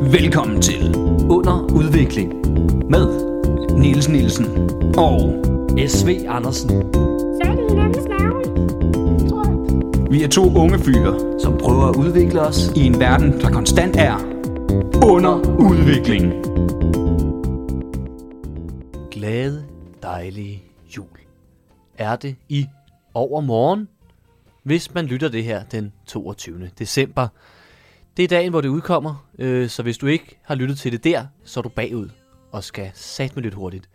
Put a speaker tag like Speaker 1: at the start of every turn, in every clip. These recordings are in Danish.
Speaker 1: Velkommen til Under Udvikling med Niels Nielsen og
Speaker 2: SV Andersen,
Speaker 3: Fat i hinandens navle. Tror jeg.
Speaker 1: vi er to unge fyre
Speaker 2: som prøver at udvikle os.
Speaker 1: i en verden, der konstant er under udvikling.
Speaker 2: Glade, dejlige jul. Er det i overmorgen, hvis man lytter det her den 22. december. Det er dagen, hvor det udkommer, øh, så hvis du ikke har lyttet til det der, så er du bagud og skal satme lidt hurtigt.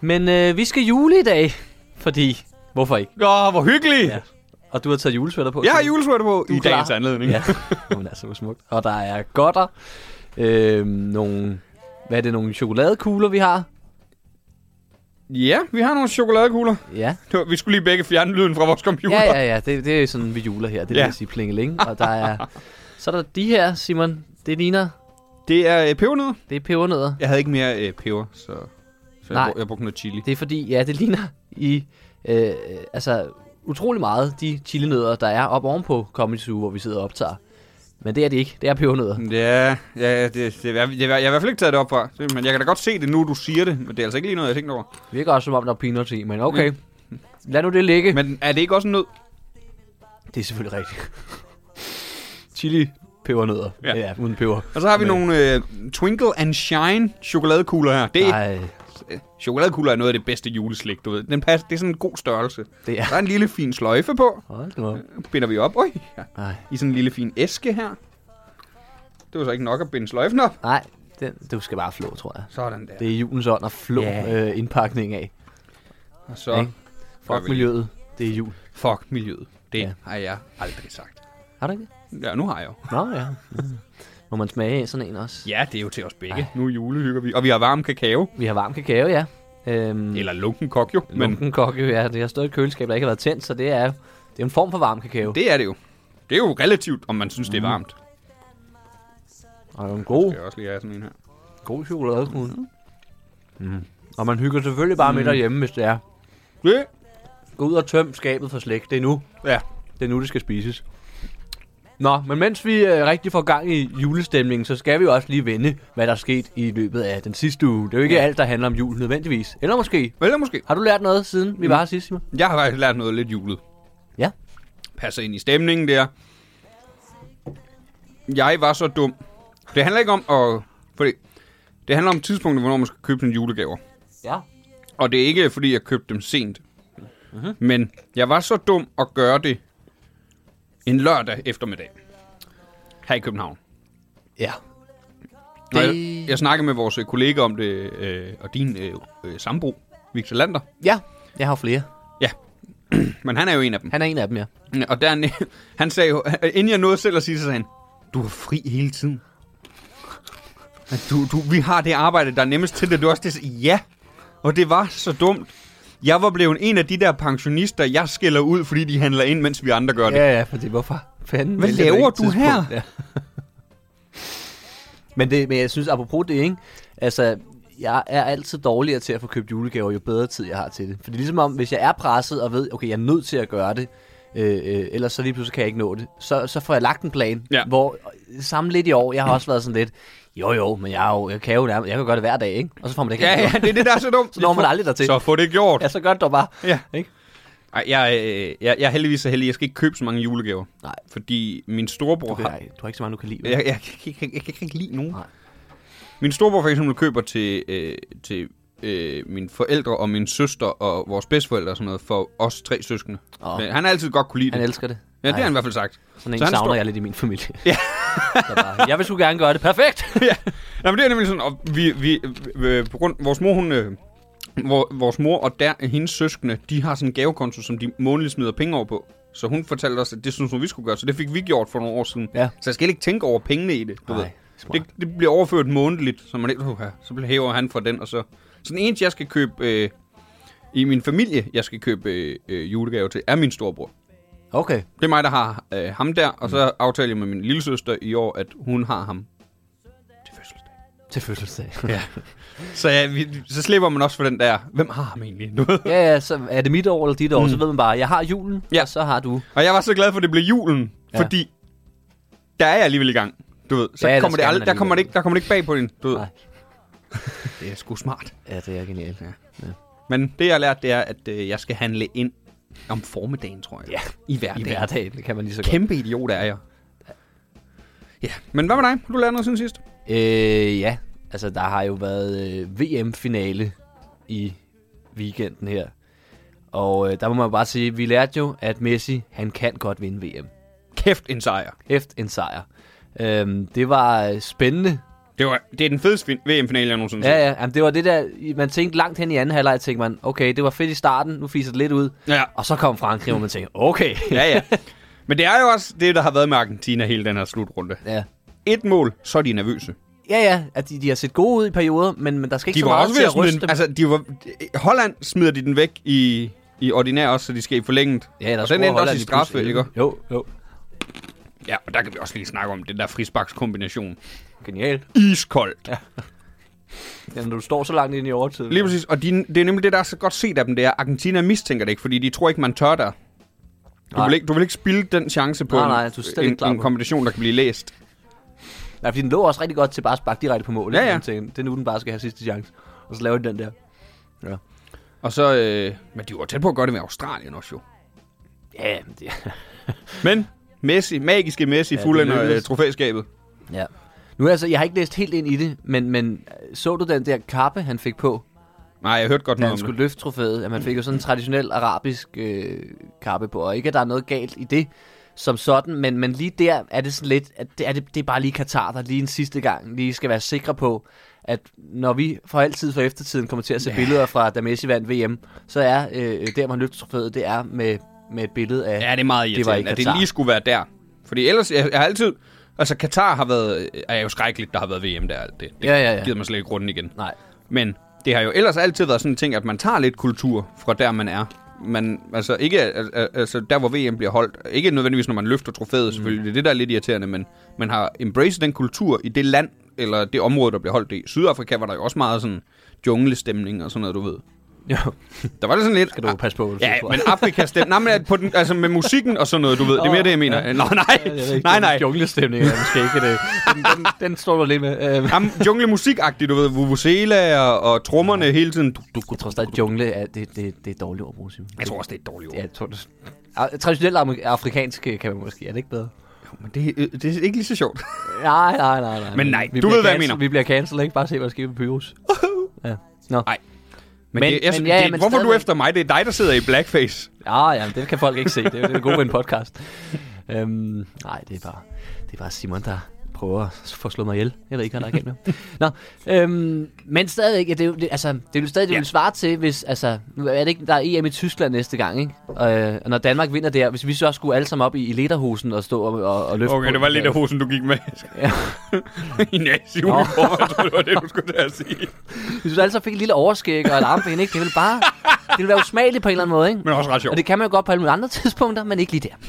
Speaker 2: Men øh, vi skal jule i dag, fordi... Hvorfor ikke?
Speaker 4: Åh, hvor hyggeligt! Ja.
Speaker 2: Og du har taget julesvætter på?
Speaker 4: Jeg har
Speaker 2: Simon?
Speaker 4: julesweater på i
Speaker 2: klar.
Speaker 4: dagens anledning.
Speaker 2: Ja, hun er så smukt. Og der er godter. Øhm, nogle, hvad er det, nogle chokoladekugler, vi har?
Speaker 4: ja, vi har nogle chokoladekugler.
Speaker 2: Ja,
Speaker 4: Det var- Vi skulle lige begge fjerne lyden fra vores computer.
Speaker 2: ja, ja, ja. Det, det er sådan, vi juler her. Det vil
Speaker 4: Ja.
Speaker 2: ja. sige plingeling. Og der er, så er der de her, Simon. Det ligner,
Speaker 4: Det er øh, pebernødder.
Speaker 2: det er pebernødder.
Speaker 4: Jeg havde ikke mere øh, peber, så, så
Speaker 2: Nej.
Speaker 4: jeg, brug, jeg brugte noget chili.
Speaker 2: Det er fordi, ja, det ligner i, øh, altså utrolig meget de chilinødder, der er oppe ovenpå Comedy Zoo, hvor vi sidder og optager. Men det er det ikke. Det er pebernødder.
Speaker 4: Ja, ja det, det, det, jeg, jeg, jeg har i hvert fald ikke taget det op fra. Det, men jeg kan da godt se det nu, du siger det. Men det er altså ikke lige noget, jeg tænkte over.
Speaker 2: Det virker også, som om der er peanuts i, men okay. Lad nu det ligge.
Speaker 4: Men er det ikke også en nød?
Speaker 2: Det er selvfølgelig rigtigt. Chili, pebernødder.
Speaker 4: Ja.
Speaker 2: Ja. ja, uden peber.
Speaker 4: Og så har vi
Speaker 2: Men-
Speaker 4: nogle øh, Twinkle and Shine chokoladekugler her. Det, er-
Speaker 2: Nej,
Speaker 4: chokoladekugler er noget af det bedste juleslik, du ved. Den passer, det er sådan en god størrelse.
Speaker 2: det
Speaker 4: Der
Speaker 2: er...
Speaker 4: er en lille fin sløjfe på.
Speaker 2: Hold nu op.
Speaker 4: Binder vi op. Oj, ja.
Speaker 2: Nej,
Speaker 4: i sådan en lille fin æske her. Det var så ikke nok at binde sløjfen op.
Speaker 2: nej den, du skal bare flå, tror jeg.
Speaker 4: Sådan der.
Speaker 2: Det er julens ånd og flå
Speaker 4: Ja.
Speaker 2: yeah. øh, indpakning af.
Speaker 4: Og så,
Speaker 2: Ikke?
Speaker 4: Fuck
Speaker 2: Fuck miljøet. Det er jul.
Speaker 4: fuck miljøet. Det
Speaker 2: Ja.
Speaker 4: ja. har jeg aldrig sagt.
Speaker 2: Har du ikke det?
Speaker 4: Ja, nu har jeg jo.
Speaker 2: Nå ja. Mm. Må man smage af sådan en også?
Speaker 4: Ja, det er jo til os begge.
Speaker 2: Ej.
Speaker 4: Ej. Nu julehygger vi. Og vi har varm kakao.
Speaker 2: Vi har varm kakao, ja. Øhm,
Speaker 4: Eller Mm. lunken kok jo. Men
Speaker 2: Men kokke, ja. Det har stået i et køleskab, der ikke har været tændt, så det er, det er en form for varm kakao. Det...
Speaker 4: det er det jo. Det er jo relativt, om man synes, det er varmt.
Speaker 2: Og en
Speaker 4: Det
Speaker 2: god,
Speaker 4: skal jeg også lige have sådan en her.
Speaker 2: god chokoladekugle. Mm. Og man hygger selvfølgelig bare mm. med derhjemme, hvis det er.
Speaker 4: Det.
Speaker 2: Gå ud og tøm skabet for slæk. Det er nu.
Speaker 4: Ja.
Speaker 2: Det er nu, det skal spises. Nå, men mens vi øh, rigtig får gang i julestemningen, så skal vi jo også lige vende, hvad der er sket i løbet af den sidste uge. Det er jo ikke ja. alt, der handler om jul nødvendigvis. Eller måske.
Speaker 4: Eller måske.
Speaker 2: Har du lært noget, siden vi var her sidst, Simon?
Speaker 4: Jeg har faktisk lært noget lidt julet.
Speaker 2: Ja.
Speaker 4: Passer ind i stemningen der. Jeg var så dum. Det handler ikke om at... Fordi det handler om tidspunktet, hvornår man skal købe sine julegaver.
Speaker 2: Ja.
Speaker 4: Og det er ikke, fordi jeg købte dem sent. Mm-hmm.
Speaker 2: Mhm.
Speaker 4: Men jeg var så dum at gøre det en lørdag eftermiddag. Her i København.
Speaker 2: Ja.
Speaker 4: Det...
Speaker 2: Det-
Speaker 4: Jeg, jeg snakkede med vores øh, kollega om det, øh, og din øh, øh, sambo, Victor Lander.
Speaker 2: Ja, jeg har flere.
Speaker 4: Men han er jo en af dem.
Speaker 2: Han er en af dem, ja.
Speaker 4: Ja, Og der, han sagde jo, inden jeg nåede selv at sige, så sagde han, du er fri hele tiden. Altså, Du, du, vi har det arbejde, der er nemmest til det. Du også det. så- Ja, og det var så dumt. Jeg var blevet en af de der pensionister, jeg skiller ud, fordi de handler ind, mens vi andre gør det.
Speaker 2: Ja, ja, fordi hvorfor fanden?
Speaker 4: Hvad
Speaker 2: vælger ikke
Speaker 4: laver du
Speaker 2: tidspunkt?
Speaker 4: her?
Speaker 2: Ja. men, det, men jeg synes, apropos det, ikke? Altså, jeg er altid dårligere til at få købt julegaver, jo bedre tid jeg har til det. Fordi ligesom om, hvis jeg er presset og ved, okay, jeg er nødt til at gøre det, øh, øh, ellers så lige pludselig kan jeg ikke nå det, så, så får jeg lagt en plan,
Speaker 4: Ja.
Speaker 2: hvor samme lidt i år, jeg har også været sådan lidt, jo jo, men jeg, er jo, jeg kan jo nærmest, jeg kan gøre det hver dag, ikke? Og så får man det ikke.
Speaker 4: Ja, ja, det er det, der er så dumt.
Speaker 2: Så når man aldrig dertil.
Speaker 4: Så få det gjort.
Speaker 2: ja, så gør det dog bare.
Speaker 4: Ja.
Speaker 2: Ikke?
Speaker 4: Ej, jeg, øh, jeg, jeg er heldigvis så heldig, jeg skal ikke købe så mange julegaver.
Speaker 2: Nej.
Speaker 4: Fordi min storebror
Speaker 2: Du,
Speaker 4: har...
Speaker 2: kan, du har ikke så meget, du kan lide. vel?
Speaker 4: Jeg, jeg, jeg, jeg, jeg, jeg kan ikke lide nogen.
Speaker 2: Nej.
Speaker 4: Min storebror for eksempel køber til, øh, til øh, mine forældre og min søster og vores bedsteforældre og sådan noget for os tre søskende.
Speaker 2: Åh.
Speaker 4: Oh. Men han har altid godt kunne lide
Speaker 2: Han
Speaker 4: det.
Speaker 2: elsker det.
Speaker 4: Ja, det
Speaker 2: Ej.
Speaker 4: har han i hvert fald sagt.
Speaker 2: Sådan en
Speaker 4: Så
Speaker 2: så
Speaker 4: han
Speaker 2: savner
Speaker 4: står-
Speaker 2: jeg lidt i min familie. Ja. bare, jeg vil sgu gerne gøre det perfekt.
Speaker 4: Nej, men det er nemlig sådan, og vi, vi, øh, på grund, vores mor, hun, øh, vor- vores mor og der, hendes søskende, de har sådan en gavekonto, som de månedligt smider penge over på. Så hun fortalte os, at det synes hun, vi skulle gøre, så det fik vi gjort for nogle år siden.
Speaker 2: Ja.
Speaker 4: Så jeg skal ikke tænke over pengene i det, du
Speaker 2: Nej,
Speaker 4: ved.
Speaker 2: smart.
Speaker 4: Det, det bliver overført månedligt, så man ikke, uh, så bliver- hæver han for den, og så... Så den eneste, jeg skal købe øh, i min familie, jeg skal købe øh, øh, julegave til, er min storebror.
Speaker 2: Okay.
Speaker 4: Det er mig, der har øh, ham der, og så
Speaker 2: Mm.
Speaker 4: aftaler jeg med min lille søster i år, at hun har ham til fødselsdag.
Speaker 2: Til fødselsdag.
Speaker 4: Så, ja, vi, så slipper man også for den der, hvem har ham egentlig? Du ved.
Speaker 2: ja, ja, så er det mit år eller dit år, mm. så ved man bare, jeg har julen, ja.
Speaker 4: Ja.
Speaker 2: og så har du.
Speaker 4: Og jeg var så glad for, at det blev julen,
Speaker 2: Ja.
Speaker 4: ja. fordi der er jeg alligevel i gang. Du ved, så
Speaker 2: Ja,
Speaker 4: ja,
Speaker 2: der
Speaker 4: kommer det
Speaker 2: skal man
Speaker 4: aldrig, der, kommer det
Speaker 2: alligevel.
Speaker 4: ikke, der kommer det ikke bag på din. Du ved.
Speaker 2: Nej.
Speaker 4: det er sgu smart.
Speaker 2: Ja, det er genialt. Ja.
Speaker 4: Men det, jeg har lært, det er, at øh, jeg skal handle ind om formiddagen, tror jeg.
Speaker 2: Ja,
Speaker 4: I hverdagen.
Speaker 2: I hverdagen, det kan man lige så godt.
Speaker 4: Kæmpe idiot er jeg. Ja, men hvad med dig? Har Du lærte noget siden sidst.
Speaker 2: Øh, ja, altså der har jo været øh, VM-finale i weekenden her. Og øh, der må man bare sige, vi lærte jo, at Messi, han kan godt vinde VM.
Speaker 4: Kæft en sejr.
Speaker 2: Kæft en sejr. Øhm, det var øh, spændende.
Speaker 4: Det, var, det er den fedeste fin- VM-finale, jeg nogensinde
Speaker 2: Ja, ja. Jamen, det var det der, i- man tænkte langt hen i anden halvleg, tænkte man, okay, det var fedt i starten, nu fiser det lidt ud.
Speaker 4: ja.
Speaker 2: Og så kom Frankrig, og man tænkte, okay.
Speaker 4: Ja, ja. Men det er jo også det, der har været med Argentina hele den her slutrunde.
Speaker 2: ja.
Speaker 4: Et mål, så er de nervøse.
Speaker 2: Ja, ja, at de, de har set gode ud i perioder, men, men der skal ikke
Speaker 4: De
Speaker 2: så
Speaker 4: var
Speaker 2: meget
Speaker 4: også
Speaker 2: til
Speaker 4: ved at
Speaker 2: at ryste
Speaker 4: smide
Speaker 2: dem.
Speaker 4: den, Altså, de var, Holland smider de den væk i, i ordinær også, så de skal i forlænget.
Speaker 2: ja, der
Speaker 4: og
Speaker 2: scorer
Speaker 4: den endte også
Speaker 2: Holland
Speaker 4: i
Speaker 2: plus
Speaker 4: straffe,
Speaker 2: 11.
Speaker 4: ikke?
Speaker 2: Jo, jo.
Speaker 4: Ja, og der kan vi også lige snakke om den der frisbakskombination.
Speaker 2: Genialt.
Speaker 4: Iskoldt. Ja.
Speaker 2: Ja, når du står så langt ind i overtiden.
Speaker 4: Lige præcis. Og de, det er nemlig det, der er så godt set af dem, det er, Argentina mistænker det ikke, fordi de tror ikke, man tør der. Du
Speaker 2: Nej.
Speaker 4: vil, ikke, du vil ikke spille den chance på
Speaker 2: Nej,
Speaker 4: en,
Speaker 2: nej, du er slet ikke
Speaker 4: en,
Speaker 2: klar
Speaker 4: en
Speaker 2: på.
Speaker 4: kombination, der kan blive læst.
Speaker 2: Nej, fordi den lå også rigtig godt til bare at sparke direkte på målet.
Speaker 4: Ja, ja.
Speaker 2: Man tænkte, Det er nu, den bare skal have sidste chance. Og så laver de den der.
Speaker 4: Og så, øh, men de var tæt på at gøre det med Australien også jo.
Speaker 2: Ja, men det,
Speaker 4: Men Messi, magiske Messi, ja,
Speaker 2: det
Speaker 4: fuldender øh,
Speaker 2: lykkedes.
Speaker 4: trofæskabet.
Speaker 2: ja. Nu er altså, jeg har ikke læst helt ind i det, men, men øh, så du den der kappe, han fik på,
Speaker 4: Nej, jeg hørte godt
Speaker 2: da
Speaker 4: noget om
Speaker 2: han skulle løfte trofæet? At man fik jo sådan en traditionel arabisk øh, kappe på, og ikke at der er noget galt i det som sådan, men, men lige der er det sådan lidt, at det er, det, det er bare lige Katar, der lige en sidste gang lige skal være sikre på, at når vi for altid for eftertiden kommer til at se ja. billeder fra, da Messi vandt VM, så er øh, der, man løfter trofæet, det er med, med et billede af...
Speaker 4: Ja, det er meget
Speaker 2: Det var
Speaker 4: irriterende,
Speaker 2: ikke
Speaker 4: det at det
Speaker 2: Katar.
Speaker 4: lige skulle være der. Fordi ellers, jeg, jeg har altid... Altså, Katar har været... Er jo skrækkeligt, der har været VM der. og alt Det, det
Speaker 2: Ja, ja, ja.
Speaker 4: gider man slet ikke runden igen.
Speaker 2: Nej.
Speaker 4: Men det har jo ellers altid været sådan en ting, at man tager lidt kultur fra der, man er. Man, altså, ikke, al- al- altså der, hvor VM bliver holdt. Ikke nødvendigvis, når man løfter
Speaker 2: Mm.
Speaker 4: trofæet, selvfølgelig. Det er det, der er lidt irriterende, men man har embraced den kultur i det land, eller det område, der bliver holdt i. Sydafrika var der jo også meget sådan junglestemning og sådan noget, du ved.
Speaker 2: Jo,
Speaker 4: Der var det sådan lidt... "Ah,
Speaker 2: skal du passe på, hvad du
Speaker 4: Ja,
Speaker 2: siger, tror
Speaker 4: men
Speaker 2: jeg.
Speaker 4: Afrika stemte. Nej, men at på den, altså med musikken og sådan noget, du ved. Det er mere det, jeg mener. Nå, nej.
Speaker 2: Ja, det er rigtigt.
Speaker 4: Nej, nej.
Speaker 2: Junglestemning er måske ikke det. Den, den, den står du lige med. Øhm,
Speaker 4: Jamen, junglemusikagtigt, du ved. Vuvuzela og, og trommerne hele tiden. Du, du,
Speaker 2: jeg tror stadig, at jungle er, det, det, det er et dårligt ord at bruge, Simon.
Speaker 4: jeg tror også, det er et dårligt ord.
Speaker 2: Ja, jeg tror det. Ah, Traditionelt amer- afrikansk øh, kan man måske, er det ikke bedre?
Speaker 4: Men det, øh, det er ikke lige så sjovt.
Speaker 2: Nej, nej, nej. nej.
Speaker 4: Men nej,
Speaker 2: vi
Speaker 4: du
Speaker 2: bliver
Speaker 4: ved, hvad jeg
Speaker 2: cancel-
Speaker 4: mener.
Speaker 2: Vi bliver cancelled, ikke? Bare se, hvad der sker med Pyrus. Ja. Nå.
Speaker 4: Ej. Men,
Speaker 2: Men-
Speaker 4: det, jeg,
Speaker 2: men
Speaker 4: men,
Speaker 2: ja,
Speaker 4: ja,
Speaker 2: men
Speaker 4: det, hvorfor er du
Speaker 2: stadigvæk.
Speaker 4: efter mig? Det er dig, der sidder i blackface.
Speaker 2: Ah, ja, men det kan folk ikke se. Det er jo det gode ved en podcast. Øhm, nej, det er bare, det er bare Simon, der prøver at få slået mig ihjel. Jeg ved ikke, hvad der er galt med ham. Nå, øhm, men stadigvæk, ja, det, er jo- det, altså, det ville stadig det
Speaker 4: Ja.
Speaker 2: ville svare til, hvis, altså, nu er det ikke, der er EM i Tyskland næste gang, ikke? Og, øh, og når Danmark vinder der, hvis vi så skulle alle sammen op i, i lederhusen og stå og, og, og løfte
Speaker 4: Okay, det var lidt af hosen, du gik med.
Speaker 2: Ja.
Speaker 4: I nazi-uniform, jeg tror, det var det, du skulle til at sige.
Speaker 2: Hvis du altså fik et lille overskæg og et armben, ikke? Det ville bare... Det ville være usmageligt på en eller anden måde, ikke?
Speaker 4: Men også ret
Speaker 2: Og
Speaker 4: sjovt.
Speaker 2: det kan man jo godt på alle mulige andre tidspunkter, men ikke lige der.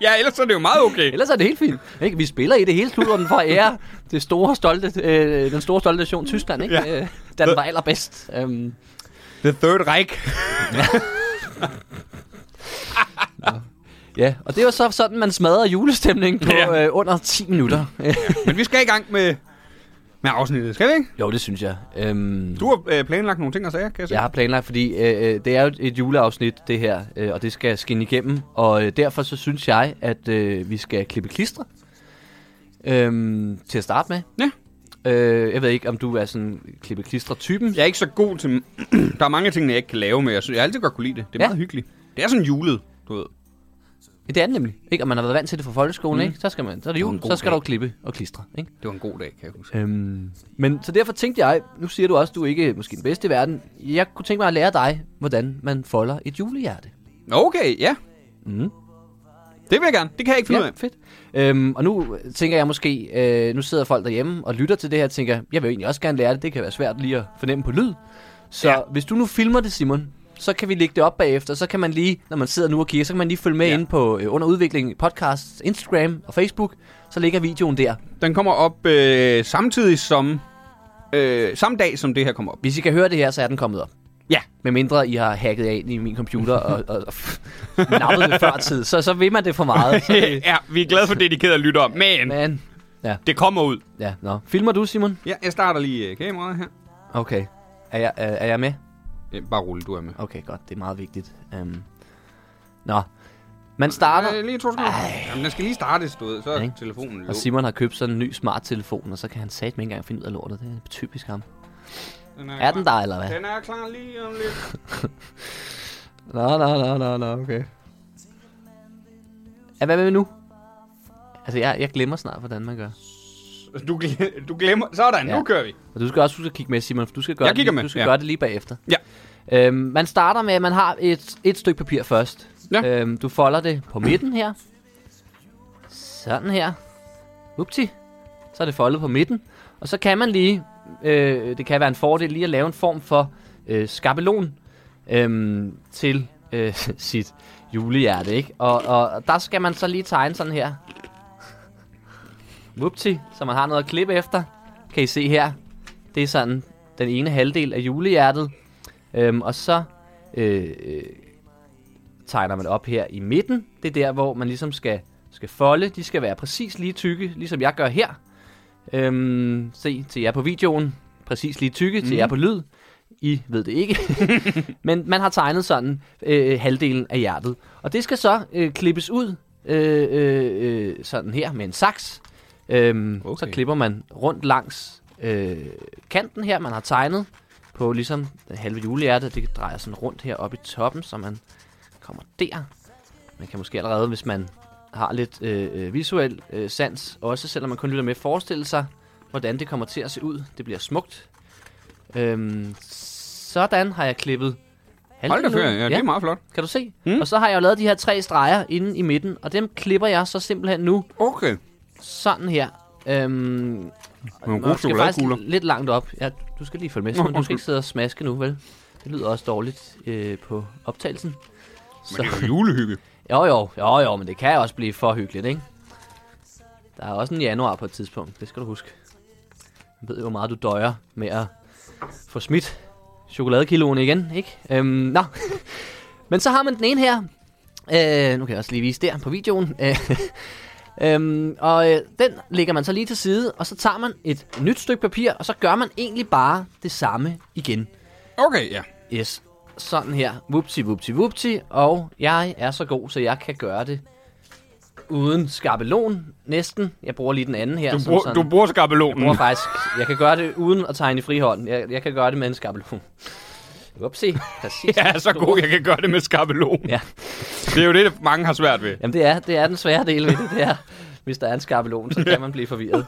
Speaker 4: Ja, ellers er det jo meget okay.
Speaker 2: Ellers er det helt fint. Ikke? Vi spiller i det hele slutrunden for at ære det store, stolte, øh, den store stolte nation Tyskland, ikke?
Speaker 4: Ja.
Speaker 2: Ja. Da den var allerbedst. Øhm,
Speaker 4: The Third Reich.
Speaker 2: ja, og det var så sådan, man smadrer julestemningen på
Speaker 4: Ja.
Speaker 2: øh, under 10 minutter.
Speaker 4: Men vi skal i gang med, med afsnittet, skal vi ikke?
Speaker 2: jo, det synes jeg. Øhm,
Speaker 4: Du har øh, planlagt nogle ting og sager, kan jeg se.
Speaker 2: Jeg har planlagt, fordi øh, øh, det er jo et juleafsnit, det her, øh, og det skal skinne igennem. Og øh, derfor så synes jeg, at øh, vi skal klippe klistre øhm, til at starte med.
Speaker 4: Ja.
Speaker 2: Øh, jeg ved ikke, om du er sådan klippe klistre-typen.
Speaker 4: Jeg er ikke så god til... der er mange ting, jeg ikke kan lave, men jeg, synes, jeg altid godt kunne lide det. Det er
Speaker 2: Ja.
Speaker 4: ja. meget hyggeligt. Det er sådan julet, du ved.
Speaker 2: Det er det nemlig. Ikke? Og man har været vant til det fra folkeskolen, mm. ikke? Så, skal man, så er det
Speaker 4: Det var
Speaker 2: jul,
Speaker 4: en god
Speaker 2: så skal
Speaker 4: dag.
Speaker 2: du klippe og klistre. Ikke?
Speaker 4: Det var en god dag, kan jeg huske.
Speaker 2: Øhm, men så derfor tænkte jeg, nu siger du også, at du er ikke måske den bedste i verden. Jeg kunne tænke mig at lære dig, hvordan man folder et julehjerte.
Speaker 4: Okay, ja.
Speaker 2: Mm.
Speaker 4: Det vil jeg gerne. Det kan jeg ikke finde
Speaker 2: Ja,
Speaker 4: ja. ud af.
Speaker 2: fedt. Øhm, og nu tænker jeg måske, øh, nu sidder folk derhjemme og lytter til det her og tænker, jeg vil jo egentlig også gerne lære det, det kan være svært lige at fornemme på lyd. Så ja.
Speaker 4: Ja.
Speaker 2: hvis du nu filmer det, Simon, så kan vi lægge det op bagefter, så kan man lige, når man sidder nu og kigger, så kan man lige følge med ja.
Speaker 4: Ja.
Speaker 2: inde på øh, Under Udvikling Podcast, Instagram og Facebook, så ligger videoen der.
Speaker 4: Den kommer op øh, samtidig som... Øh, samme dag, som det her kommer op.
Speaker 2: Hvis I kan høre det her, så er den kommet op.
Speaker 4: Ja.
Speaker 2: Medmindre I har hacket af i min computer og, og, og nappet det før tid, så, så vil man det for meget. Så, det-
Speaker 4: ja, vi er glade for dedikerede lyttere, men
Speaker 2: men,
Speaker 4: det kommer ud.
Speaker 2: ja, nå. Filmer du, Simon?
Speaker 4: Ja, jeg starter lige øh, kameraet her.
Speaker 2: Okay. Er jeg, er, er jeg med?
Speaker 4: Ja, bare rolig, du er med.
Speaker 2: Okay, godt. Det er meget vigtigt. Um, nå. Man starter...
Speaker 4: Øh, lige to sekunder. Jamen, den skal lige startes, du ved. Så er
Speaker 2: Ikke?
Speaker 4: telefonen lå.
Speaker 2: Og Simon har købt sådan en ny smarttelefon, og så kan han satme ikke engang finde ud af lortet. Det er typisk ham. Er den der, eller hvad?
Speaker 4: Den er klar lige om lidt.
Speaker 2: Nå, nå, nå, nå, nå, okay. Ja, hvad med nu? Altså, jeg, jeg glemmer snart, hvordan man gør.
Speaker 4: Du, gle- du glemmer... Sådan,
Speaker 2: Ja.
Speaker 4: nu kører vi.
Speaker 2: Og du skal også huske at kigge med, Simon, for du skal gøre,
Speaker 4: Jeg
Speaker 2: det,
Speaker 4: kigger
Speaker 2: lige,
Speaker 4: med,
Speaker 2: du skal
Speaker 4: ja.
Speaker 2: gøre det lige bagefter.
Speaker 4: Ja.
Speaker 2: Øhm, man starter med, at man har et, et stykke papir først.
Speaker 4: Ja.
Speaker 2: Øhm, du folder det på midten her. Sådan her. Upti. Så er det foldet på midten. Og så kan man lige, øh, det kan være en fordel lige at lave en form for øh, skabelon øh, til øh, sit julehjerte, ikke? Og, og, og der skal man så lige tegne sådan her. Upti, så man har noget at klippe efter. Kan I se her? Det er sådan den ene halvdel af julehjertet. Øhm, og så øh, øh, tegner man op her i midten. Det er der, hvor man ligesom skal, skal folde. De skal være præcis lige tykke, ligesom jeg gør her. Øhm, se til jer på videoen. Præcis lige tykke til jer på lyd. I ved det ikke. Men man har tegnet sådan øh, halvdelen af hjertet. Og det skal så øh, klippes ud øh, øh, øh, sådan her med en saks. Øhm, okay. Så
Speaker 4: Okay.
Speaker 2: klipper man rundt langs øh, kanten her, man har tegnet på ligesom den halve julehjerte. Det drejer sådan rundt her oppe i toppen, så man kommer der. Man kan måske allerede, hvis man har lidt øh, øh, visuel øh, sans, også selvom man kun lytter med, forestille sig, hvordan det kommer til at se ud. Det bliver smukt. Øhm, sådan har jeg klippet
Speaker 4: Hold da
Speaker 2: halvdelen
Speaker 4: ferie.
Speaker 2: ud.
Speaker 4: Ja, det er meget flot.
Speaker 2: Kan du se?
Speaker 4: Mm.
Speaker 2: Mm. Og så har jeg jo lavet de her tre streger inde i midten, og dem klipper jeg så simpelthen nu
Speaker 4: Okay.
Speaker 2: sådan her. Øhm,
Speaker 4: Nogle
Speaker 2: Nå,
Speaker 4: gode
Speaker 2: du skal faktisk
Speaker 4: chokoladekugler.
Speaker 2: lidt langt op. Ja, du skal lige følge med,
Speaker 4: Nå,
Speaker 2: Simon. Du skal
Speaker 4: undskyld.
Speaker 2: ikke sidde og smaske nu, vel? Det lyder også dårligt øh, på optagelsen.
Speaker 4: Men det er jo julehygge.
Speaker 2: Jo, jo, jo, jo, men det kan også blive for hyggeligt, ikke? Der er også en januar på et tidspunkt, det skal du huske. Jeg ved jo, hvor meget du døjer med at få smidt chokoladekiloen igen, ikke? Øhm, nå, men så har man den ene her. Øh, nu kan jeg også lige vise der på videoen. Øh, øhm, og øh, den lægger man så lige til side, og så tager man et nyt stykke papir, og så gør man egentlig bare det samme igen.
Speaker 4: Okay, ja.
Speaker 2: Yes. Sådan her. Vupti, vupti, vupti. Og jeg er så god, så jeg kan gøre det uden skabelon næsten. Jeg bruger lige den anden her.
Speaker 4: Du,
Speaker 2: som
Speaker 4: bruger,
Speaker 2: sådan-
Speaker 4: du bruger skabelonen.
Speaker 2: bruger faktisk... Jeg kan gøre det uden at tegne i frihånd. Jeg, jeg kan gøre det med en skabelon. Vupsi. Præcis.
Speaker 4: Jeg er så god, jeg kan gøre det med skabelonen.
Speaker 2: Ja.
Speaker 4: Det er jo det, mange har svært ved.
Speaker 2: Jamen det er, det er den svære del ved det, det er, hvis der er en skabelon, så kan man blive forvirret.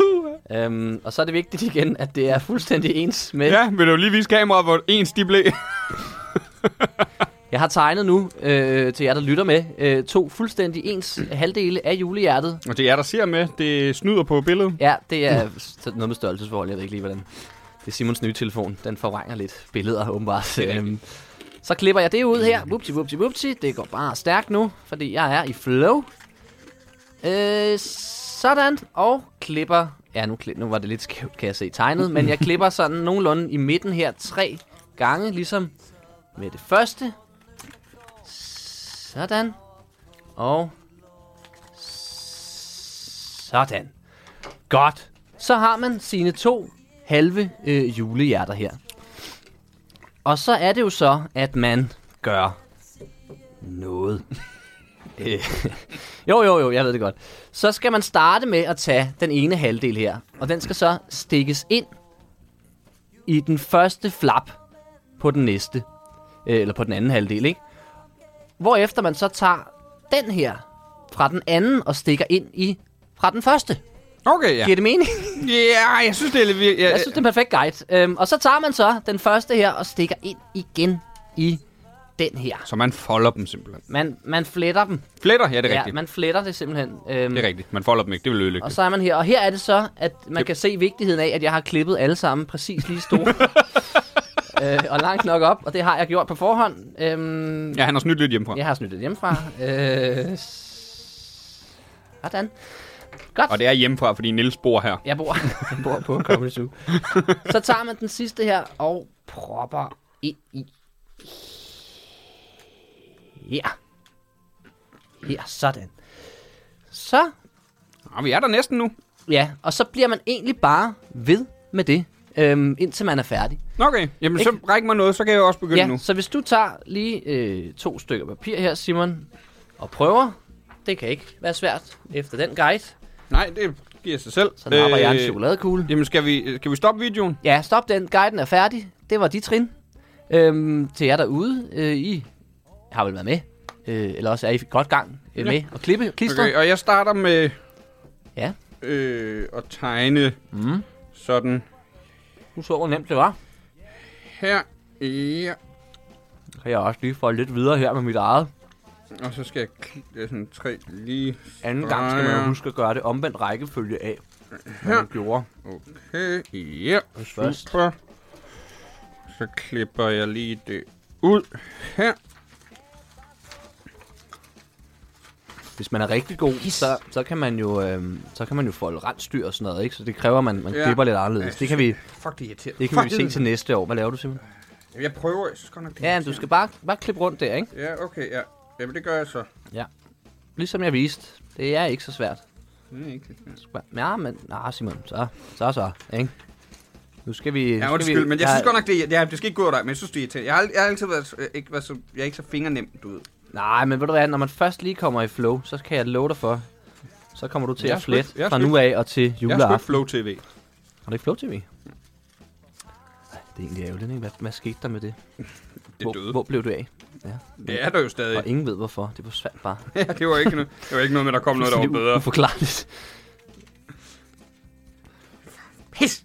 Speaker 2: øhm, og så er det vigtigt igen, at det er fuldstændig ens med
Speaker 4: Ja, vil du lige vise kameraet, hvor ens de blev?
Speaker 2: Jeg har tegnet nu, øh, til jer, der lytter med, øh, to fuldstændig ens halvdele af julehjertet.
Speaker 4: Og det er der ser med, det snyder på billedet.
Speaker 2: Ja, det er st- noget med størrelsesforhold. Jeg ved ikke lige, hvordan... Det er Simons nye telefon. Den forvrænger lidt billeder, åbenbart. Øhm, så klipper jeg det ud her. Wupsi, wupsi, wupsi. Det går bare stærkt nu, fordi jeg er i flow. Øh, sådan. Og klipper... Ja, nu, kli- nu var det lidt skævt, kan jeg se tegnet. Men jeg klipper sådan nogenlunde i midten her tre gange, ligesom med det første. Sådan. Og... Sådan. Godt. Så har man sine to halve øh, julehjerter her. Og så er det jo så, at man gør noget. Øh, jo, jo, jo, jeg ved det godt. Så skal man starte med at tage den ene halvdel her, og den skal så stikkes ind i den første flap på den næste, øh, eller på den anden halvdel, ikke? Hvorefter man så tager den her fra den anden og stikker ind i fra den første.
Speaker 4: Okay, ja.
Speaker 2: Giver det mening?
Speaker 4: Ja, jeg synes, det er lidt... vir- Ja,
Speaker 2: Jeg synes, det er en perfekt guide. Øhm, og så tager man så den første her og stikker ind igen i den her.
Speaker 4: Så man folder dem simpelthen.
Speaker 2: Man, man fletter dem.
Speaker 4: Fletter, ja, det er
Speaker 2: Ja,
Speaker 4: rigtigt.
Speaker 2: man fletter det simpelthen. Øhm,
Speaker 4: Det er rigtigt. Man folder dem ikke. Det vil ødelægge
Speaker 2: Og
Speaker 4: det.
Speaker 2: så er man her. Og her er det så, at man kan se vigtigheden af, at jeg har klippet alle sammen præcis lige store. øh, og langt nok op. Og det har jeg gjort på forhånd. Øhm,
Speaker 4: Ja, han har snydt lidt hjemmefra.
Speaker 2: Jeg har snydt det hjemmefra. øh, sådan. Godt.
Speaker 4: Og det er hjemmefra, fordi Nils bor her.
Speaker 2: Jeg bor, jeg bor på Comedy Zoo. så tager man den sidste her og propper ind i Ja. Ja, sådan. Så
Speaker 4: Ah, vi er der næsten nu.
Speaker 2: Ja, og så bliver man egentlig bare ved med det, øhm, indtil man er færdig.
Speaker 4: Nå, Okay, jamen så
Speaker 2: Ikke?
Speaker 4: ræk mig noget, så kan jeg også begynde
Speaker 2: ja,
Speaker 4: nu.
Speaker 2: så hvis du tager lige øh, to stykker papir her, Simon, og prøver, det kan ikke være svært efter den guide.
Speaker 4: Nej, det giver sig selv.
Speaker 2: Så napper øh, jeg en chokoladekugle.
Speaker 4: Jamen, skal vi, skal vi stoppe videoen?
Speaker 2: Ja, stop den. Guiden er færdig. Det var de trin. Øhm, til jer derude, øh, I har vel været med, øh, eller også er I godt gang øh, med at klippe klister.
Speaker 4: Okay, og jeg starter med
Speaker 2: Ja,
Speaker 4: øh, at tegne mm. sådan
Speaker 2: du så, hvor nemt det var.
Speaker 4: her. Ja.
Speaker 2: Kan jeg også lige få lidt videre her med mit eget.
Speaker 4: Og så skal jeg kl- det er sådan tre lige
Speaker 2: Anden gang skal man
Speaker 4: streger.
Speaker 2: jo huske at gøre det omvendt rækkefølge af, hvad man gjorde.
Speaker 4: Okay, ja,
Speaker 2: først.
Speaker 4: super. Så klipper jeg lige det ud her.
Speaker 2: Hvis man er rigtig god, så, så, kan man jo, øhm, så kan man jo folde rensdyr og sådan noget, ikke? Så det kræver, at man, man
Speaker 4: Ja.
Speaker 2: klipper lidt anderledes. Det kan vi,
Speaker 4: Fuck, det er irriterende.
Speaker 2: det kan vi se til næste år. Hvad laver du, Simon?
Speaker 4: Jeg prøver, jeg synes godt nok, det er
Speaker 2: Ja, men du skal bare, bare klippe rundt der, ikke?
Speaker 4: irriterende. Ja, okay, ja. Jamen, det gør jeg så.
Speaker 2: Ligesom jeg viste. Det er ikke så svært.
Speaker 4: Det er ikke det.
Speaker 2: Ja, men... Nej, Simon. Så, så, så. Ikke? Nu skal vi... nu
Speaker 4: Ja,
Speaker 2: skal
Speaker 4: undskyld,
Speaker 2: vi,
Speaker 4: men jeg synes godt nok, det, er- ja, det skal ikke gå over dig, men jeg synes, det er irriterende. Jeg har, ald- jeg har altid været, øh, ikke været så, jeg er ikke så fingernem, du ved.
Speaker 2: Nej, men ved du hvad? Når man først lige kommer i flow, så kan jeg love dig for, så kommer du til
Speaker 4: Jeg
Speaker 2: at
Speaker 4: er sgu ikke-
Speaker 2: flette
Speaker 4: jeg er
Speaker 2: fra
Speaker 4: sgu
Speaker 2: nu af og til juleaften.
Speaker 4: Flow TV.
Speaker 2: Har du ikke Flow TV? Ej, det er egentlig ærgerligt, ikke? Hvad, hvad skete der med det? hvor,
Speaker 4: døde.
Speaker 2: Hvor blev du af?
Speaker 4: Det er der jo stadig.
Speaker 2: Og ingen ved hvorfor. Det forsvandt bare.
Speaker 4: Ja, det var ikke, no- det var ikke noget med, der kom noget, der var bedre.
Speaker 2: Uforklarligt.
Speaker 4: Pis!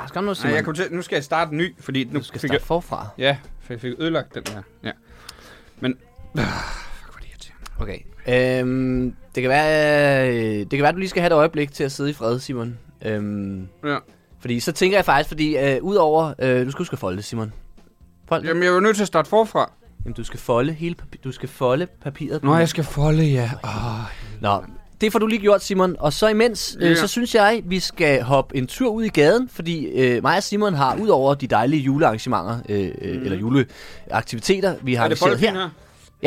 Speaker 2: Ej, skal nu,
Speaker 4: Nej,
Speaker 2: Simon.
Speaker 4: jeg kom til, nu skal jeg starte en ny, fordi nu
Speaker 2: Du skal
Speaker 4: fik
Speaker 2: starte
Speaker 4: jeg,
Speaker 2: forfra.
Speaker 4: Ja, for jeg fik ødelagt den her. Ja. Men, øh, fuck, hvor er det irriterende.
Speaker 2: Okay. Øhm, det, kan være, øh, det kan være, at du lige skal have et øjeblik til at sidde i fred, Simon. Øhm,
Speaker 4: Ja.
Speaker 2: fordi så tænker jeg faktisk, fordi øh, udover... Øh, du skal huske at folde det, Simon. Fold. Jamen.
Speaker 4: Jamen, jeg var nødt til at starte forfra.
Speaker 2: Jamen, du skal folde hele papir, du skal folde papiret.
Speaker 4: Nå, jeg skal folde, ja. Oh,
Speaker 2: Nå, det får du lige gjort, Simon. Og så imens, øh,
Speaker 4: Ja.
Speaker 2: så synes jeg, vi skal hoppe en tur ud i gaden, fordi øh, mig og Simon har, udover de dejlige julearrangementer, øh, mm. eller juleaktiviteter, vi har
Speaker 4: Mhm. er det
Speaker 2: arrangeret
Speaker 4: boldpin
Speaker 2: her.
Speaker 4: her?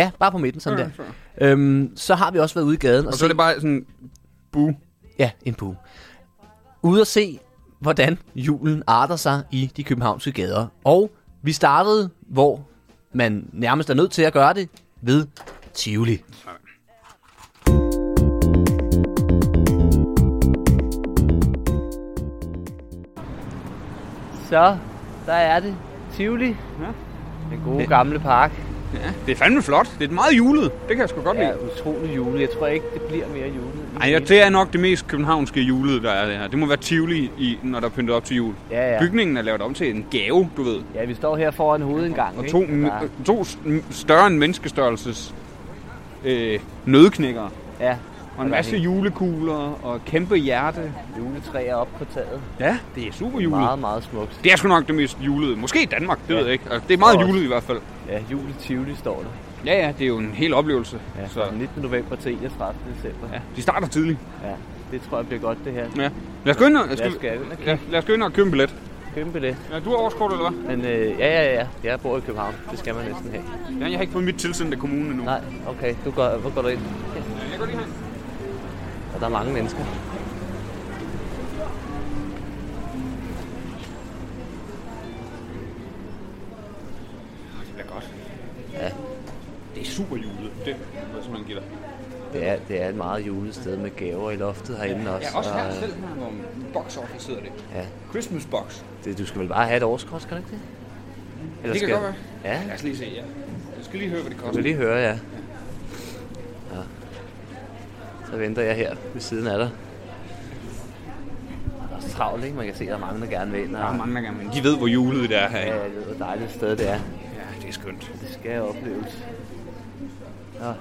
Speaker 2: Ja, bare på midten, sådan
Speaker 4: Ja,
Speaker 2: ja, der. Øhm, så har vi også været ude i gaden og,
Speaker 4: Og så er det bare sådan, bu.
Speaker 2: Ja, en bue. Ude at se, hvordan julen arter sig i de københavnske gader. Og vi startede, hvor man nærmest er nødt til at gøre det, ved Tivoli. Så, der er det. Tivoli. Den gode gamle park.
Speaker 4: Det er fandme flot. Det er meget julet. Det kan jeg sgu godt lide.
Speaker 2: utrolig jule. Jeg tror ikke, det bliver mere jule.
Speaker 4: Ej, ja, det er nok det mest københavnske julet, der er det her. Det må være Tivoli, i, når der er pyntet op til jul.
Speaker 2: Ja, ja.
Speaker 4: Bygningen er lavet om til en gave, du ved.
Speaker 2: Ja, vi står her foran hovedindgangen.
Speaker 4: Og to, m- to s- m- større end menneskestørrelses øh, nødknækkere.
Speaker 2: Ja,
Speaker 4: Og en masse julekugler og kæmpe hjerte.
Speaker 2: juletræer op på taget.
Speaker 4: Ja, det er super julet.
Speaker 2: Meget, meget smukt.
Speaker 4: Det er sgu nok det mest julede. Måske i Danmark, det ja. ved jeg ikke. Altså, det er meget
Speaker 2: Og også-
Speaker 4: julet i hvert fald.
Speaker 2: Ja, jul i Tivoli står der.
Speaker 4: Ja, ja, det er jo en hel oplevelse. Ja,
Speaker 2: Ja,
Speaker 4: så,
Speaker 2: fra den 19. november til 31. december.
Speaker 4: ja. De starter tidligt.
Speaker 2: ja. Det tror jeg bliver godt, det her.
Speaker 4: Ja. Lad os gå ind og,
Speaker 2: Lad os gå ind og kigge.
Speaker 4: ja, lad os gå ind og købe en billet.
Speaker 2: Kømpe det.
Speaker 4: Ja, du har overskort, eller hvad?
Speaker 2: Men øh, ja, ja, ja. Jeg bor i København. Det skal man næsten have.
Speaker 4: Ja, jeg har ikke fået mit tilsendt af kommunen endnu.
Speaker 2: Nej, okay. Du går, hvor går du ind?
Speaker 4: Ja, jeg går lige her.
Speaker 2: Og der er mange mennesker.
Speaker 4: Det bliver godt.
Speaker 2: Ja.
Speaker 4: Det er super julet. Det må jeg simpelthen give dig.
Speaker 2: Det er, det er et meget julested med gaver i loftet herinde også.
Speaker 4: Ja, også her
Speaker 2: og, øh,
Speaker 4: selv her, hvor box office sidder det.
Speaker 2: Ja,
Speaker 4: Christmas box.
Speaker 2: det, du skal vel bare have et årskort, skal du ikke det? Eller
Speaker 4: Det kan godt være.
Speaker 2: Ja,
Speaker 4: Lad os lige se, ja. Jeg skal lige høre, hvad det
Speaker 2: Du
Speaker 4: koster.
Speaker 2: vil lige høre, ja. ja. Så venter jeg her ved siden af dig. Og Der er så travlt, ikke? Man kan se, at der er mange, der gerne vil ind. Og,
Speaker 4: Der er mange, der gerne vil. De ved, hvor julet det er her.
Speaker 2: ja, jeg ved, hvor dejligt et sted det er.
Speaker 4: ja det er skønt.
Speaker 2: Det skal jeg opleves. Nå.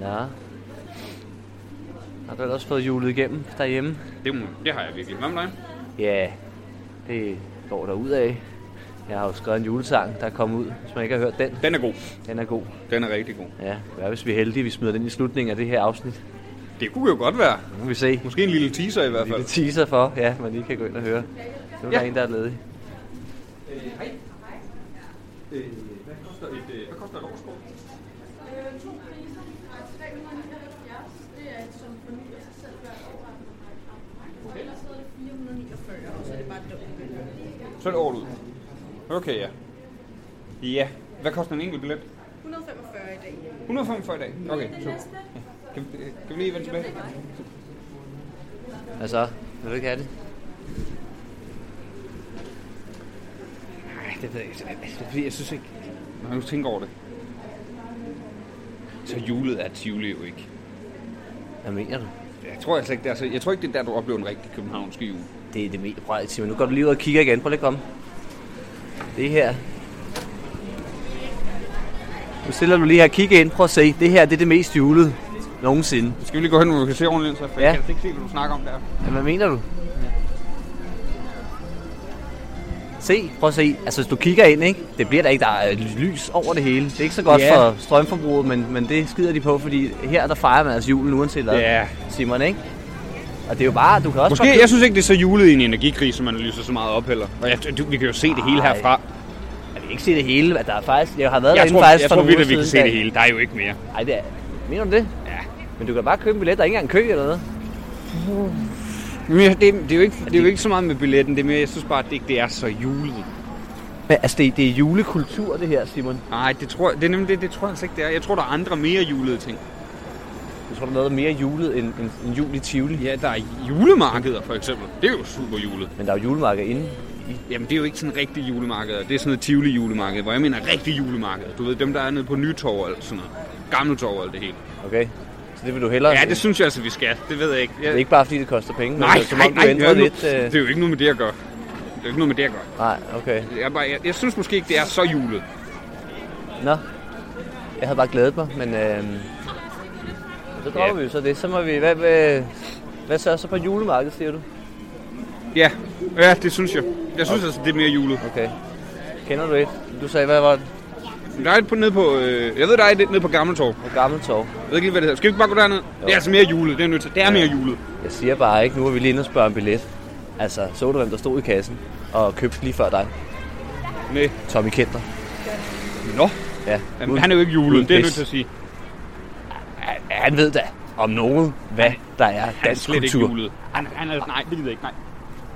Speaker 2: Nå. Har du ellers fået julet igennem derhjemme?
Speaker 4: Det, må- det har jeg virkelig. Hvad med dig?
Speaker 2: Ja, det går der ud af. Jeg har jo skrevet en julesang, der er kommet ud. Hvis man ikke har hørt den,
Speaker 4: Den er god.
Speaker 2: den er god.
Speaker 4: Den er rigtig god.
Speaker 2: Ja, hvad hvis vi er heldige, vi smider den i slutningen af det her afsnit?
Speaker 4: Det kunne jo godt være.
Speaker 2: Nu må vi se.
Speaker 4: Måske en lille teaser i hvert
Speaker 2: En lille
Speaker 4: fald.
Speaker 2: teaser for, ja, man lige kan gå ind og høre. Nu er ja. der
Speaker 4: Ja.
Speaker 2: en, der er ledig.
Speaker 4: hej. Øh, hvad koster et, øh, hvad koster et årskort? Så er det året ud. Okay, ja. Ja. Hvad koster en enkelt billet?
Speaker 5: 145 i dag.
Speaker 4: 145 i dag. Okay, så. Kan, vi- øh, kan vi lige vende tilbage?
Speaker 2: Altså, vil du ikke have det?
Speaker 4: Nej, det ved jeg ikke. Jeg synes ikke... Når jeg nu tænker over det. Så julet er Tivoli jo ikke.
Speaker 2: Hvad mener du?
Speaker 4: Jeg tror altså ikke, det er, så, jeg tror ikke, det er der, du oplever en rigtig københavnske jul.
Speaker 2: Det er det mest brede, Simon. Nu går du lige ud og kigger igen. Prøv lige at komme. Det her. Nu stiller du lige her og kigger ind. Prøv at se. Det her det er det mest julede nogensinde.
Speaker 4: Skal vi lige gå hen, hvor vi kan se ordentligt, så for
Speaker 2: Ja.
Speaker 4: jeg kan altså ikke se, hvad du snakker om der.
Speaker 2: Men hvad mener du? Se, prøv at se. Altså, hvis du kigger ind, ikke? Det bliver der ikke. Der er lys over det hele. Det er ikke så godt
Speaker 4: Ja.
Speaker 2: for strømforbruget, men, men det skider de på, fordi her der fejrer man altså julen uanset hvad.
Speaker 4: Ja.
Speaker 2: Simon, ikke? Og det er jo bare, du kan også
Speaker 4: Måske,
Speaker 2: bare
Speaker 4: jeg synes ikke, det er så julet i en energikrig, som man lyser så meget op heller. Og jeg, du, vi kan jo se det hele
Speaker 2: Ej.
Speaker 4: herfra.
Speaker 2: Jeg kan ikke se det hele, at der er faktisk... Jeg har været
Speaker 4: Jeg
Speaker 2: derinde
Speaker 4: tror,
Speaker 2: faktisk
Speaker 4: jeg
Speaker 2: for
Speaker 4: tror
Speaker 2: nogle
Speaker 4: vidt, at vi
Speaker 2: uger
Speaker 4: kan se
Speaker 2: siden,
Speaker 4: det
Speaker 2: da-
Speaker 4: hele. Der er jo ikke mere.
Speaker 2: Ej, det er... Mener du det?
Speaker 4: Ja.
Speaker 2: Men du kan bare købe en billet, der er ikke engang kø eller noget.
Speaker 4: Men jeg- det, det, er jo ikke, det er jo ikke så meget med billetten. Det er mere, jeg synes bare, at det ikke det er så julet.
Speaker 2: Men altså, det, det er julekultur, det her, Simon.
Speaker 4: Nej, det tror, det er nemlig det, det tror jeg altså ikke, det er. Jeg tror, der er andre mere julede ting.
Speaker 2: Jeg tror, der er noget mere julet end, end, end jul i Tivoli.
Speaker 4: Ja, der er julemarkeder for eksempel. Det er jo super julet.
Speaker 2: Men der er jo julemarked inde.
Speaker 4: Jamen, det er jo ikke sådan rigtig julemarkeder. Det er sådan noget tivoli julemarked, hvor jeg mener rigtig julemarked. Du ved, dem der er nede på Nytorv og alt sådan noget. Gammeltorv og alt det hele.
Speaker 2: Okay. Så det vil du hellere...
Speaker 4: Ja, det synes jeg altså, vi skal. Det ved jeg ikke. Jeg...
Speaker 2: Det er ikke bare, fordi det koster penge, men
Speaker 4: Nej,
Speaker 2: det er, som
Speaker 4: nej,
Speaker 2: om
Speaker 4: nej,
Speaker 2: du ændrede
Speaker 4: nej,
Speaker 2: lidt...
Speaker 4: nu,
Speaker 2: Øh...
Speaker 4: det er jo ikke noget med det at gøre. Det er jo ikke noget med det at gøre.
Speaker 2: Nej, okay.
Speaker 4: Jeg, er bare, jeg, jeg synes måske ikke, det er så julet.
Speaker 2: Nå. Jeg havde bare glædet mig, men... Øh... Så dropper
Speaker 4: Ja.
Speaker 2: vi jo så det. Så må vi... Hvad, hvad, hvad så, så på julemarkedet, siger du?
Speaker 4: Ja, ja det synes jeg. Jeg synes altså, det er mere julet.
Speaker 2: Okay. Kender du et? Du sagde, hvad var det?
Speaker 4: Der er et på, nede på, øh, jeg ved, der er et nede på Gammeltorv.
Speaker 2: På Gammeltorv.
Speaker 4: Jeg ved ikke lige, hvad det hedder. Skal vi ikke bare gå derned? Det er altså mere julet. Det er jeg nødt til. Det er mere julet.
Speaker 2: Jeg siger bare ikke, nu er vi lige inde og spørge en billet. Altså, så du, hvem der stod i kassen og købte lige før dig?
Speaker 4: Nej.
Speaker 2: Tommy Kenter.
Speaker 4: Nå.
Speaker 2: Ja.
Speaker 4: Jamen, han er jo ikke julet. Det er jeg nødt
Speaker 2: pis.
Speaker 4: til at sige.
Speaker 2: Han- Han ved da om noget, hvad der er
Speaker 4: Han er
Speaker 2: dansk
Speaker 4: slet ikke
Speaker 2: kultur.
Speaker 4: julet. Han, han er, nej, det gider jeg ikke. Nej.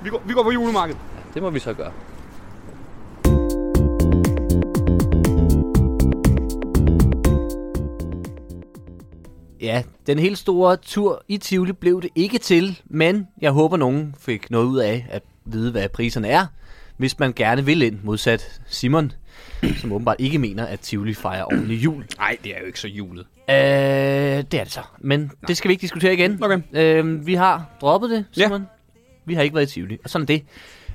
Speaker 4: Vi går, vi går på julemarkedet.
Speaker 2: Det må vi så gøre. Ja, den helt store tur i Tivoli blev det ikke til, men jeg håber, nogen fik noget ud af at vide, hvad priserne er, hvis man gerne vil ind, modsat Simon, som åbenbart ikke mener, at Tivoli fejrer ordentlig jul.
Speaker 4: Nej, det er jo ikke så julet.
Speaker 2: Øh, det er det så. Men det skal vi ikke diskutere igen.
Speaker 4: Okay.
Speaker 2: Øh, vi har droppet det,
Speaker 4: Ja.
Speaker 2: Simon. Vi har ikke været i Tivoli, og sådan er det.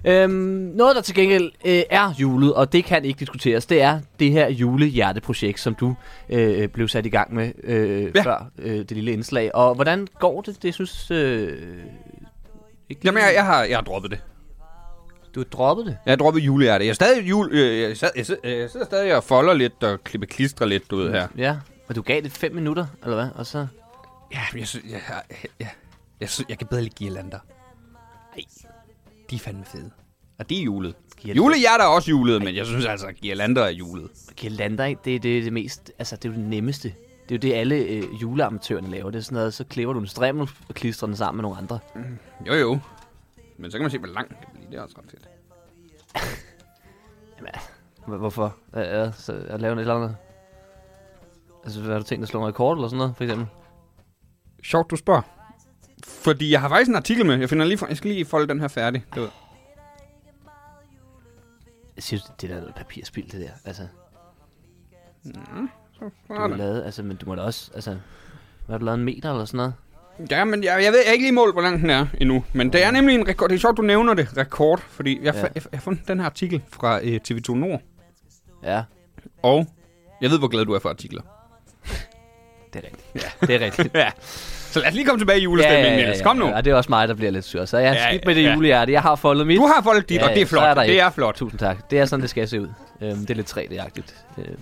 Speaker 2: Øhm, noget, der til gengæld øh, er julet, og det kan ikke diskuteres, det er det her julehjerteprojekt, som du øh, blev sat i gang med øh,
Speaker 4: Ja.
Speaker 2: før øh, det lille indslag. Og hvordan går det? Det synes... Øh, ikke
Speaker 4: Jamen, jeg, jeg, har, jeg har droppet det.
Speaker 2: Du har droppet det.
Speaker 4: Jeg har droppet julehjerte. Jeg, er stadig jul, øh, jeg, sad- jeg, sidder, jeg sidder stadig og folder lidt og klipper klister lidt, du ved her.
Speaker 2: Ja. Og du gav det fem minutter, eller hvad? Og så...
Speaker 4: Ja, men jeg synes, jeg, jeg, jeg, jeg, synes, jeg kan bedre lide girlander. Ej, de er fandme fede. Og de er julet.
Speaker 2: Girlander.
Speaker 4: Julehjerte er også julet, men jeg synes altså, at girlander er julet.
Speaker 2: Girlander, ikke? det, det er det mest, altså det er jo det nemmeste. Det er jo det, alle øh, juleamatørerne laver. Det er sådan noget, så klipper du en strimmel og klistrer den sammen med nogle andre.
Speaker 4: Jo, jo. Men så kan man se, hvor langt det kan blive. Det er også ret fedt.
Speaker 2: Jamen, h- hvorfor? Ja, ja, så at lave et eller andet. Altså, hvad har du tænkt at slå en rekord eller sådan noget, for eksempel?
Speaker 4: Sjovt, du spørger. Fordi jeg har faktisk en artikel med. Jeg, finder lige, jeg skal lige folde den her færdig. Du ved.
Speaker 2: Jeg synes, det der er noget papirspil, det der. Altså, du har
Speaker 4: Sådan.
Speaker 2: lavet, altså, men du må da også, altså... Hvad har du lavet en meter eller sådan noget?
Speaker 4: Ja, men jeg, jeg ved jeg har ikke lige målt, hvor lang den er endnu. Men det er nemlig en rekord. Det er sjovt, du nævner det. Rekord. Fordi jeg,
Speaker 2: Ja.
Speaker 4: ja. jeg, jeg har fundet den her artikel fra øh, TV2 Nord.
Speaker 2: Ja,
Speaker 4: Og jeg ved, hvor glad du er for artikler.
Speaker 2: det er rigtigt. Ja. Det er rigtigt.
Speaker 4: Ja. Så lad os lige komme tilbage i julestemningen, ja, ja, ja, ja. Kom nu.
Speaker 2: Og det er også mig, der bliver lidt sur. Så jeg
Speaker 4: Ja,
Speaker 2: ja, skidt med det
Speaker 4: ja.
Speaker 2: julehjerte. Jeg har foldet mit.
Speaker 4: Du har foldet dit, ja, og det er
Speaker 2: så
Speaker 4: flot.
Speaker 2: der
Speaker 4: Er det
Speaker 2: et.
Speaker 4: er flot.
Speaker 2: Tusind tak. Det er sådan, det skal se ud. Øhm, det er lidt 3D-agtigt. Øhm,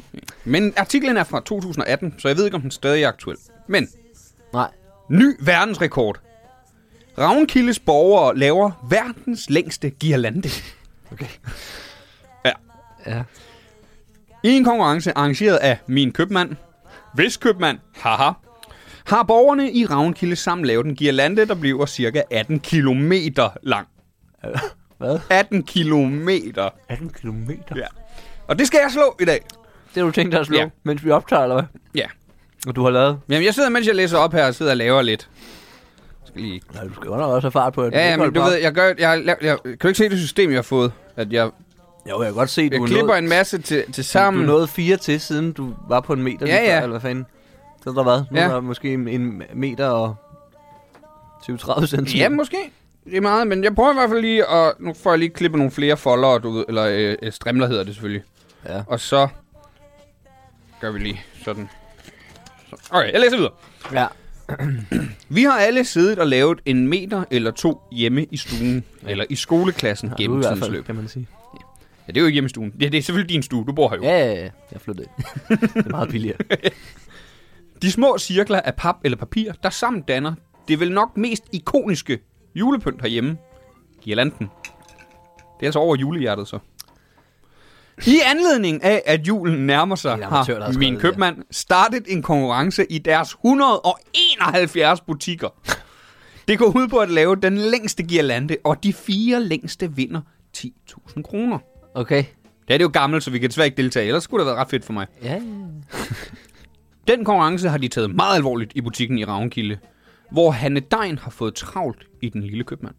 Speaker 4: Men artiklen er fra 2018, så jeg ved ikke, om den stadig er aktuel. Men
Speaker 2: nej.
Speaker 4: ny verdensrekord. Ravnkildes borgere laver verdens længste girlande.
Speaker 2: Okay.
Speaker 4: Ja,
Speaker 2: Ja.
Speaker 4: I en konkurrence arrangeret af Min Købmand, Hvis Købmand, haha, har borgerne i Ravnkilde sammen lavet en girlande, der bliver cirka 18 km lang.
Speaker 2: Hvad?
Speaker 4: 18 km.
Speaker 2: 18 kilometer?
Speaker 4: Ja. Og det skal jeg slå i dag.
Speaker 2: Det har du tænkt dig at slå,
Speaker 4: Ja.
Speaker 2: ja. mens vi optager, eller hvad?
Speaker 4: Ja.
Speaker 2: Og du har lavet...
Speaker 4: Jamen, jeg sidder, mens jeg læser op her, og sidder og laver lidt. Jeg Skal lige...
Speaker 2: Nej, du skal godt nok også have fart på, at
Speaker 4: Ja, ja,
Speaker 2: ikke
Speaker 4: men du
Speaker 2: holder
Speaker 4: ved, jeg gør... Jeg, jeg, jeg, kan du ikke se det system, jeg har fået? At jeg,
Speaker 2: på. Jo, jeg kan godt se, du
Speaker 4: jeg
Speaker 2: er
Speaker 4: klipper
Speaker 2: nået,
Speaker 4: en masse til, til
Speaker 2: du,
Speaker 4: sammen.
Speaker 2: du nåede fire til, siden du var på en
Speaker 4: Ja,
Speaker 2: meter. lige før,
Speaker 4: ja.
Speaker 2: Eller hvad fanden? Så er der hvad? Nu
Speaker 4: Ja.
Speaker 2: er der måske en, en meter og 20-30 cm.
Speaker 4: Ja, måske. Det er meget, men jeg prøver i hvert fald lige at... Nu får jeg lige klippet nogle flere folder, du ved, eller øh, øh, strimler hedder det selvfølgelig.
Speaker 2: Ja.
Speaker 4: Og så gør vi lige sådan. Så- Okay, jeg læser videre.
Speaker 2: ja.
Speaker 4: Vi har alle siddet og lavet en meter eller to hjemme i stuen, eller i skoleklassen
Speaker 2: Ja, du
Speaker 4: gennem
Speaker 2: i hvert
Speaker 4: tidens
Speaker 2: fald,
Speaker 4: løb.
Speaker 2: kan man sige.
Speaker 4: Ja, det er jo ikke hjemme i stuen. Ja, det er selvfølgelig din stue, du bor her jo.
Speaker 2: Ja, ja, ja. Jeg flyttede. det er meget billigere.
Speaker 4: De små cirkler af pap eller papir, der sammen danner det vel nok mest ikoniske julepynt herhjemme. Girlanden. Det er altså over julehjertet så. I anledning af, at julen nærmer sig,
Speaker 2: Det er en amatør, der har
Speaker 4: har
Speaker 2: skrevet
Speaker 4: min
Speaker 2: det her.
Speaker 4: købmand startet en konkurrence i deres 171 butikker. Det går ud på at lave den længste girlande, og de fire længste vinder 10.000 kroner.
Speaker 2: Okay.
Speaker 4: Det er det jo gammelt, så vi kan desværre ikke deltage, ellers skulle det have været ret fedt for mig.
Speaker 2: Ja, ja.
Speaker 4: Den konkurrence har de taget meget alvorligt i butikken i Ravnkilde, hvor Hanne Dein har fået travlt i den lille købmand.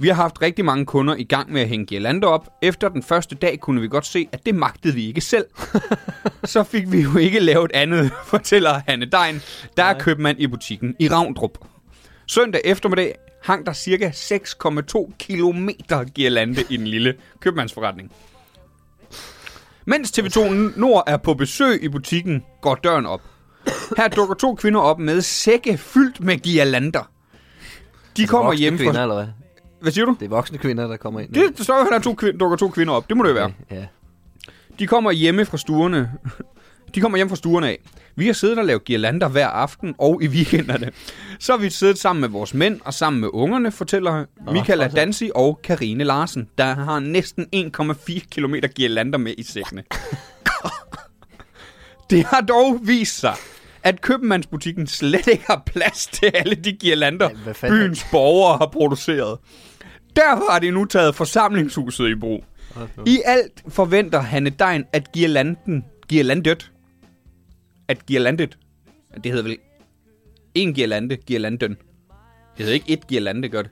Speaker 4: Vi har haft rigtig mange kunder i gang med at hænge girlander op. Efter den første dag kunne vi godt se, at det magtede vi ikke selv. Så fik vi jo ikke lavet andet, fortæller Hanne Dein, der er købmand i butikken i Ravndrup. Søndag eftermiddag hang der cirka 6,2 kilometer girlande i den lille købmandsforretning. Mens TV2 Nord er på besøg i butikken, går døren op. Her dukker to kvinder op med sække fyldt med girlander. De kommer
Speaker 2: Altså Voksne
Speaker 4: hjem
Speaker 2: kvinder,
Speaker 4: fra...
Speaker 2: eller hvad?
Speaker 4: Hvad siger du?
Speaker 2: Det er voksne kvinder, der kommer ind.
Speaker 4: Det står jo, at der er to kvinder, dukker to kvinder op. Det må det jo være.
Speaker 2: Ja.
Speaker 4: De kommer hjemme fra stuerne. De kommer hjem fra stuerne af. Vi har siddet og lavet girlander hver aften og i weekenderne. Så har vi siddet sammen med vores mænd og sammen med ungerne, fortæller Michael
Speaker 2: fortsæt.
Speaker 4: Adansi og Karine Larsen, der har næsten 1,4 km girlander med i sækkene. Det har dog vist sig, at købmandsbutikken slet ikke har plads til alle de girlander,
Speaker 2: Ej, hvad fanden?
Speaker 4: byens borgere har produceret. Derfor har de nu taget forsamlingshuset i brug. I alt forventer Hanne Dein, at girlanden, girlandet, at girlandet, det hedder vel en girlande, girlanden. Det hedder ikke et girlande, gør det.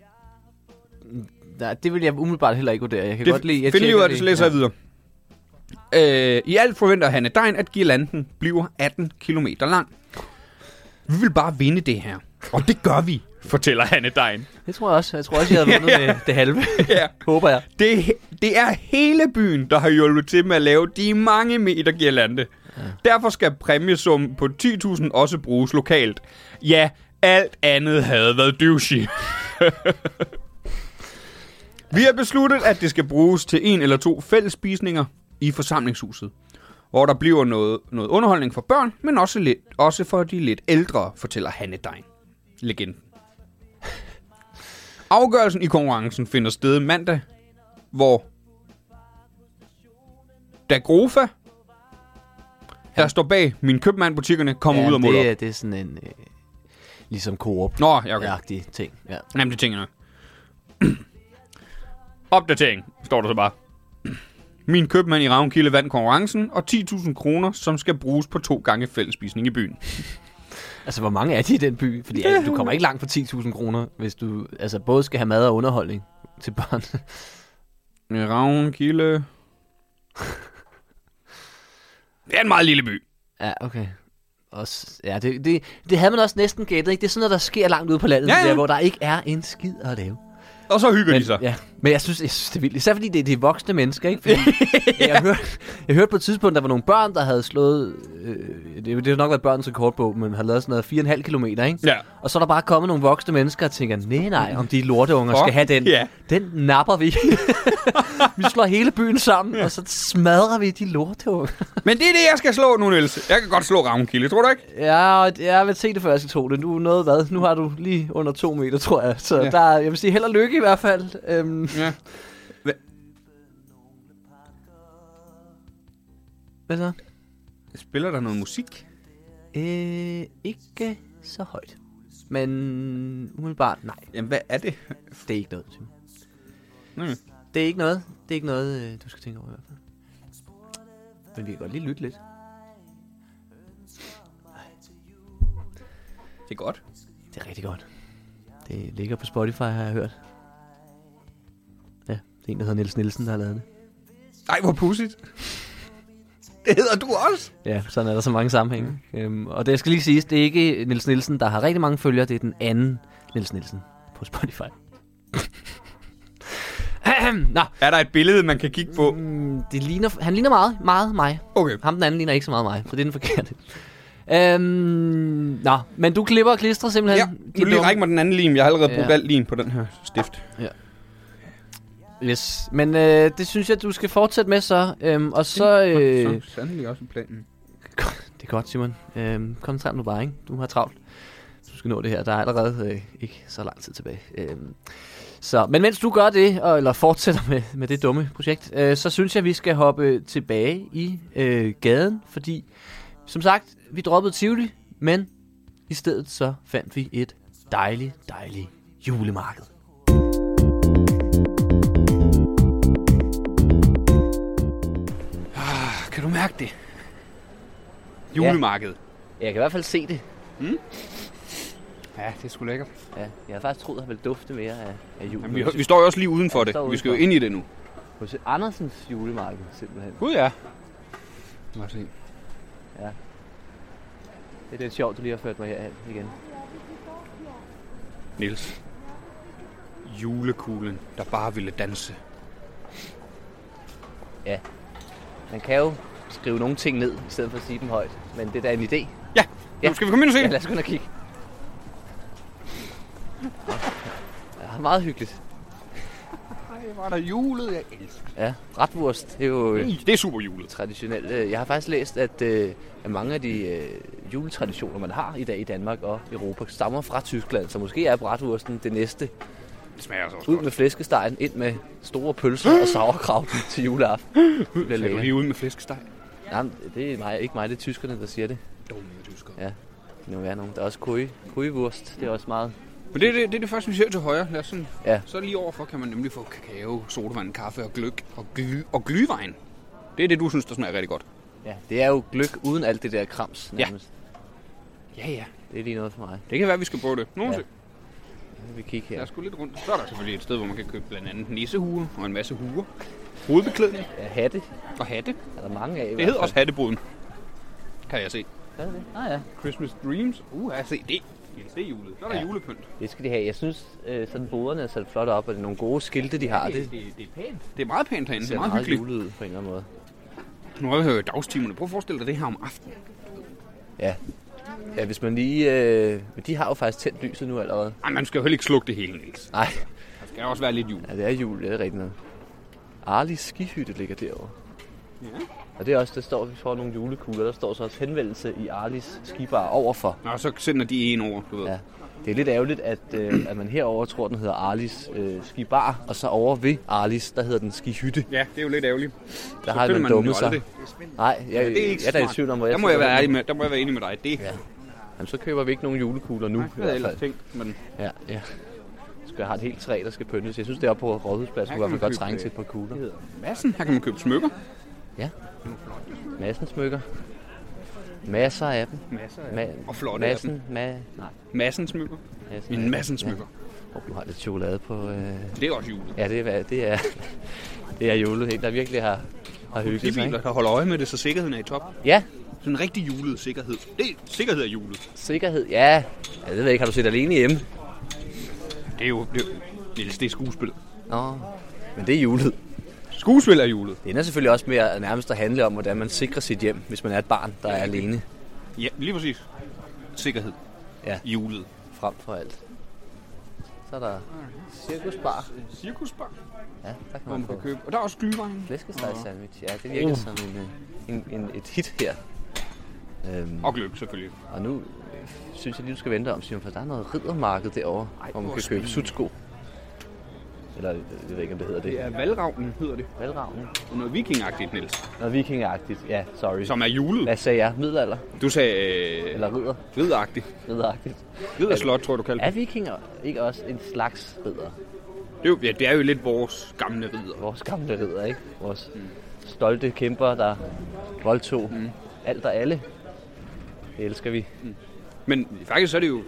Speaker 2: Nej, det vil jeg umiddelbart heller ikke vurdere. Jeg kan godt lide... jeg
Speaker 4: finder lige ud
Speaker 2: tjekker
Speaker 4: af det, så læser jeg videre. Øh, I alt forventer Hanne Dein, at girlanden bliver 18 km lang. Vi vil bare vinde det her. Og det gør vi, fortæller Hanne Dein.
Speaker 2: Det tror jeg også. Jeg tror også, jeg havde vundet med det halve.
Speaker 4: Ja.
Speaker 2: Håber jeg.
Speaker 4: Det, det er hele byen, der har hjulpet til med at lave de mange meter girlande. Ja. Derfor skal præmiesummen på 10.000 også bruges lokalt. Ja, alt andet havde været douchey. Vi har besluttet, at det skal bruges til en eller to fællesspisninger i forsamlingshuset, hvor der bliver noget, noget underholdning for børn, men også, lidt, også for de lidt ældre, fortæller Hanne Dein, legenden. Afgørelsen i konkurrencen finder sted mandag hvor Dagrofa, der står bag min købmandbutikkerne, kommer ja, ud og måler
Speaker 2: det,
Speaker 4: det...
Speaker 2: er, det er sådan en... Øh, ligesom Coop.
Speaker 4: Nå, ja, okay. Ja.
Speaker 2: Okay. ting. Ja.
Speaker 4: Jamen, det tænker jeg nok. Opdatering, står der så bare. Min købmand i Ravnkilde vandt konkurrencen, og 10.000 kroner, som skal bruges på to gange fællesspisning i byen.
Speaker 2: Altså, hvor mange er de i den by? Fordi altså, du kommer ikke langt for 10.000 kroner, hvis du altså, både skal have mad og underholdning til børn.
Speaker 4: Øh, Ravnkilde... Det er en meget lille by.
Speaker 2: ja, okay. Også, ja, det, det, det havde man også næsten gættet, ikke? Det er sådan noget, der sker langt ude på landet,
Speaker 4: Ja,
Speaker 2: ja, ja.
Speaker 4: ja.
Speaker 2: Der, hvor der ikke er en skid at lave.
Speaker 4: Og så hygger de sig.
Speaker 2: Ja, men jeg synes, jeg synes det er vildt. Især fordi det, det er voksne mennesker, ikke? Fordi, jeg, hørte, jeg hørte på et tidspunkt, der var nogle børn, der havde slået... Øh, det, det har nok været børnens rekordbog, men har lavet sådan noget 4,5 km, ikke?
Speaker 4: Ja.
Speaker 2: Og så er der bare kommet nogle voksne mennesker og tænker, nej nej, om de lorteunger
Speaker 4: Fuck,
Speaker 2: skal have den.
Speaker 4: ja.
Speaker 2: Den napper vi. vi slår hele byen sammen, og så smadrer vi de lorteunger.
Speaker 4: Men det er det, jeg skal slå nu, Niels. Jeg kan godt slå Ravnkilde, tror du ikke?
Speaker 2: Ja, og jeg vil se det før, jeg skal tro det. Nu er noget hvad? Nu har du lige under to meter, tror jeg. Så
Speaker 4: Ja.
Speaker 2: ja. der, er- jeg vil sige held og lykke i hvert fald. Øhm,
Speaker 4: Ja.
Speaker 2: Hvad så?
Speaker 4: Spiller der noget musik?
Speaker 2: Øh, ikke så højt. Men umiddelbart, nej.
Speaker 4: Jamen, hvad er det?
Speaker 2: Det er ikke noget, Tim.
Speaker 4: Mm.
Speaker 2: Det er ikke noget. Det er ikke noget, øh, du skal tænke over i hvert fald. Men vi kan godt lige lytte lidt.
Speaker 4: Det er godt.
Speaker 2: Det er rigtig godt. Det ligger på Spotify, har jeg hørt. Ja, det er en, der hedder Niels Nielsen, der har lavet det.
Speaker 4: Ej, hvor pudsigt. Det hedder du også.
Speaker 2: Ja, sådan er der så mange sammenhænge. Mm. Øhm, og det skal lige siges, det er ikke Niels Nielsen, der har rigtig mange følgere. Det er den anden Niels Nielsen på Spotify. Nå,
Speaker 4: Er der et billede, man kan kigge på?
Speaker 2: mm, det ligner, han ligner meget, meget mig.
Speaker 4: Okay.
Speaker 2: Ham den anden ligner ikke så meget mig, så det er den forkerte. Øhm, nå, men du klipper og klistrer simpelthen.
Speaker 4: Ja,
Speaker 2: dit
Speaker 4: nu lige
Speaker 2: nummer.
Speaker 4: række mig den anden lim. Jeg har allerede
Speaker 2: Ja.
Speaker 4: brugt alt lim på den her stift.
Speaker 2: Yes, men øh, det synes jeg, du skal fortsætte med så. Øhm, og så... Øh,
Speaker 4: Mm. Så sandelig også planen.
Speaker 2: Det er godt, Simon. Øhm, kom sammen nu bare, ikke? Du har travlt. Du skal nå det her. Der er allerede øh, ikke så lang tid tilbage. Øhm, så, men mens du gør det, og, eller fortsætter med, med det dumme projekt, øh, så synes jeg, vi skal hoppe tilbage i øh, gaden, fordi som sagt, vi droppede Tivoli, men i stedet så fandt vi et dejligt, dejligt julemarked.
Speaker 4: Ah, Kan du mærke det? Julemarked.
Speaker 2: Jeg kan i hvert fald se det.
Speaker 4: Ja, ja det er sgu lækkert.
Speaker 2: Ja, jeg havde faktisk troet, at der ville dufte mere af, af jul.
Speaker 4: Jamen, vi, vi står jo også lige uden for
Speaker 2: Ja, vi
Speaker 4: det.
Speaker 2: står
Speaker 4: Vi skal jo
Speaker 2: udenfor.
Speaker 4: ind i det nu.
Speaker 2: Hos Andersens julemarked, simpelthen.
Speaker 4: Gud ja. Lad os se.
Speaker 2: Det er lidt sjovt, du lige har ført mig herhen igen.
Speaker 4: Niels. Julekuglen, der bare ville danse.
Speaker 2: Man kan jo skrive nogle ting ned, i stedet for at sige dem højt. Men det er da en idé.
Speaker 4: Ja,
Speaker 2: Ja.
Speaker 4: ja. Nu skal vi komme ind og se
Speaker 2: Ja,
Speaker 4: det?
Speaker 2: lad os gå ind og kigge. Ja, meget hyggeligt.
Speaker 4: Nej, var der julet, jeg elsker.
Speaker 2: Ja, bratwurst, det er jo øh,
Speaker 4: Det er super julet.
Speaker 2: traditionelt. øh, Jeg har faktisk læst, at, øh, at mange af de øh, juletraditioner, man har i dag i Danmark og Europa, stammer fra Tyskland. Så måske er bratwursten det næste.
Speaker 4: Det smager altså også
Speaker 2: Ud
Speaker 4: godt.
Speaker 2: med flæskestegen, ind med store pølser og sauerkraut til juleaften. Det bliver
Speaker 4: Skal du
Speaker 2: lækkert.
Speaker 4: lige ud med flæskesteg?
Speaker 2: Nej, men det er mig, ikke mig, det er tyskerne, der siger det.
Speaker 4: Dumme tysker.
Speaker 2: Ja, nu er nogen. Der er også kui, kuivurst. Det er også meget
Speaker 4: Men det, er det, det er det første, vi ser til højre. Lad os sådan.
Speaker 2: Ja.
Speaker 4: Så lige overfor kan man nemlig få kakao, sodavand, kaffe og gløk og, gly, og glyvejen. Det er det, du synes, der smager rigtig godt.
Speaker 2: Ja, det er jo gløk uden alt det der krams
Speaker 4: Ja.
Speaker 2: nærmest.
Speaker 4: Ja, ja.
Speaker 2: Det er lige noget for mig.
Speaker 4: Det kan være, vi skal prøve det. Nogen
Speaker 2: Ja.
Speaker 4: ja.
Speaker 2: Nu vil vi kigge
Speaker 4: Lad
Speaker 2: her.
Speaker 4: os gå lidt rundt. Så er der selvfølgelig et sted, hvor man kan købe blandt andet nissehuer og en masse huer. Hovedbeklædning
Speaker 2: Ja, hatte
Speaker 4: og hatte.
Speaker 2: er der mange af. i
Speaker 4: Det
Speaker 2: hvert
Speaker 4: hedder
Speaker 2: fald.
Speaker 4: også hatteboden. Kan jeg se.
Speaker 2: Hvad er det? Ah, ja.
Speaker 4: Christmas Dreams. Uh, jeg se det. Det er julet. Så er der
Speaker 2: Ja.
Speaker 4: ja. julepynt.
Speaker 2: Det skal de have. Jeg synes, øh, sådan boderne er sat flot op, og det er nogle gode skilte, de har. Det,
Speaker 4: det, det er pænt. Det er meget pænt herinde. Det
Speaker 2: ser
Speaker 4: er meget,
Speaker 2: meget
Speaker 4: hyggeligt.
Speaker 2: julet ud på en eller anden måde.
Speaker 4: Nu er vi her i dagstimerne. Prøv at forestille dig det her om aftenen.
Speaker 2: Ja. Ja, hvis man lige... Øh, men de har jo faktisk tændt lyset nu allerede.
Speaker 4: Ej, man skal jo heller ikke slukke det hele, Niels.
Speaker 2: Nej,
Speaker 4: Der skal også være lidt jul.
Speaker 2: ja, det er jul, det er rigtigt noget. Arlis skihytte ligger derovre.
Speaker 4: Ja.
Speaker 2: Og det er også, der står, vi får nogle julekugler. Der står så også henvendelse i Arlis skibar overfor.
Speaker 4: Nå, så sender de en over, du ved.
Speaker 2: Ja.
Speaker 4: Ja.
Speaker 2: Det er lidt ærgerligt, at, øh, at man herover tror, den hedder Arlis øh, Skibar, og så over ved Arlis, der hedder den Skihytte.
Speaker 4: ja, det er jo lidt ærgerligt.
Speaker 2: Der har
Speaker 4: finder man
Speaker 2: man
Speaker 4: den jo
Speaker 2: dummet sig.
Speaker 4: aldrig.
Speaker 2: Nej, jeg,
Speaker 4: Det er ikke
Speaker 2: jeg er da i
Speaker 4: smart.
Speaker 2: tvivl om, hvor jeg
Speaker 4: Der må jeg
Speaker 2: skal
Speaker 4: være
Speaker 2: hen.
Speaker 4: ærlig med, der må jeg være enig med dig. Det
Speaker 2: Ja, Jamen, så køber vi ikke nogen julekugler nu. i
Speaker 4: jeg havde
Speaker 2: hvert
Speaker 4: ellers
Speaker 2: fald.
Speaker 4: tænkt, men
Speaker 2: Ja, ja. Så skal jeg have et helt træ, der skal pyntes. Jeg synes, det er oppe på Rådhuspladsen,
Speaker 4: Her
Speaker 2: hvor
Speaker 4: kan
Speaker 2: man
Speaker 4: man
Speaker 2: godt
Speaker 4: købe,
Speaker 2: trænge
Speaker 4: øh,
Speaker 2: til et par kugler.
Speaker 4: massen, her kan man købe smykker.
Speaker 2: Ja. Massen smykker. Masser af dem.
Speaker 4: Masser
Speaker 2: Ma-
Speaker 4: Og flotte af
Speaker 2: massen, ma- nej,
Speaker 4: Massen smykker.
Speaker 2: massen.
Speaker 4: En massen smykker.
Speaker 2: Og du har lidt chokolade på... Øh...
Speaker 4: Det er også julet.
Speaker 2: Ja, det er, det er, det er julet helt, der virkelig har, har
Speaker 4: De
Speaker 2: hygget sig.
Speaker 4: biler,
Speaker 2: ikke?
Speaker 4: der holder øje med det, så sikkerheden er i top.
Speaker 2: Ja,
Speaker 4: Sådan en rigtig julet sikkerhed. Det, sikkerhed er julet.
Speaker 2: Sikkerhed, ja. Jeg ved jeg ikke, har du set alene hjemme?
Speaker 4: Det er jo... Det, er jo- Niels, det er skuespil.
Speaker 2: Nå, men det er julet.
Speaker 4: Skuespil er julet.
Speaker 2: Det ender selvfølgelig også med at nærmest at handle om, hvordan man sikrer sit hjem, hvis man er et barn, der er alene
Speaker 4: Ja, lige præcis. Sikkerhed.
Speaker 2: Ja.
Speaker 4: Julet.
Speaker 2: frem for alt. Så er der cirkusbar.
Speaker 4: Cirkusbar,
Speaker 2: Ja, der kan
Speaker 4: hvor man
Speaker 2: man
Speaker 4: kan
Speaker 2: få
Speaker 4: købe. Og der er også glyvejen.
Speaker 2: flæskesteg sandwich. Ja, det virker som en, øh, en, en, et hit her. Øhm,
Speaker 4: Og gløb, selvfølgelig.
Speaker 2: og nu øh, synes jeg lige, du skal vente om, Simon, for der er noget riddermarked derovre, Ej, hvor man
Speaker 4: hvor
Speaker 2: kan købe
Speaker 4: spændende.
Speaker 2: sutsko. Eller øh, jeg ved ikke, om det hedder det.
Speaker 4: Det
Speaker 2: Ja.
Speaker 4: er valravnen, hedder det.
Speaker 2: Valravnen.
Speaker 4: Det er Noget vikingagtigt, Niels.
Speaker 2: Noget vikingagtigt. Ja, sorry.
Speaker 4: Som er julet.
Speaker 2: Hvad sagde jeg? Middelalder?
Speaker 4: Du sagde øh,
Speaker 2: Eller ridder?
Speaker 4: ridderagtigt.
Speaker 2: Ridderagtigt.
Speaker 4: Mm. Ridderslot, tror jeg, du kaldte
Speaker 2: Er
Speaker 4: det.
Speaker 2: vikinger ikke også en slags ridder?
Speaker 4: Det er jo- Ja, det er jo lidt vores gamle ridder.
Speaker 2: Vores gamle ridder, ikke? Vores
Speaker 4: Mm.
Speaker 2: stolte kæmper, der voldtog mm. alt og alle. Det elsker vi.
Speaker 4: Men faktisk så er det jo...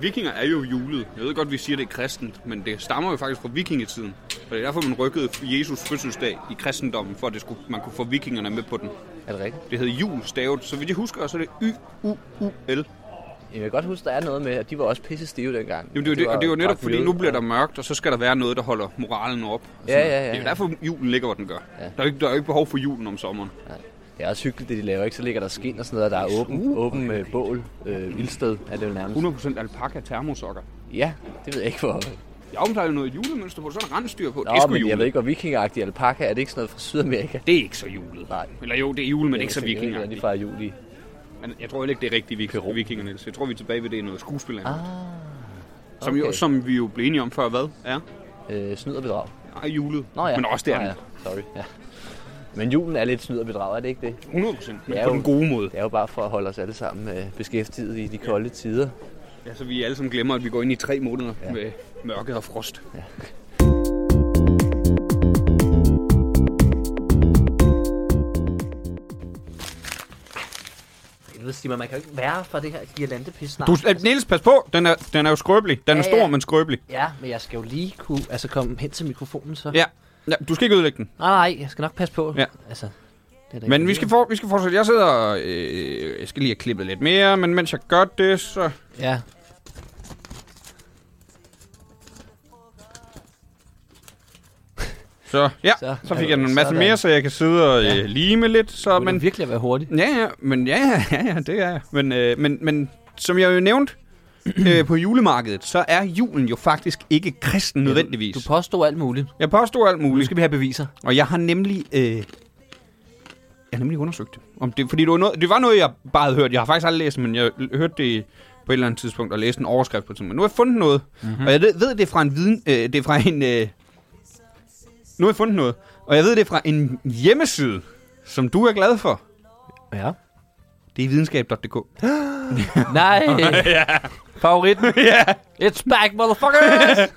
Speaker 4: Vikinger er jo julet. Jeg ved godt, vi siger, det er kristent, men det stammer jo faktisk fra vikingetiden. Og det er derfor, man rykkede Jesus fødselsdag i kristendommen, for at det skulle, man kunne få vikingerne med på den.
Speaker 2: Er det rigtigt?
Speaker 4: Det hed jul stavet, så vidt jeg husker, så er det Y-U-U-L.
Speaker 2: Jeg kan godt huske, der er noget med, at de var også pisse stive dengang.
Speaker 4: Jamen, det, er jo det,
Speaker 2: var
Speaker 4: og det er jo netop,
Speaker 2: drak
Speaker 4: fordi
Speaker 2: mjød,
Speaker 4: nu bliver
Speaker 2: og-
Speaker 4: der mørkt, og så skal der være noget, der holder moralen op. og
Speaker 2: Ja,
Speaker 4: sådan noget.
Speaker 2: ja, ja,
Speaker 4: Det er jo
Speaker 2: ja.
Speaker 4: derfor, julen ligger, hvor den gør. Der er jo ikke, der er jo ikke behov for julen om sommeren.
Speaker 2: Det er også hyggeligt, det de laver, ikke? Så ligger der skin og sådan noget, og der er åben, åben øh, bål, øh, vildsted er det jo nærmest.
Speaker 4: 100% alpaka termosokker.
Speaker 2: Ja, det ved jeg ikke, hvor...
Speaker 4: Jeg omtaler jo noget julemønster på, så er der rensdyr på. det er
Speaker 2: Nå,
Speaker 4: sgu
Speaker 2: men jeg
Speaker 4: julet.
Speaker 2: ved ikke, hvor vikingagtig alpaka er. Det ikke sådan noget fra Sydamerika?
Speaker 4: Det er ikke så julet.
Speaker 2: Nej.
Speaker 4: Eller jo, det er jule, men det er ikke så
Speaker 2: vikinger.
Speaker 4: vikinger.
Speaker 2: De fejrer jul i.
Speaker 4: Men jeg tror heller ikke, det er rigtige vik- vikinger, Niels. Jeg tror, vi er tilbage ved det er noget skuespil. Ah, som, jo,
Speaker 2: Ah, okay.
Speaker 4: som vi jo blev enige om før, hvad er? Ah.
Speaker 2: Øh, snyd og bedrag.
Speaker 4: Nej, julet.
Speaker 2: Nå ja.
Speaker 4: Men også det er
Speaker 2: Nå ja.
Speaker 4: andet.
Speaker 2: Sorry, ja. Men julen er lidt snyd og bedrag, er det ikke det?
Speaker 4: 100%, men
Speaker 2: Det er
Speaker 4: på
Speaker 2: jo-
Speaker 4: den gode måde.
Speaker 2: Det er jo bare for at holde os alle sammen øh, beskæftiget i de kolde tider.
Speaker 4: Ja, så vi alle sammen glemmer, at vi går ind i tre måneder ja. med mørke og frost. Ja.
Speaker 2: Jeg ved, Simon, man kan jo ikke være for det her girlandepis snart.
Speaker 4: Du, øh, Niels, pas på. Den er, den er jo skrøbelig. Den er
Speaker 2: Ah, altså. Ja,
Speaker 4: stor,
Speaker 2: ja.
Speaker 4: men skrøbelig.
Speaker 2: Ja, men jeg skal jo lige kunne altså komme hen til mikrofonen så.
Speaker 4: Ja. ja. Du skal ikke ødelægge den.
Speaker 2: Nej, nej, jeg skal nok passe på.
Speaker 4: Ja.
Speaker 2: Altså, det er da ikke
Speaker 4: Men vi skal,
Speaker 2: det.
Speaker 4: for, vi skal fortsætte. Jeg sidder og... Øh, jeg skal lige have klippet lidt mere, men mens jeg gør det, så...
Speaker 2: Ja.
Speaker 4: Så, ja,
Speaker 2: Så.
Speaker 4: så, så fik jeg en masse
Speaker 2: Sådan.
Speaker 4: mere, så jeg kan sidde og
Speaker 2: Ja.
Speaker 4: øh, lime lidt. Så,
Speaker 2: Og men
Speaker 4: men,
Speaker 2: virkelig at være hurtig.
Speaker 4: Ja, ja, men ja, ja, ja, ja, det er jeg. Men, øh, men, men som jeg jo nævnte øh, på julemarkedet, så er julen jo faktisk ikke kristen nødvendigvis.
Speaker 2: Du påstod alt muligt.
Speaker 4: Jeg påstår alt
Speaker 2: Nu
Speaker 4: muligt,
Speaker 2: skal vi have beviser.
Speaker 4: og jeg har nemlig... Øh, jeg har nemlig undersøgt det. Om det fordi det var, noget, det var noget, jeg bare havde hørt. Jeg har faktisk aldrig læst det, men jeg l- hørte det på et eller andet tidspunkt og læste en overskrift på et tidspunkt. Men nu har jeg fundet noget, mm-hmm. og jeg ved, ved det er fra en viden... Øh, det er fra en... Øh, nu har jeg fundet noget, og jeg ved det er fra en hjemmeside, som du er glad for.
Speaker 2: Ja.
Speaker 4: Det er videnskab.dk.
Speaker 2: Nej. ja. Favoritten.
Speaker 4: Ja.
Speaker 2: It's back, motherfucker.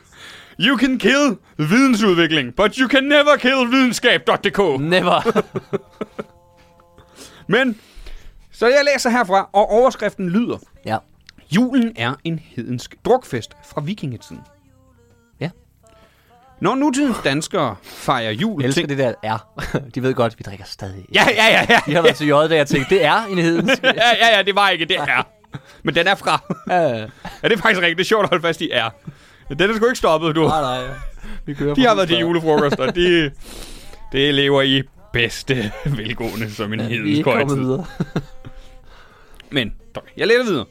Speaker 4: You can kill vidensudvikling, but you can never kill videnskab.dk.
Speaker 2: Never.
Speaker 4: Men, så jeg læser herfra, og overskriften lyder,
Speaker 2: ja.
Speaker 4: Julen er en hedensk drukfest fra vikingetiden.
Speaker 2: Ja.
Speaker 4: Når nutidens danskere fejrer jul...
Speaker 2: Jeg elsker
Speaker 4: ting-
Speaker 2: det der er. De ved godt, vi drikker stadig.
Speaker 4: Ja, ja, ja, ja.
Speaker 2: Jeg har været til J, da jeg tænkte, det er en hedensk.
Speaker 4: Ja, ja, ja, det var ikke, det er. Men den er fra.
Speaker 2: Øh,
Speaker 4: Ja, det er faktisk rigtigt. Det er sjovt at holde fast i, er. Den er sgu ikke stoppet, du.
Speaker 2: nej, nej. Vi kører
Speaker 4: De
Speaker 2: på
Speaker 4: har været til
Speaker 2: videre.
Speaker 4: julefrokost, og de, det lever i bedste velgående som en ja,
Speaker 2: Vi er
Speaker 4: hedensk
Speaker 2: ikke kommet
Speaker 4: højtid.
Speaker 2: videre.
Speaker 4: Men dog, jeg læser videre.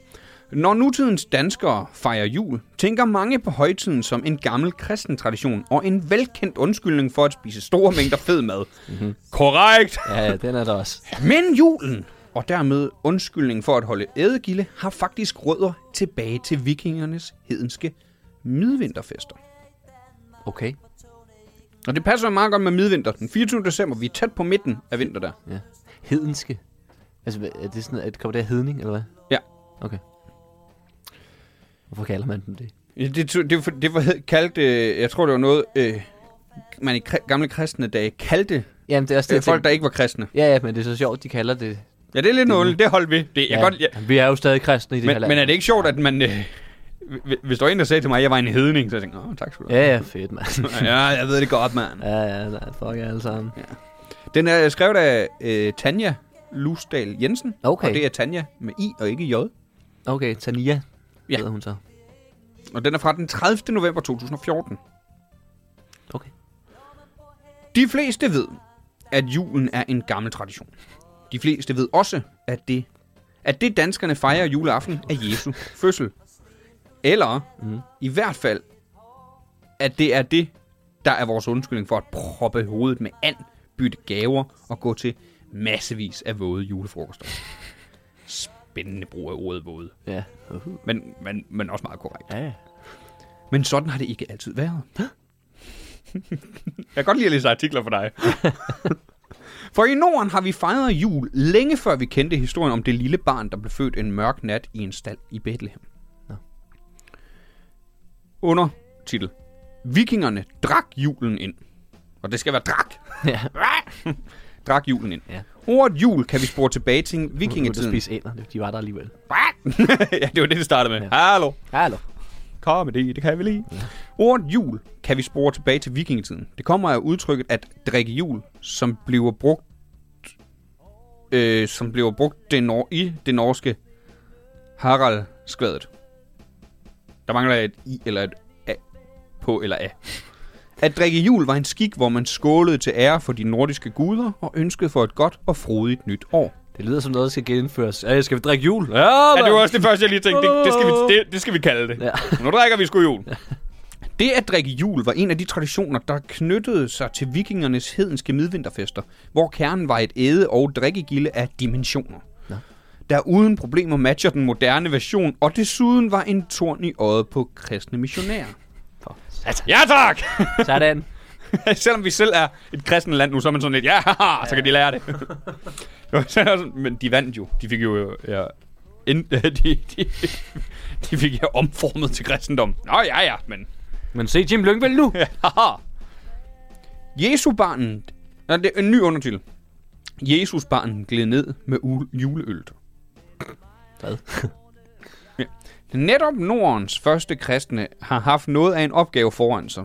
Speaker 4: Når nutidens danskere fejrer jul, tænker mange på højtiden som en gammel kristen tradition og en velkendt undskyldning for at spise store mængder fed mad. Korrekt!
Speaker 2: Ja, ja, den er der også.
Speaker 4: Men julen, og dermed undskyldningen for at holde ædegilde, har faktisk rødder tilbage til vikingernes hedenske midvinterfester.
Speaker 2: Okay.
Speaker 4: Og det passer jo meget godt med midvinter. Den 24. december, vi er tæt på midten af vinter der.
Speaker 2: Ja. Hedenske. Altså, hvad- er det sådan, at kommer det af hedning, eller hvad?
Speaker 4: Ja.
Speaker 2: Okay. Hvorfor kalder man dem det?
Speaker 4: Ja, Det, det, det, var- det var hed- kaldt, øh, jeg tror det var noget, øh, man i kri- gamle kristne dage kaldte
Speaker 2: Jamen, det er også det,
Speaker 4: øh,
Speaker 2: jeg
Speaker 4: folk, der
Speaker 2: tænkte.
Speaker 4: ikke var kristne.
Speaker 2: Ja, ja, men det er så sjovt, de kalder det.
Speaker 4: Ja, det er lidt nålet, det holdt vi. Det, jeg
Speaker 2: ja.
Speaker 4: ja. godt, ja.
Speaker 2: Vi er jo stadig kristne i det her
Speaker 4: Men,
Speaker 2: land.
Speaker 4: men er det ikke sjovt, at man... Øh, hv- hvis der var en, der sagde til mig, at jeg var en hedning, så jeg tænkte jeg, åh, tak skal du have.
Speaker 2: Ja, ja, fedt, mand.
Speaker 4: Ja, jeg ved det godt, mand.
Speaker 2: ja, ja, nej, fuck jer alle sammen.
Speaker 4: Den er skrevet af øh, Tanja Lusdal Jensen.
Speaker 2: Okay.
Speaker 4: Og det er Tanja med I og ikke J.
Speaker 2: Okay, Tania ja.
Speaker 4: Ja.
Speaker 2: hedder hun så.
Speaker 4: Og den er fra den 30. november 2014.
Speaker 2: Okay.
Speaker 4: De fleste ved, at julen er en gammel tradition. De fleste ved også, at det, at det danskerne fejrer juleaften er Jesu fødsel. Eller mm. i hvert fald, at det er det, der er vores undskyldning for at proppe hovedet med and, bytte gaver og gå til massevis af våde julefrokoster. Spændende brug af ordet våde,
Speaker 2: Ja. Uh-huh.
Speaker 4: men, men, men også meget korrekt.
Speaker 2: ja. ja.
Speaker 4: Men sådan har det ikke altid været. Jeg kan godt lide at læse artikler for dig. for i Norden har vi fejret jul længe før vi kendte historien om det lille barn, der blev født en mørk nat i en stald i Bethlehem.
Speaker 2: Nå.
Speaker 4: Under titel. Vikingerne drak julen ind. Og det skal være drak.
Speaker 2: Ja.
Speaker 4: drak julen ind.
Speaker 2: Ja.
Speaker 4: Ordet jul kan vi spore tilbage til
Speaker 2: Vikingetiden.
Speaker 4: vikingetiden.
Speaker 2: spise ænder. De var der alligevel.
Speaker 4: ja, det var det, vi startede med.
Speaker 2: Ja.
Speaker 4: Ja. Hallo.
Speaker 2: Hallo.
Speaker 4: Comedy, det kan vi lide. Ja. Ordet jul kan vi spore tilbage til vikingetiden. Det kommer af udtrykket at drikke jul, som bliver brugt øh, som bliver brugt det nor- i det norske Harald skvadet. Der mangler et i eller et a på eller af. At drikke jul var en skik, hvor man skålede til ære for de nordiske guder og ønskede for et godt og frodigt nyt år.
Speaker 2: Det lyder som noget, der skal genindføres. Ja, skal vi drikke jul? Ja,
Speaker 4: Ja,
Speaker 2: mand.
Speaker 4: det var også det første, jeg lige tænkte. Det, det, skal, vi, det, det skal vi kalde det.
Speaker 2: Ja.
Speaker 4: Ja. Nu drikker vi sgu jul. Det at drikke jul var en af de traditioner, der knyttede sig til vikingernes hedenske midvinterfester, hvor kernen var et æde- og drikkegilde af dimensioner.
Speaker 2: Nå.
Speaker 4: Der uden problemer matcher den moderne version, og desuden var en torn i øjet på kristne missionærer.
Speaker 2: For satan.
Speaker 4: Ja tak!
Speaker 2: Sådan.
Speaker 4: Selvom vi selv er et kristent land nu, så er man sådan lidt, ja, haha, så kan de lære det. Det var sådan- Men de vandt jo. De fik jo... Ja, ind, de, de, de fik jo omformet til kristendom. Nå ja, ja, men...
Speaker 2: Men se Jim Lyngvild nu.
Speaker 4: Ja, haha. Jesusbarnen... Nå, det er en ny undertitel. Jesusbarnen gled ned med u- juleølt.
Speaker 2: Hvad?
Speaker 4: Netop Nordens første kristne har haft noget af en opgave foran sig.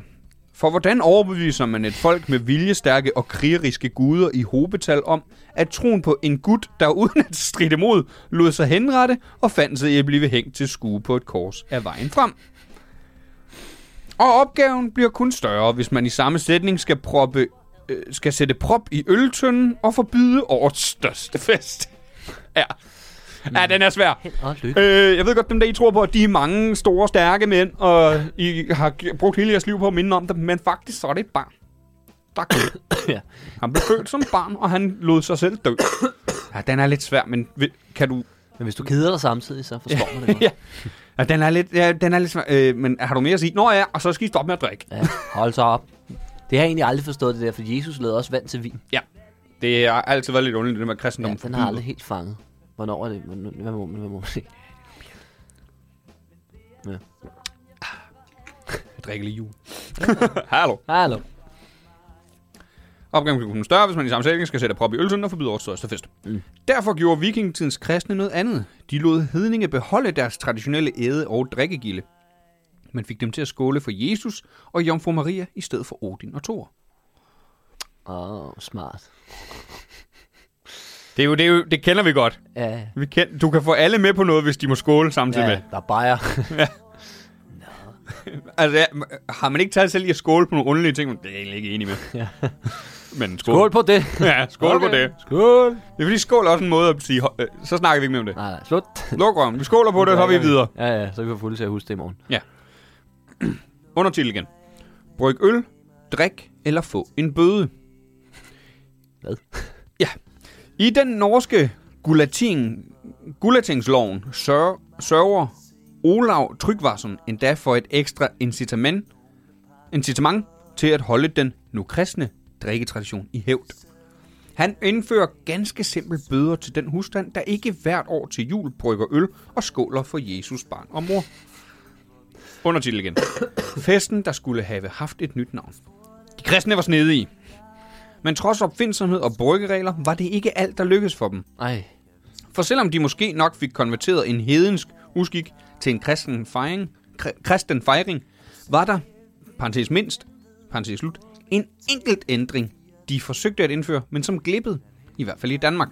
Speaker 4: For hvordan overbeviser man et folk med viljestærke og krigeriske guder i hobetal om, at troen på en gud, der uden at stride imod, lod sig henrette og fandt sig i at blive hængt til skue på et kors af vejen frem? Og opgaven bliver kun større, hvis man i samme sætning skal, proppe, øh, skal sætte prop i øltønden og forbyde årets største fest. Ja, ja den er svær.
Speaker 2: Og lykke.
Speaker 4: Øh, jeg ved godt, dem der I tror på, at de er mange store, stærke mænd, og I har g- brugt hele jeres liv på at minde om dem, men faktisk så er det et barn. Tak.
Speaker 2: Ja.
Speaker 4: Han blev født som barn, og han lod sig selv dø. Ja, den er lidt svær, men vil- kan du...
Speaker 2: Men hvis du keder dig samtidig, så forstår man det godt.
Speaker 4: ja. ja, den er lidt, ja, den er lidt svær, øh, men har du mere at sige? Nå ja, og så skal I stoppe med at drikke.
Speaker 2: Ja, hold så op. Det har jeg egentlig aldrig forstået det der, for Jesus lavede også vand til vin.
Speaker 4: Ja. Det har altid været lidt underligt, det med kristendom.
Speaker 2: Ja, den har jeg aldrig helt fanget. Hvornår er det? Hvornår- Hvad må man, hvad må man sige?
Speaker 4: Drikke lige jul. Hallo.
Speaker 2: Hallo.
Speaker 4: Opgaven kan kunne større, hvis man i samme sætning skal sætte prop i ølsen og forbyde årets største fest.
Speaker 2: Mm.
Speaker 4: Mm. Derfor gjorde vikingetidens kristne noget andet. De lod hedninge beholde deres traditionelle æde og drikkegilde. Man fik dem til at skåle for Jesus og Jomfru Maria i stedet for Odin og Thor.
Speaker 2: Åh, oh, smart.
Speaker 4: Det, er jo, det, er jo, det kender vi godt.
Speaker 2: Ja,
Speaker 4: Vi kend, du kan få alle med på noget, hvis de må skåle samtidig
Speaker 2: ja der er bajer.
Speaker 4: Altså, ja, m- har man ikke taget selv i at skåle på nogle underlige ting? Det er jeg egentlig ikke enig med.
Speaker 2: Ja.
Speaker 4: Men skål.
Speaker 2: Skål på det.
Speaker 4: Ja, skål okay. på
Speaker 2: Okay.
Speaker 4: det.
Speaker 2: Skål.
Speaker 4: Det er fordi skål er også en måde at sige, øh, så snakker vi ikke mere om det.
Speaker 2: Nej, nej, slut.
Speaker 4: Luk røven. Vi skåler på det, og så er vi videre.
Speaker 2: Ja, ja, så kan vi få fuldt til at huske det i morgen.
Speaker 4: Undertitel igen. Bryg øl, drik eller få en bøde.
Speaker 2: Hvad?
Speaker 4: Ja. I den norske gulating, gulatingsloven sør, sørger Olav Trygvarsen endda for et ekstra incitament, incitament til at holde den nu kristne drikketradition i hævd. Han indfører ganske simple bøder til den husstand, der ikke hvert år til jul brygger øl og skåler for Jesus barn og mor. Undertitel igen. Festen, der skulle have haft et nyt navn. De kristne var snedige. Men trods opfindsomhed og bryggeregler var det ikke alt, der lykkedes for dem.
Speaker 2: Ej,
Speaker 4: For selvom de måske nok fik konverteret en hedensk uskik til en kristen fejring, kr- kristen fejring var der, parentes mindst, parentes slut, en enkelt ændring, de forsøgte at indføre, men som glippede, i hvert fald i Danmark.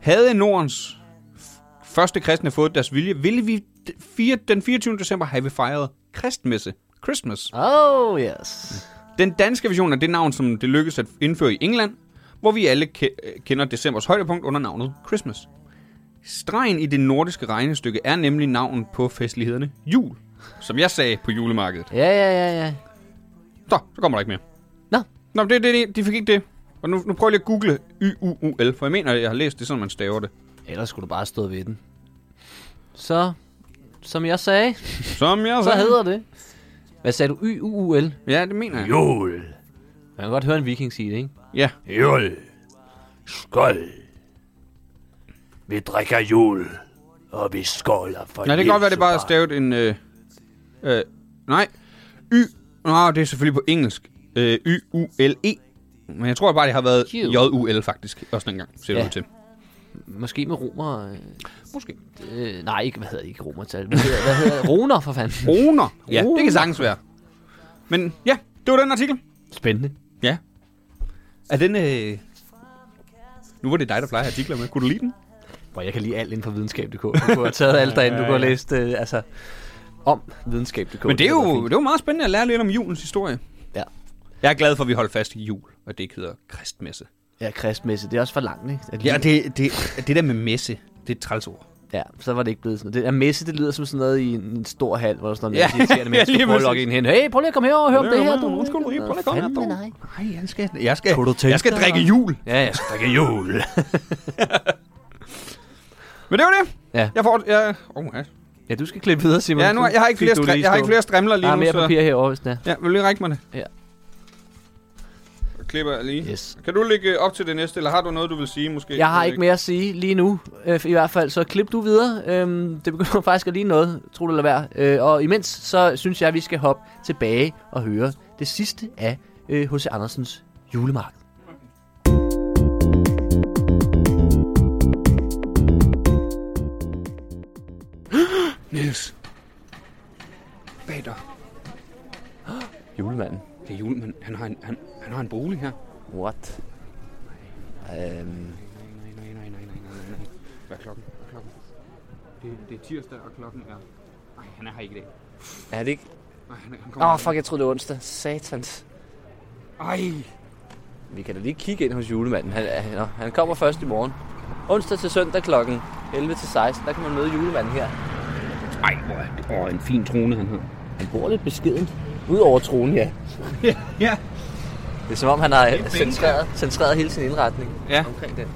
Speaker 4: Havde Nordens f- første kristne fået deres vilje, ville vi d- fire- den 24. december have fejret kristmesse, Christmas.
Speaker 2: Oh, yes.
Speaker 4: Den danske version er det navn, som det lykkedes at indføre i England, hvor vi alle ke- øh, kender decembers højdepunkt under navnet Christmas. Stregen i det nordiske regnestykke er nemlig navnet på festlighederne jul, som jeg sagde på julemarkedet.
Speaker 2: Ja, ja, ja, ja.
Speaker 4: Så, så kommer der ikke mere.
Speaker 2: Nå.
Speaker 4: Nå, men det, det, det, de fik ikke det. Og nu, nu prøver jeg lige at google Y-U-U-L, for jeg mener, at jeg har læst det, sådan man staver det.
Speaker 2: Ellers skulle du bare stå ved den. Så, som jeg sagde,
Speaker 4: Som jeg
Speaker 2: så
Speaker 4: sagde.
Speaker 2: hedder det Hvad sagde du? Y-U-U-L?
Speaker 4: Ja, det mener jeg.
Speaker 2: Jul. Man kan godt høre en viking sige det, ikke?
Speaker 4: Ja.
Speaker 2: Jul. Skål. Vi drikker jul. Og vi skåler for
Speaker 4: Nej, det kan godt være, det er bare er stavet en... Øh, øh, nej. Y. Nå, det er selvfølgelig på engelsk. Øh, Y-U-L-E. Men jeg tror bare, det har været
Speaker 2: Hugh.
Speaker 4: J-U-L faktisk. Også dengang, ser det
Speaker 2: Ja.
Speaker 4: ud til.
Speaker 2: Måske med romer... Øh,
Speaker 4: Måske.
Speaker 2: øh, nej, ikke, hvad hedder det? Ikke romertal. Hvad hedder, hvad hedder Roner, for fanden.
Speaker 4: Kroner. Ja, det
Speaker 2: Kroner.
Speaker 4: kan sagtens være. Men ja, det var den artikel.
Speaker 2: Spændende.
Speaker 4: Ja. Er den... Øh... Nu var det dig, der plejer artikler med. Kunne du lide den?
Speaker 2: Hvor jeg kan lide alt inden for videnskab.dk. Du kunne have taget alt derinde. Du kunne have læst øh, altså, om videnskab.dk.
Speaker 4: Men det er
Speaker 2: var
Speaker 4: jo
Speaker 2: fint.
Speaker 4: det er jo meget spændende at lære lidt om julens historie.
Speaker 2: Ja.
Speaker 4: Jeg er glad for, at vi holdt fast i jul, og det ikke hedder kristmesse.
Speaker 2: Ja, kristmæssigt. Det er også for langt, ikke? At
Speaker 4: Ja, det, det, det der med messe, det er et trælsord.
Speaker 2: Ja, så var det ikke blevet sådan noget. Det, ja, messe, det lyder som sådan noget i en, en stor hal, hvor der sådan noget
Speaker 4: Ja,
Speaker 2: ja, irriterende
Speaker 4: ja,
Speaker 2: mennesker
Speaker 4: lige
Speaker 2: prøver at
Speaker 4: præcis.
Speaker 2: lokke en hen. Hey, prøv lige at komme herover og høre om det her.
Speaker 4: du. Undskyld, lige, prøv lige at komme her, du.
Speaker 2: Fandme nej.
Speaker 4: Nej, jeg skal, jeg skal,
Speaker 2: Kunne du tænke
Speaker 4: jeg skal
Speaker 2: dig-
Speaker 4: drikke jul.
Speaker 2: Ja, jeg skal drikke jul.
Speaker 4: Men det var det.
Speaker 2: Ja.
Speaker 4: Jeg får... Jeg, oh, ja.
Speaker 2: Ja, du skal klippe videre, Simon.
Speaker 4: ja, nu, har- jeg har ikke
Speaker 2: Fik
Speaker 4: flere,
Speaker 2: du
Speaker 4: stri-
Speaker 2: lige
Speaker 4: jeg har ikke
Speaker 2: stået.
Speaker 4: flere strimler
Speaker 2: Der
Speaker 4: lige
Speaker 2: er
Speaker 4: nu,
Speaker 2: mere
Speaker 4: så...
Speaker 2: papir herovre, hvis det er.
Speaker 4: Ja, vil du lige række mig det?
Speaker 2: Ja.
Speaker 4: Jeg klipper lige.
Speaker 2: Yes.
Speaker 4: Kan du lægge op til det næste, eller har du noget, du vil sige måske?
Speaker 2: Jeg har ikke mere at sige lige nu, øh, i hvert fald, så klip du videre. Øhm, det begynder faktisk at ligne noget, tro det eller være. Øh, og imens, så synes jeg, at vi skal hoppe tilbage og høre det sidste af øh, H.C. Andersens julemarked.
Speaker 4: Niels. Bag dig.
Speaker 2: Julemanden.
Speaker 4: Det er julemanden. Han har en, han, han har en bolig her.
Speaker 2: What? Øhm,
Speaker 4: Nej, nej, nej, nej, nej, nej, nej. Hvad er klokken? Hvad er klokken? Det, det er tirsdag, og klokken er... Nej, han er her ikke i dag.
Speaker 2: er det ikke
Speaker 4: Nej, han, han
Speaker 2: Åh, oh, fuck, jeg troede, det var onsdag. Satans.
Speaker 4: Ej.
Speaker 2: Vi kan da lige kigge ind hos julemanden. Han, han, nå, han kommer først i morgen. Onsdag til søndag klokken 11 til 16, der kan man møde julemanden her.
Speaker 4: Ej, hvor er det. Åh, en fin trone, han har.
Speaker 2: Han bor lidt beskedent. Udover tronen, ja.
Speaker 4: ja.
Speaker 2: Det er som om, han har
Speaker 4: fint,
Speaker 2: centreret, centreret hele sin indretning
Speaker 4: Ja.
Speaker 2: omkring den.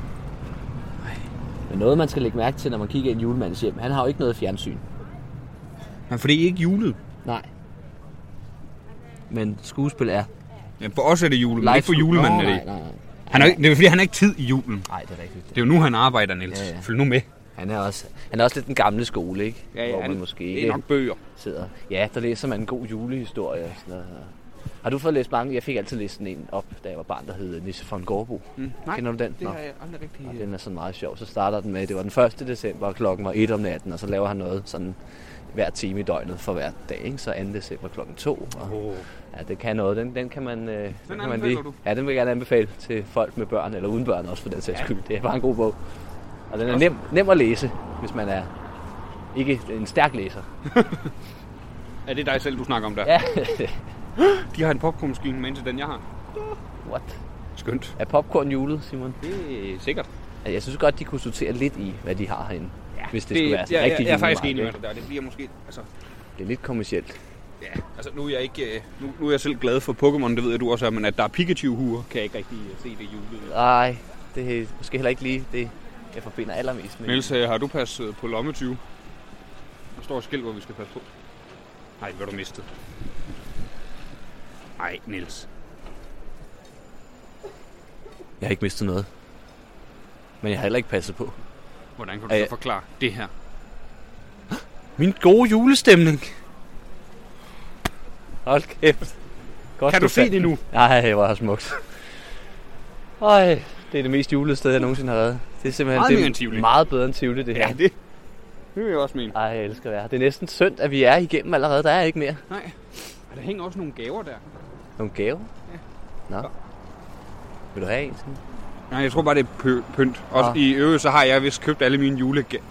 Speaker 2: Men noget, man skal lægge mærke til, når man kigger ind i julemandens hjem, han har jo ikke noget fjernsyn.
Speaker 4: Men for det er ikke julet.
Speaker 2: Nej. Men skuespil er...
Speaker 4: Ja, for os er det julen, men ikke for
Speaker 2: skuespil.
Speaker 4: julemanden
Speaker 2: Nå,
Speaker 4: er det.
Speaker 2: Nej,
Speaker 4: ikke.
Speaker 2: nej, nej.
Speaker 4: Han er, ikke- det er fordi, han har ikke tid i julen.
Speaker 2: Nej, det er rigtigt.
Speaker 4: Det er jo nu, han arbejder, Niels.
Speaker 2: Ja, ja.
Speaker 4: Følg nu med.
Speaker 2: Han er, også, han er også lidt den gamle skole, ikke? Hvor man måske
Speaker 4: det
Speaker 2: ikke-
Speaker 4: er nok bøger.
Speaker 2: sidder. Ja, der læser man en god julehistorie og sådan noget. Har du fået læst mange? Jeg fik altid læst sådan en op, da jeg var barn, der hed Nisse von Gårdbo. Mm. Kender du den? Nå.
Speaker 4: jeg aldrig rigtig...
Speaker 2: Og den er sådan meget sjov. Så starter den med, at det var den 1. december, og klokken var 1 om natten, og så laver han noget sådan hver time i døgnet for hver dag, ikke? Så 2. december klokken 2. Og,
Speaker 4: Åh.
Speaker 2: Ja, det kan noget. Den, den kan man, øh, den kan man
Speaker 4: anbefaler
Speaker 2: lige.
Speaker 4: du?
Speaker 2: Ja, den vil jeg gerne anbefale til folk med børn, eller uden børn også for den sags skyld. Det er bare en god bog. Og den er nem, nem at læse, hvis man er ikke en stærk læser.
Speaker 4: Er det dig selv, du snakker om der?
Speaker 2: Ja.
Speaker 4: De har en popcornmaskine med til den, jeg har.
Speaker 2: What?
Speaker 4: Skønt.
Speaker 2: Er popcorn julet, Simon?
Speaker 4: Det er sikkert.
Speaker 2: Altså, Jeg synes godt, de kunne sortere lidt i, hvad de har herinde. Ja, hvis det, skulle være sådan
Speaker 4: jeg,
Speaker 2: rigtig
Speaker 4: jeg, jeg er faktisk enig
Speaker 2: julemarked,
Speaker 4: med dig der. Det bliver måske... Altså,
Speaker 2: ikke? Det er lidt kommercielt.
Speaker 4: ja, altså nu er jeg ikke... øh, Nu, nu er jeg selv glad for Pokémon, det ved jeg du også er, men at der er Pikachu-huer, kan jeg ikke rigtig øh, se det i julet.
Speaker 2: Nej, det er måske heller ikke lige det, jeg forbinder allermest med.
Speaker 4: Niels, øh, har du passet på lommetyve? Der står et skilt, hvor vi skal passe på. Nej, hvad har du mistet? Nej, Niels.
Speaker 2: Jeg har ikke mistet noget. Men jeg har heller ikke passet på.
Speaker 4: Hvordan kan du
Speaker 2: Ej.
Speaker 4: så forklare det her?
Speaker 2: Min gode julestemning. Hold kæft. Godt,
Speaker 4: Kan du se
Speaker 2: fandt
Speaker 4: det
Speaker 2: den.
Speaker 4: nu?
Speaker 2: Nej, det var smukt. Øj, det er det mest julede sted, jeg nogensinde har været. Det er simpelthen
Speaker 4: Meget
Speaker 2: det er
Speaker 4: mere end Tivoli.
Speaker 2: meget bedre end Tivoli, det her.
Speaker 4: det. Det vil jeg også mene.
Speaker 2: Ej, jeg elsker at være her. Det er næsten synd, at vi er igennem allerede. Der er ikke mere.
Speaker 4: Nej. Og der hænger også nogle gaver der.
Speaker 2: Nogle gaver? Ja. Nå. Vil du have en sådan?
Speaker 4: Nej, jeg tror bare, det er pø- pynt. Også
Speaker 2: Ah.
Speaker 4: i øvrigt, så har jeg vist købt alle mine julegaver.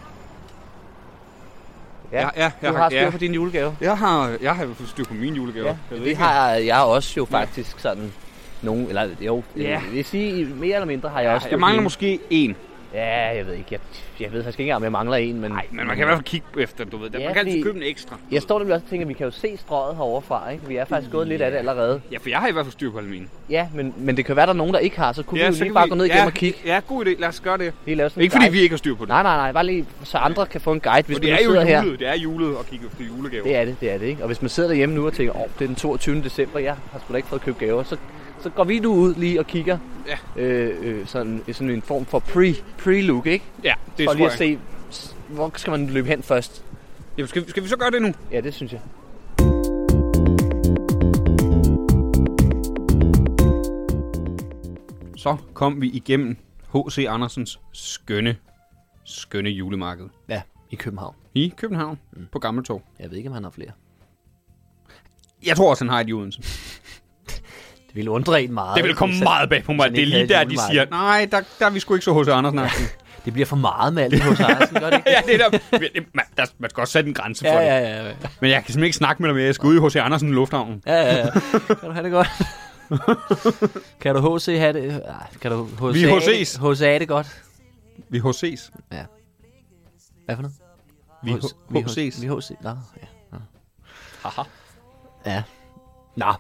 Speaker 4: Ja, ja, jeg
Speaker 2: du
Speaker 4: har-
Speaker 2: har styr
Speaker 4: ja.
Speaker 2: på dine julegaver.
Speaker 4: Jeg har, jeg har fået styr på mine julegaver.
Speaker 2: Ja,
Speaker 4: jeg ved
Speaker 2: det
Speaker 4: ikke.
Speaker 2: har jeg også jo faktisk sådan nogen, eller jo,
Speaker 4: Ja.
Speaker 2: jeg vil sige, mere eller mindre har jeg også...
Speaker 4: Jeg mangler måske en.
Speaker 2: Ja, jeg ved ikke. Jeg, jeg ved faktisk ikke engang, om jeg mangler en, men...
Speaker 4: Nej, men man kan i hvert fald kigge efter, du ved. det.
Speaker 2: Ja,
Speaker 4: man kan altid
Speaker 2: fordi-
Speaker 4: købe en ekstra.
Speaker 2: Jeg står nemlig også og tænker, at vi kan jo se strøget herovre fra, ikke? Vi er faktisk gået lidt af det allerede.
Speaker 4: Ja, for jeg har i hvert fald styr på alle mine.
Speaker 2: Ja, men, men det kan være, der er nogen, der ikke har, så kunne ja, vi jo
Speaker 4: så
Speaker 2: lige
Speaker 4: kan
Speaker 2: bare gå ned igen
Speaker 4: ja,
Speaker 2: og kigge.
Speaker 4: Ja, god idé. Lad os gøre det.
Speaker 2: Lige lave sådan en
Speaker 4: Ikke fordi
Speaker 2: guide.
Speaker 4: vi ikke har styr på det.
Speaker 2: Nej, nej, nej, bare lige, så andre kan få en guide, hvis
Speaker 4: for
Speaker 2: man
Speaker 4: det
Speaker 2: nu
Speaker 4: er jo
Speaker 2: sidder her.
Speaker 4: julet. Det er julet at kigge efter julegaver.
Speaker 2: Det er det, det er det, ikke? Og hvis man sidder derhjemme nu og tænker, åh, oh, det er den 22. december, jeg har sgu da ikke fået købt gaver, så, så går vi nu ud lige og kigger
Speaker 4: Ja.
Speaker 2: øh, øh, sådan, sådan en form for pre, pre-look, ikke?
Speaker 4: Ja, det
Speaker 2: For
Speaker 4: tror
Speaker 2: lige at
Speaker 4: jeg.
Speaker 2: se, s- hvor skal man løbe hen først?
Speaker 4: Jamen, skal, vi- skal vi så gøre det nu?
Speaker 2: Ja, det synes jeg.
Speaker 4: Så kom vi igennem H.C. Andersens skønne, skønne julemarked.
Speaker 2: Ja, i København.
Speaker 4: I København, mm. på Gammeltorv.
Speaker 2: Jeg ved ikke, om han har flere.
Speaker 4: Jeg tror også, han har et i Odense.
Speaker 2: Det ville undre en meget.
Speaker 4: Det vil komme
Speaker 2: hvis han-
Speaker 4: meget bag på mig.
Speaker 2: hvis han
Speaker 4: Det er
Speaker 2: altså, ikke
Speaker 4: lige
Speaker 2: havde
Speaker 4: der,
Speaker 2: et
Speaker 4: de
Speaker 2: julemarked.
Speaker 4: siger, nej, der, der er vi sgu ikke så H.C. Andersen. Ja.
Speaker 2: Det bliver for meget med alt det hos Andersen, gør det ikke?
Speaker 4: ja, det er der, det- man, der, man skal også sætte en grænse for det.
Speaker 2: ja, ja.
Speaker 4: Men jeg kan simpelthen ikke snakke med dig mere. Jeg skal ud i H.C. Andersen i lufthavnen.
Speaker 2: ja, ja, ja. Kan du have det godt? kan du HC have det? Nej, kan du HC
Speaker 4: Vi HC's.
Speaker 2: HC er det godt?
Speaker 4: Vi H.C.'s.
Speaker 2: Hvad for noget?
Speaker 4: Vi
Speaker 2: Hos-
Speaker 4: H-
Speaker 2: vi
Speaker 4: HC's.
Speaker 2: Vi HC. Nå, ja. Nå.
Speaker 4: Aha.
Speaker 2: Ja. Nå,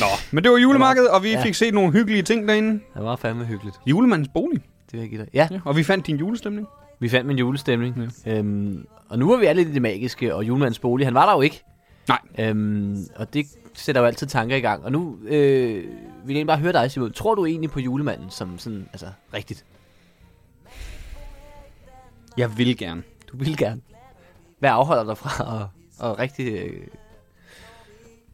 Speaker 4: Nå, men det var julemarkedet, og vi ja. fik set nogle hyggelige ting derinde.
Speaker 2: det var fandme hyggeligt.
Speaker 4: Julemandens bolig.
Speaker 2: Det vil jeg give dig. Ja,
Speaker 4: Ja. Og vi fandt din julestemning.
Speaker 2: vi fandt min julestemning. Ja. Øhm, og nu er vi alle i det magiske, og julemandens bolig, han var der jo ikke.
Speaker 4: Nej.
Speaker 2: Øhm, og det sætter jo altid tanker i gang. Og nu øh, vil jeg egentlig bare høre dig, Simon. Tror du egentlig på julemanden som sådan, altså rigtigt?
Speaker 4: Jeg vil gerne.
Speaker 2: Du vil gerne. Hvad afholder dig fra at, at rigtig øh,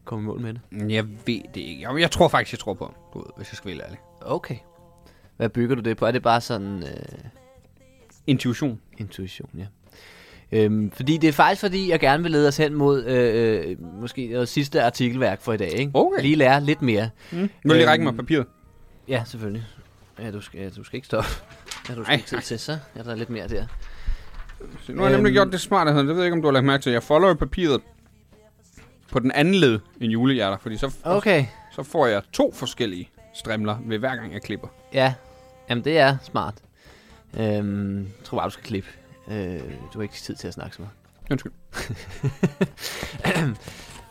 Speaker 2: komme i mål med det?
Speaker 4: Jeg ved det ikke. Jeg, jeg tror faktisk, jeg tror på ham, du ved, hvis jeg skal være helt ærlig.
Speaker 2: Okay. Hvad bygger du det på? Er det bare sådan øh,
Speaker 4: Intuition.
Speaker 2: intuition, ja? Øhm, fordi det er faktisk fordi, jeg gerne vil lede os hen mod øh, øh, måske noget sidste artikelværk for i dag. Ikke?
Speaker 4: Okay.
Speaker 2: Lige lære lidt mere.
Speaker 4: Mm. Nu lige række mig
Speaker 2: Øhm,
Speaker 4: papiret.
Speaker 2: Ja, selvfølgelig. Ja, du skal, ja, du skal ikke stoppe. Ja, du skal
Speaker 4: Nej,
Speaker 2: ikke tid
Speaker 4: nej.
Speaker 2: til, så er der lidt mere der.
Speaker 4: Se, Nu har jeg nemlig
Speaker 2: øhm,
Speaker 4: gjort det smarte, her. det ved jeg ikke, om du har lagt mærke til. Jeg folder jo papiret på den anden led end julehjerter, fordi så,
Speaker 2: Okay.
Speaker 4: så får jeg to forskellige strimler ved hver gang jeg klipper.
Speaker 2: Ja, jamen det er smart. Øhm, jeg tror bare, du skal klippe. Øh, du har ikke tid til at snakke så meget.
Speaker 4: Undskyld.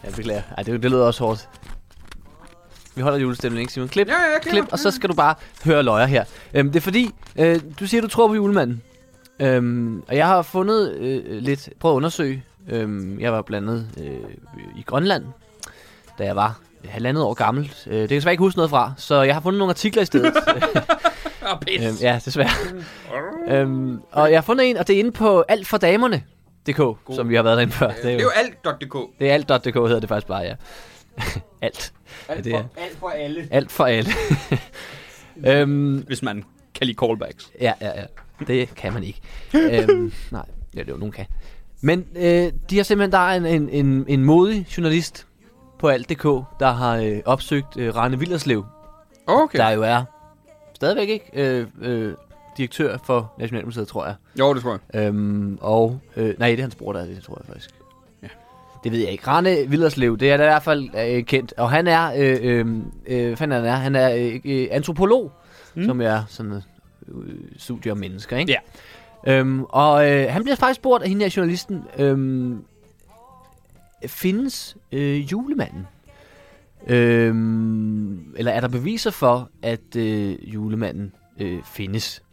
Speaker 2: Jeg beklager. Ej, det, det lyder også hårdt. Vi holder julestemningen, ikke Simon? Klip,
Speaker 4: Ja, ja, jeg
Speaker 2: klip, og så skal du bare høre løjer her. Øhm, det er fordi, øh, du siger, du tror på julemanden. Øhm, og jeg har fundet øh, lidt, prøv at undersøge. Øhm, jeg var blandt andet øh, i Grønland, da jeg var halvandet år gammel. Øh, det kan jeg desværre ikke huske noget fra, så jeg har fundet nogle artikler i stedet.
Speaker 4: Ah, pis.
Speaker 2: øhm, ja, desværre. øhm, og jeg har fundet en, og det er inde på altfordamerne.dk, som vi har været derinde før. Det
Speaker 4: Det er jo alt.dk.
Speaker 2: det er alt.dk hedder det faktisk bare, ja. alt.
Speaker 4: Alt,
Speaker 2: det er-
Speaker 4: for, alt for alle.
Speaker 2: Alt for alle. øhm,
Speaker 4: Hvis man kan lide callbacks.
Speaker 2: ja, ja, ja. Det kan man ikke. øhm, nej, ja, det er jo nogen kan. Men øh, de har simpelthen, der er en, en, en, en modig journalist på alt.dk, der har øh, opsøgt øh, Rane Villerslev,
Speaker 4: Okay.
Speaker 2: okay. der jo er stadigvæk ikke øh, øh, direktør for Nationalmuseet, tror jeg.
Speaker 4: Jo, det tror jeg.
Speaker 2: Øhm, og, øh, nej, det er hans bror, der er det, tror jeg faktisk. Ja. Det ved jeg ikke. Rane Villerslev, det er da i hvert fald øh, kendt. Og han er, øh, øh, øh, hvad fanden er han er, han er øh, øh, antropolog, mm. som er sådan øh, studie om mennesker, ikke? Ja. Øhm, og øh, han bliver faktisk spurgt af hende her journalisten, øh, findes øh, julemanden? Øhm, eller er der beviser for, at øh, julemanden øh, findes?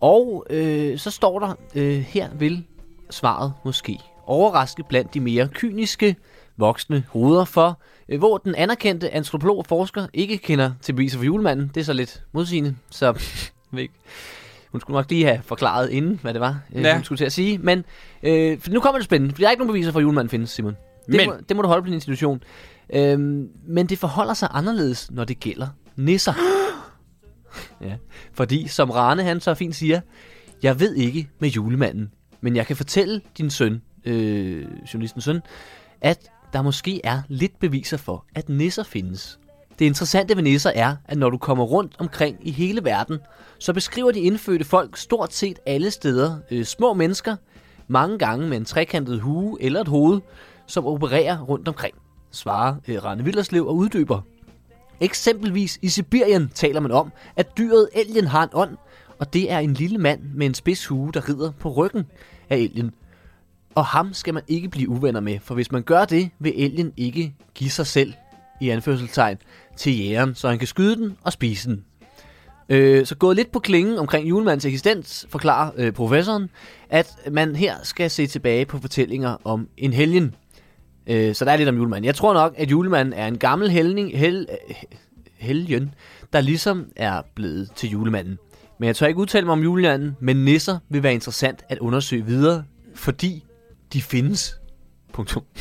Speaker 2: Og øh, så står der, øh, her vil svaret måske overraske blandt de mere kyniske voksne hoveder for, øh, hvor den anerkendte antropolog og forsker ikke kender til beviser for julemanden. Det er så lidt modsigende, så jeg ved ikke. hun skulle nok lige have forklaret inden, hvad det var, øh,
Speaker 4: Ja.
Speaker 2: hun skulle til at sige. Men øh, for nu kommer det spændende, for der er ikke nogen beviser for, at julemanden findes, Simon. Det,
Speaker 4: Men-
Speaker 2: må, det må du holde på din institution. Øhm, men det forholder sig anderledes, når det gælder nisser. ja. Fordi, som Rane han så fint siger, jeg ved ikke med julemanden, men jeg kan fortælle din søn, øh, journalistens søn, at der måske er lidt beviser for, at nisser findes. Det interessante ved nisser er, at når du kommer rundt omkring i hele verden, så beskriver de indfødte folk stort set alle steder øh, små mennesker, mange gange med en trekantet hue eller et hoved, som opererer rundt omkring, svarer øh, Rane Villerslev og uddyber. Eksempelvis i Sibirien taler man om, at dyret elgen har en ånd, og det er en lille mand med en spids hue, der rider på ryggen af elgen. Og ham skal man ikke blive uvenner med, for hvis man gør det, vil elgen ikke give sig selv, i anførselstegn, til jægeren, så han kan skyde den og spise den. Øh, så gået lidt på klingen omkring julemandens eksistens, forklarer øh, professoren, at man her skal se tilbage på fortællinger om en helgen. Øh, så der er lidt om julemanden. Jeg tror nok, at julemanden er en gammel helning, hel, øh, helgen, der ligesom er blevet til julemanden. Men jeg tør ikke udtale mig om julemanden, men nisser vil være interessant at undersøge videre, fordi de findes. Punktum.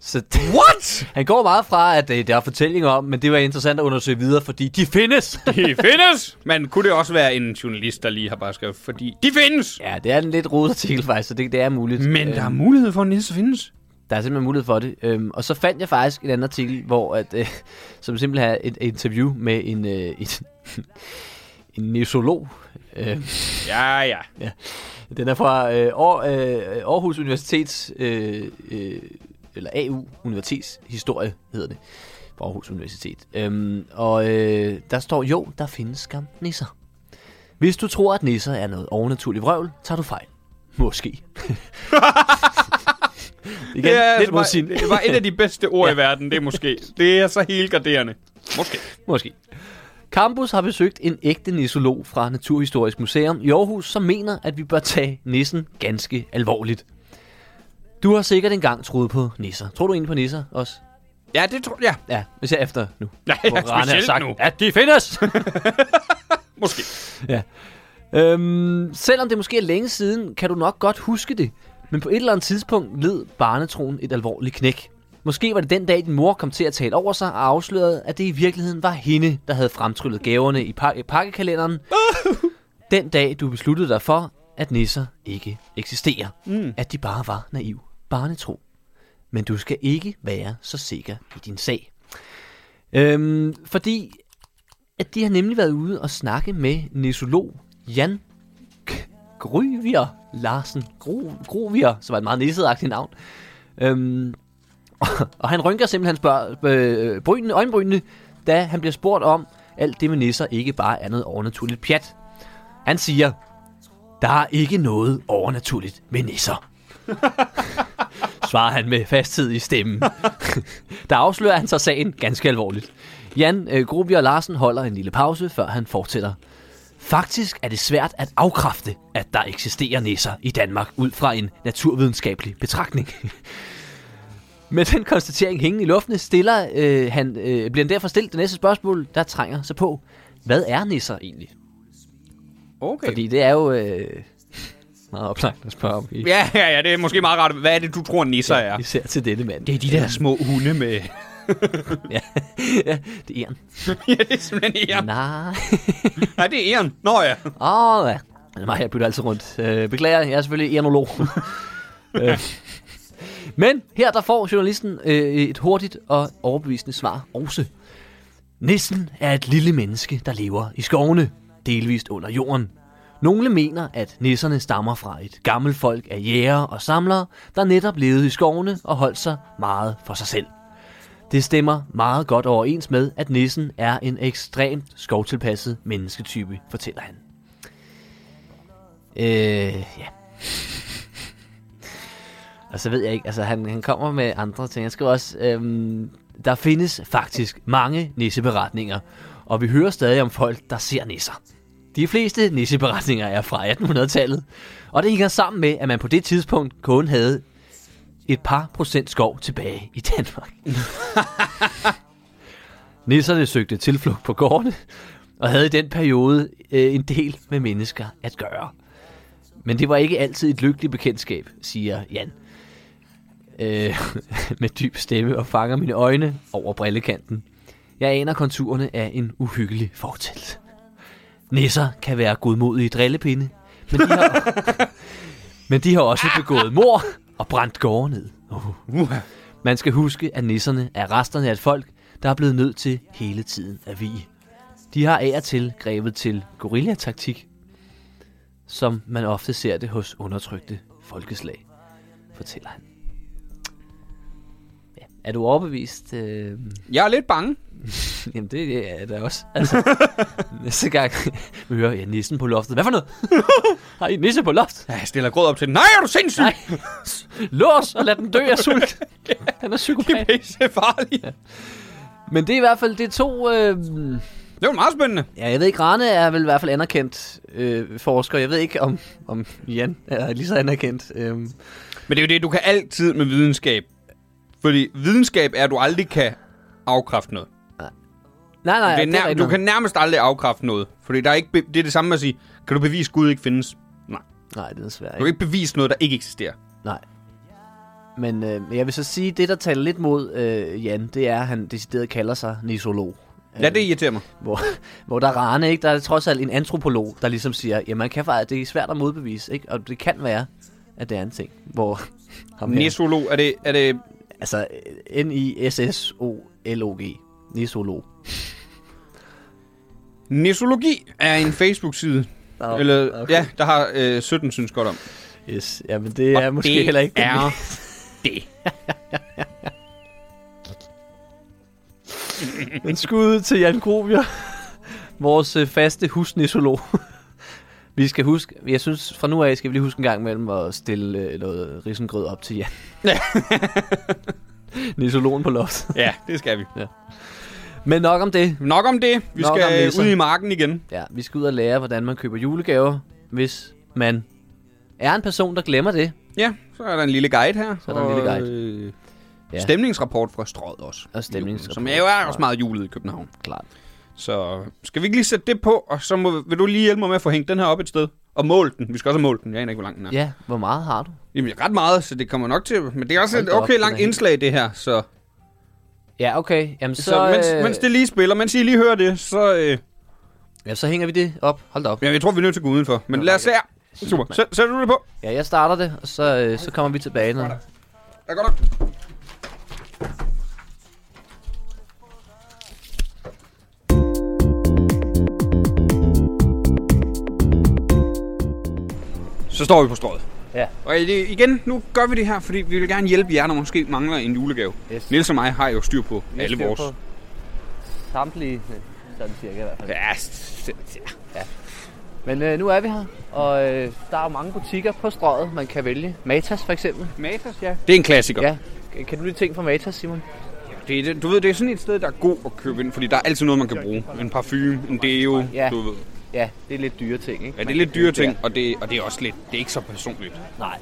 Speaker 2: Så What? Han går meget fra, at øh, der er fortællinger om, men det var interessant at undersøge videre, fordi de findes.
Speaker 4: De findes! Men kunne det også være en journalist, der lige har bare skrevet, fordi de findes!
Speaker 2: Ja, det er en lidt rodet artikel faktisk, så det, det er muligt. Øhm,
Speaker 4: Men der er mulighed for, at Nisse findes.
Speaker 2: der er simpelthen mulighed for det. Øhm, og så fandt jeg faktisk en anden artikel, hvor at, øh, som simpelthen er et interview med en, øh, en, en nesolog. Øh,
Speaker 4: Ja, ja.
Speaker 2: den er fra øh, Aar, øh, Aarhus Universitets, øh, øh, eller AU Universitets historie hedder det, på Aarhus Universitet. Øhm, og øh, der står, jo, der findes skam nisser. Hvis du tror, at nisser er noget overnaturligt vrøvl, tager du fejl. Måske. Igen,
Speaker 4: ja, altså,
Speaker 2: lidt
Speaker 4: det, var,
Speaker 2: modsigende.
Speaker 4: det var et af de bedste ord i verden, det er måske. Det er så helt garderende. Måske.
Speaker 2: Måske. Campus har besøgt en ægte nissolog fra Naturhistorisk Museum i Aarhus, som mener, at vi bør tage nissen ganske alvorligt. Du har sikkert engang troet på nisser. Tror du egentlig på nisser også?
Speaker 4: Ja, det tror jeg.
Speaker 2: Ja, hvis jeg efter nu.
Speaker 4: Ja,
Speaker 2: Hvor Rane har
Speaker 4: specielt
Speaker 2: sagt,
Speaker 4: nu.
Speaker 2: At de findes!
Speaker 4: Måske.
Speaker 2: øhm, selvom det måske er længe siden, kan du nok godt huske det. Men på et eller andet tidspunkt led barnetroen et alvorligt knæk. Måske var det den dag, din mor kom til at tale over sig og afslørede, at det i virkeligheden var hende, der havde fremtryllet gaverne i pak- pakkekalenderen. den dag, du besluttede dig for, at nisser ikke eksisterer. Mm. At de bare var naiv barnetro. Men du skal ikke være så sikker i din sag. Øhm, fordi at de har nemlig været ude og snakke med nesolog Jan K- Gryvier Larsen. Gro, Grovier, som var et meget nisseagtigt navn. Øhm, og han rynker simpelthen spørg, øh, brynene, øjenbrynene, da han bliver spurgt om, alt det med nisser ikke bare er noget overnaturligt pjat. Han siger, der er ikke noget overnaturligt med nisser. Svarer han med fasthed i stemmen. Der afslører han så sagen ganske alvorligt. Jan øh, Grobier Larsen holder en lille pause, før han fortsætter. Faktisk er det svært at afkræfte, at der eksisterer nisser i Danmark ud fra en naturvidenskabelig betragtning. Med den konstatering hængende i luften stiller, øh, han, øh, bliver han derfor stillet det næste spørgsmål, der trænger sig på. Hvad er nisser egentlig?
Speaker 4: Okay.
Speaker 2: Fordi det er jo øh, meget oplagt at spørge om, i,
Speaker 4: Ja, ja, ja, det er måske meget rart. Hvad er det, du tror, nisser er?
Speaker 2: især til denne mand.
Speaker 4: Det er de der små hunde med...
Speaker 2: ja, ja, det er han.
Speaker 4: ja, det er simpelthen æren.
Speaker 2: Nej.
Speaker 4: Nej, det er æren. Nå ja.
Speaker 2: Åh, oh, ja. Det er mig, jeg bytter altid rundt. Øh, beklager, jeg er selvfølgelig enolog. øh. Men her der får journalisten øh, et hurtigt og overbevisende svar også. Nissen er et lille menneske, der lever i skovene, delvist under jorden. Nogle mener, at nisserne stammer fra et gammelt folk af jæger og samlere, der netop levede i skovene og holdt sig meget for sig selv. Det stemmer meget godt overens med, at nissen er en ekstremt skovtilpasset mennesketype, fortæller han. Øh, ja. Og så ved jeg ikke, altså han, han kommer med andre ting. Jeg skal også, øhm, der findes faktisk mange nisseberetninger, og vi hører stadig om folk, der ser nisser. De fleste nisseberetninger er fra 1800-tallet, og det hænger sammen med, at man på det tidspunkt kun havde et par procent skov tilbage i Danmark. Nisserne søgte tilflugt på gårdene, og havde i den periode øh, en del med mennesker at gøre. Men det var ikke altid et lykkeligt bekendtskab, siger Jan. Øh, med dyb stemme og fanger mine øjne over brillekanten. Jeg aner konturerne af en uhyggelig fortælt. Nisser kan være godmodige drillepinde, men de har, men de har også begået mor og brændt gårde ned. Uh.
Speaker 4: Uha.
Speaker 2: Man skal huske, at nisserne er resterne af et folk, der er blevet nødt til hele tiden at vige. De har af og til grebet til guerillataktik, som man ofte ser det hos undertrykte folkeslag, fortæller han. Ja. Er du overbevist? Øh...
Speaker 4: Jeg er lidt bange.
Speaker 2: Jamen, det er det også. Altså, næste gang vi hører, ja, nissen på loftet. Hvad for noget? Har I en nisse på loftet?
Speaker 4: Ja, jeg stiller grød op til den. Nej, er du sindssyg?
Speaker 2: Nej. Lås og lad den dø af sult. Han er
Speaker 4: Det er
Speaker 2: psykopat.
Speaker 4: pisse farligt.
Speaker 2: Men det er i hvert fald, det er to... Øh,
Speaker 4: Det var meget spændende.
Speaker 2: Ja, jeg ved ikke, Rane er vel i hvert fald anerkendt øh, forsker. Jeg ved ikke, om, om Jan er lige så anerkendt. Øhm,
Speaker 4: Men det er jo det, du kan altid med videnskab. Fordi videnskab er, at du aldrig kan afkræfte noget.
Speaker 2: nej, nej,
Speaker 4: det er
Speaker 2: det er
Speaker 4: nær-
Speaker 2: rigtigt
Speaker 4: du
Speaker 2: nok.
Speaker 4: kan nærmest aldrig afkræfte noget. Fordi der er ikke be- det er det samme med at sige, kan du bevise, at Gud ikke findes? Nej.
Speaker 2: Nej, det er svært.
Speaker 4: Du kan ikke bevise noget, der ikke eksisterer.
Speaker 2: Nej. Men øh, men jeg vil så sige, det der taler lidt mod øh, Jan, det er, at han decideret kalder sig nisolog.
Speaker 4: Ja, det irriterer mig.
Speaker 2: Hvor, hvor der er Rane, ikke? Der er trods alt en antropolog, der ligesom siger, jamen man kan faktisk, det er svært at modbevise, ikke? Og det kan være, at det er en ting. Hvor ham her-
Speaker 4: Nesolog, er det, er det...
Speaker 2: Altså, øh, N-I-S-S-O-L-O-G. Nisolog.
Speaker 4: Nesologi er en Facebook-side.
Speaker 2: Nå,
Speaker 4: Eller,
Speaker 2: okay.
Speaker 4: ja, der har øh, 17 synes godt om.
Speaker 2: Yes, ja, men det er
Speaker 4: Og
Speaker 2: måske
Speaker 4: det
Speaker 2: heller ikke den
Speaker 4: er det.
Speaker 2: Men skud til Jan Grovier, vores øh, faste husnisolog. Vi skal huske, jeg synes fra nu af skal vi lige huske en gang imellem at stille øh, noget risengrød op til Jan. Nisologen på loft.
Speaker 4: Ja, det skal vi.
Speaker 2: Men nok om det.
Speaker 4: Nok om det. Vi
Speaker 2: Nok om
Speaker 4: skal
Speaker 2: nisser.
Speaker 4: øh, ud i marken igen.
Speaker 2: Ja, vi skal ud og lære, hvordan man køber julegaver, hvis man er en person, der glemmer det.
Speaker 4: Ja, så er der en lille guide her.
Speaker 2: Så er der en lille guide.
Speaker 4: Øh,
Speaker 2: Ja.
Speaker 4: ja. Stemningsrapport fra Strøget også.
Speaker 2: Og stemningsrapport.
Speaker 4: Som er jo er også meget julet i København.
Speaker 2: Klart.
Speaker 4: Så skal vi ikke lige sætte det på, og så må, vil du lige hjælpe mig med at få hængt den her op et sted? Og måle den. Vi skal også have målt den. Jeg aner ikke, hvor lang den er.
Speaker 2: Ja, hvor meget har du?
Speaker 4: Jamen, ret meget, så det kommer nok til. Men det er også
Speaker 2: Hold
Speaker 4: et
Speaker 2: da op,
Speaker 4: okay
Speaker 2: den er
Speaker 4: langt
Speaker 2: helt-
Speaker 4: indslag, det her. Så,
Speaker 2: Ja, okay. Jamen,
Speaker 4: så,
Speaker 2: så,
Speaker 4: så mens,
Speaker 2: øh,
Speaker 4: mens det lige spiller, mens I lige hører det, så... Øh,
Speaker 2: ja, så hænger vi det op. Hold da op.
Speaker 4: ja, jeg tror, vi er nødt til at gå udenfor. Men lad os se her. Super. Sæt, sætter du det på?
Speaker 2: Ja, jeg starter det, og så, øh, så kommer vi tilbage. Når...
Speaker 4: Ja, godt nok. Så står vi på strået.
Speaker 2: Ja.
Speaker 4: Og i det- igen, nu gør vi det her, fordi vi vil gerne hjælpe jer, der måske mangler en julegave.
Speaker 2: Yes.
Speaker 4: Niels og mig har jo styr på øh, alle vores.
Speaker 2: Samtlige, sådan cirka i hvert fald.
Speaker 4: Ja, s- s- ja.
Speaker 2: Men øh, nu er vi her, og øh, der er jo mange butikker på strøget, man kan vælge. Matas for eksempel.
Speaker 4: Matas, ja. Det er en klassiker.
Speaker 2: Ja. Kan du lide ting fra Matas, Simon?
Speaker 4: Det er, det- du ved, det er sådan et sted, der er god at købe ind, fordi der er altid noget, man kan bruge. En parfume, en deo,
Speaker 2: Ja.
Speaker 4: du ved.
Speaker 2: Ja, det er lidt dyre ting, ikke?
Speaker 4: Ja, det
Speaker 2: Man
Speaker 4: er
Speaker 2: kan
Speaker 4: lidt dyre
Speaker 2: købe
Speaker 4: ting, og det, og det er også lidt, det er ikke så personligt.
Speaker 2: der. Nej,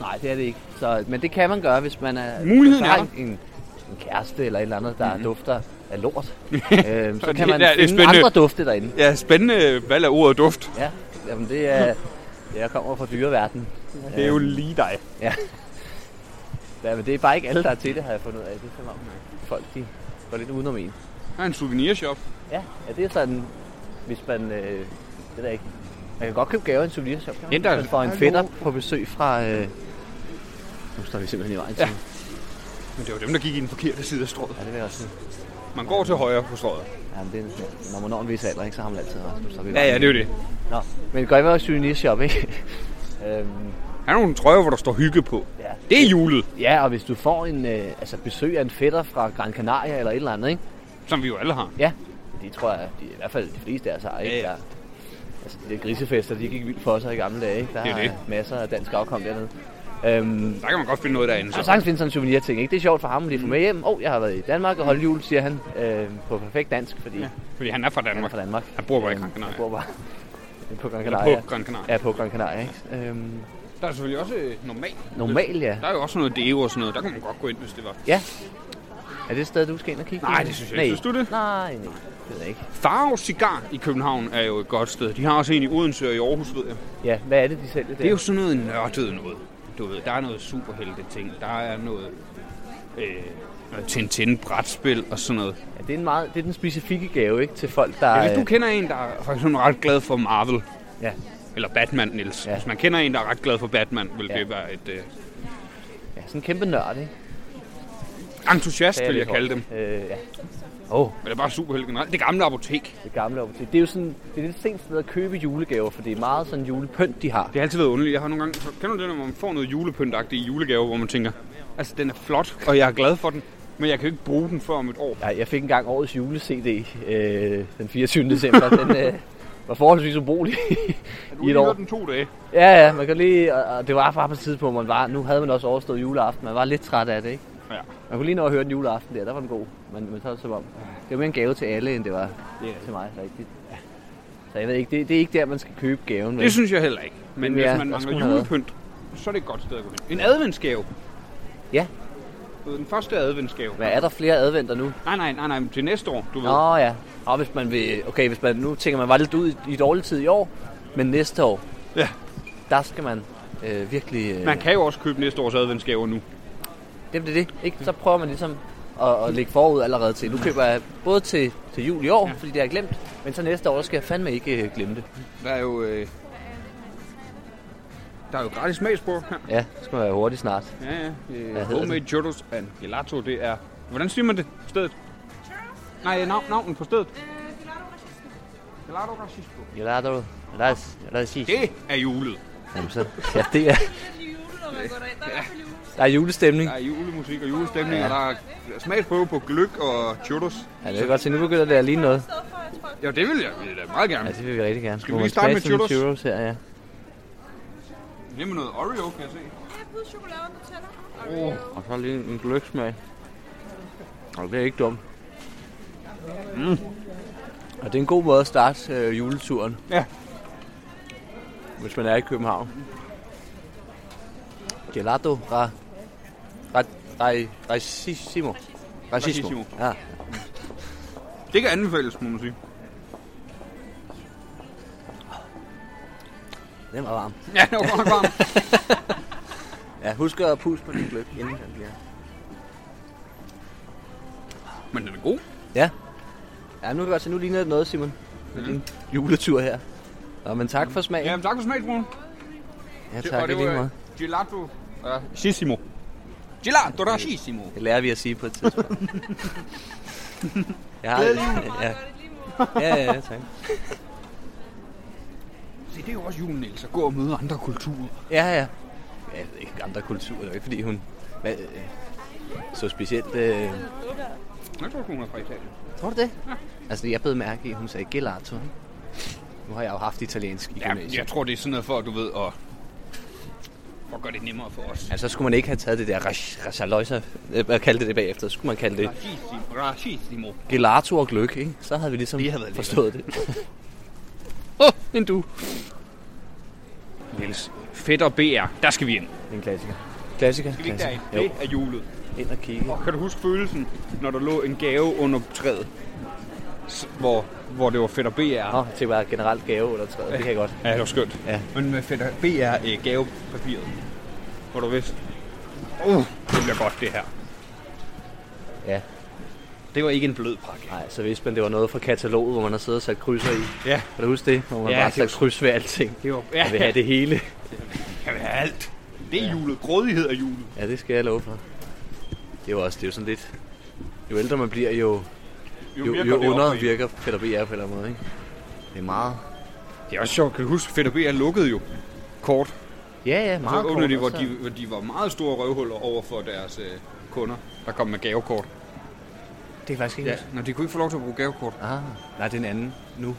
Speaker 2: nej, det er det ikke. Så, men det kan man gøre, hvis man er...
Speaker 4: Muligheden
Speaker 2: hvis man
Speaker 4: er Mhm.
Speaker 2: har en, en kæreste eller et eller andet, der mm-hmm. dufter af lort. øhm, så
Speaker 4: det
Speaker 2: kan man
Speaker 4: er- det er
Speaker 2: finde
Speaker 4: spændende.
Speaker 2: andre dufte derinde.
Speaker 4: Ja, spændende valg af ordet duft.
Speaker 2: Ja, jamen det er... Jeg kommer fra dyreverdenen.
Speaker 4: Det er jo lige dig.
Speaker 2: Ja. ja, men det er bare ikke alle, der er til det, har jeg fundet ud af. Det er som om folk, de går lidt udenom en.
Speaker 4: Der er en souvenirshop.
Speaker 2: Ja, ja det er sådan, hvis man... Øh, det ved jeg ikke. Man kan godt købe gaver i en souvenirshop. kan man?
Speaker 4: Ja, der er-
Speaker 2: Hvis man får en fætter på besøg fra... Øh... Nu står vi simpelthen i vejen til. Ja.
Speaker 4: Men det var dem, der gik i den forkerte side af strået.
Speaker 2: ja, det vil jeg også sige.
Speaker 4: Man går til højre på strået.
Speaker 2: Jamen, det er, når man når en vis alder, ikke, så har man altid ret. Nu står vi i
Speaker 4: Ja,
Speaker 2: vejen.
Speaker 4: ja, det er jo det.
Speaker 2: Nå, men går I med i souvenirshop, ikke? øhm,
Speaker 4: Der er nogle trøjer, hvor der står hygge på.
Speaker 2: ja.
Speaker 4: Det er julet,
Speaker 2: ja, og hvis du får en, øh, altså besøg af en fætter fra Gran Canaria eller et eller andet, ikke?
Speaker 4: som vi jo alle har.
Speaker 2: Ja, det tror jeg, de, i hvert fald de fleste af os har, ikke?
Speaker 4: Ja, ja.
Speaker 2: Der, altså, de der grisefester, de gik vildt for sig i gamle dage, ikke? Der
Speaker 4: Det er
Speaker 2: er
Speaker 4: det.
Speaker 2: masser af dansk afkom dernede. Øhm,
Speaker 4: Der kan man godt finde noget derinde.
Speaker 2: der kan
Speaker 4: Så.
Speaker 2: sagtens finde sådan en souvenir ting, ikke? Det er sjovt for ham, at lige få med hjem. Åh, oh, jeg har været i Danmark og holdt jul, siger han øh, på perfekt dansk, fordi ja,
Speaker 4: Fordi han er fra
Speaker 2: han er
Speaker 4: Danmark.
Speaker 2: fra Danmark.
Speaker 4: Han bor bare i
Speaker 2: Øhm,
Speaker 4: Gran Canaria.
Speaker 2: Han bor bare på Gran
Speaker 4: Eller
Speaker 2: Canaria.
Speaker 4: på Gran Canaria.
Speaker 2: Ja, på Gran Canaria, ikke? Øhm,
Speaker 4: Der er selvfølgelig også øh, normal.
Speaker 2: normal, ja.
Speaker 4: Der er jo også noget deo og sådan noget. Der kan man godt gå ind, hvis det var.
Speaker 2: Ja. Er det et sted, du skal ind og kigge?
Speaker 4: Nej, det synes jeg ikke. Synes du det?
Speaker 2: Nej, nej. Det ved jeg ikke.
Speaker 4: Faro Cigar i København er jo et godt sted. De har også en i Odense og i Aarhus, ved jeg.
Speaker 2: Ja, hvad er det, de sælger der?
Speaker 4: Det er jo sådan noget nørdet noget. Du ved, der er noget superhelte ting. Der er noget, øh, noget Tintin-brætspil og sådan noget.
Speaker 2: Ja, det er, en meget, det er den specifikke gave, ikke? Til folk, der...
Speaker 4: Ja, hvis du
Speaker 2: øh,
Speaker 4: kender en, der er for eksempel ret glad for Marvel,
Speaker 2: Ja,
Speaker 4: eller Batman, Nils.
Speaker 2: Ja.
Speaker 4: Ja. Hvis man kender en, der er ret glad for Batman, vil
Speaker 2: Ja.
Speaker 4: ja. det være et øh,
Speaker 2: ja sådan en kæmpe nørd, ikke?
Speaker 4: entusiast, vil jeg kalde dem.
Speaker 2: Øh, ja. Åh, oh,
Speaker 4: Eller bare superhelte generelt. Det gamle apotek.
Speaker 2: det gamle apotek. Det er jo sådan, det er lidt sent sted at købe julegaver, for det er meget sådan julepynt, de har.
Speaker 4: Det har altid været underligt. Jeg har nogle gange... Kender du det, når man får noget julepyntagtigt i julegave, hvor man tænker, altså den er flot, og jeg er glad for den. Men jeg kan jo ikke bruge den før om et år.
Speaker 2: Jeg, jeg fik engang årets jule-CD øh, den 24. december. Den øh, var forholdsvis ubrugelig
Speaker 4: Har
Speaker 2: i et år.
Speaker 4: den to dage?
Speaker 2: Ja, ja, man kan lige... Og og det var bare på et tidspunkt, man var... Nu havde man også overstået juleaften. Man var lidt træt af det, ikke?
Speaker 4: Ja.
Speaker 2: Man kunne lige nå at høre den juleaften der. Der var den god. Men, men så er det som om... Det var mere en gave til alle, end det var til mig, rigtigt. Så jeg ved ikke, det, det er ikke der, man skal købe gaven. vel?
Speaker 4: Det synes jeg heller ikke. Men
Speaker 2: Ja,
Speaker 4: hvis
Speaker 2: der
Speaker 4: man
Speaker 2: skulle
Speaker 4: mangler
Speaker 2: have været.
Speaker 4: julepynt, så er det et godt sted at gå hen. En adventsgave.
Speaker 2: Ja.
Speaker 4: Du ved, Den første adventsgave.
Speaker 2: Hvad er der flere adventer nu?
Speaker 4: Nej, nej, nej, nej, men til næste år, du ved.
Speaker 2: Nå ja. Og hvis man vil... Okay, hvis man nu tænker, man var lidt ud i, i dårlig tid i år, men næste år,
Speaker 4: Ja.
Speaker 2: der skal man øh, virkelig... Øh,
Speaker 4: Man kan jo også købe næste års adventsgaver nu.
Speaker 2: Jamen, det er det, ikke? Så prøver man ligesom at, at lægge forud allerede til. Nu køber jeg både til, til jul i år, ja. fordi det har jeg glemt, men så næste år skal jeg fandme ikke øh, glemme det.
Speaker 4: Der er jo... Øh... Der er jo gratis smagsprøver her.
Speaker 2: Ja, så skal man være hurtig snart.
Speaker 4: Ja, ja. Øh,
Speaker 2: hedder
Speaker 4: homemade churros and gelato, det er... Hvordan siger man det? Stedet? Nej, nav- navnet på stedet. Gelato Racisco.
Speaker 2: Gelato, lad os, lad os sige.
Speaker 4: Det er julet.
Speaker 2: Jamen, så, ja, det er, der er julestemning.
Speaker 4: Der er julemusik og julestemning, ja. og der er smagsprøve på gløk og churros.
Speaker 2: Ja, det er godt se, nu begynder det at ligne noget.
Speaker 4: Ja, det vil jeg, vil jeg meget gerne.
Speaker 2: Ja, det vil vi rigtig gerne.
Speaker 4: Skal vi
Speaker 2: Må
Speaker 4: lige
Speaker 2: man
Speaker 4: starte
Speaker 2: smage
Speaker 4: med
Speaker 2: sådan nogle
Speaker 4: churros?
Speaker 2: churros her, ja.
Speaker 4: Det er med noget Oreo, kan jeg se.
Speaker 2: Og så lige en gløgsmag. Og det er ikke dumt. Mm. Og det er en god måde at starte øh, juleturen.
Speaker 4: Ja.
Speaker 2: Hvis man er i København. Gelato ra... ra... ra... racissimo. Racissimo.
Speaker 4: Racissimo.
Speaker 2: Ja.
Speaker 4: Det kan anbefales, må man sige.
Speaker 2: Den var varm.
Speaker 4: Ja, det var godt nok varmt.
Speaker 2: Ja, husk at puste på din gløb, inden den bliver...
Speaker 4: Men den er god.
Speaker 2: Ja. Ja, nu kan jeg godt se, nu ligner det noget, Simon. Med
Speaker 4: Mm.
Speaker 2: din juletur her. Nå, men tak for smagen.
Speaker 4: Jamen, tak for smagsprøven.
Speaker 2: ja
Speaker 4: Det-
Speaker 2: tak
Speaker 4: og
Speaker 2: i
Speaker 4: det
Speaker 2: lige
Speaker 4: var øh,
Speaker 2: måde.
Speaker 4: Gelato Racissimo. Gelato Racissimo.
Speaker 2: Det lærer vi at sige på et tidspunkt. jeg har ja. ja, ja, ja, tak.
Speaker 4: Se, det er jo også julen, Niels, at gå og møde andre kulturer.
Speaker 2: Ja, ja. Ja, Jeg ved ikke, andre kulturer. Det var ikke, fordi hun hvad, øh, så specielt... Øh,
Speaker 4: Jeg tror, hun er fra Italien.
Speaker 2: tror du det? Altså, jeg blev mærke i, at hun sagde gelato. ikke? Nu har jeg jo haft italiensk i
Speaker 4: Ja,
Speaker 2: gymnasiet.
Speaker 4: jeg tror, det er sådan noget for, at du ved, at, for at gøre det nemmere for os.
Speaker 2: Altså, så skulle man ikke have taget det der rasaløjser, hvad kaldte det det bagefter? Så skulle man kalde det
Speaker 4: Racissimo. Racissimo.
Speaker 2: gelato og gløk, ikke? Så havde vi ligesom
Speaker 4: Det havde været
Speaker 2: forstået det. Åh, en du.
Speaker 4: Niels, fedt og BR. Der skal vi ind.
Speaker 2: En klassiker. Klassiker.
Speaker 4: Skal vi ikke derind?
Speaker 2: Jo,
Speaker 4: Det er julet.
Speaker 2: ind og kigge.
Speaker 4: Kan du huske følelsen, når der lå en gave under træet? S- Hvor, hvor det var fedt og BR.
Speaker 2: Nå, jeg tænkte bare generelt gave under træet. Det kan jeg godt.
Speaker 4: Ja, det var skønt.
Speaker 2: Ja.
Speaker 4: Men med fedt og BR øh, gavepapiret. Hvor du vidste. Uh, det bliver godt det her.
Speaker 2: Ja.
Speaker 4: Det var ikke en blød pakke.
Speaker 2: Nej, så vidste man, det var noget fra kataloget, hvor man har siddet og sat krydser i.
Speaker 4: Ja,
Speaker 2: Kan du huske det? Hvor man
Speaker 4: Ja,
Speaker 2: ja, bare
Speaker 4: det
Speaker 2: sat kryds ved alting.
Speaker 4: det var...
Speaker 2: Jeg vil have det hele.
Speaker 4: Jeg vil have alt. Det er julet. Grådighed er julet.
Speaker 2: Ja, det skal jeg love for. Det er jo også, det er jo sådan lidt... Jo ældre man bliver, jo, jo,
Speaker 4: mere
Speaker 2: jo,
Speaker 4: går det
Speaker 2: jo
Speaker 4: op
Speaker 2: under
Speaker 4: for en.
Speaker 2: virker Peter BR på en eller anden måde, ikke? Det er meget...
Speaker 4: Det er også sjovt. Kan du huske, Fætter B er lukket jo kort.
Speaker 2: Ja, ja, meget
Speaker 4: så åbnede de, hvor
Speaker 2: kort,
Speaker 4: de, hvor de var meget store røvhuller over for deres øh, kunder, der kom med gavekort.
Speaker 2: Det er faktisk ikke...
Speaker 4: Ja,
Speaker 2: Ja.
Speaker 4: når de kunne ikke få lov til at bruge gavekort.
Speaker 2: Ah, nej, det er en anden nu.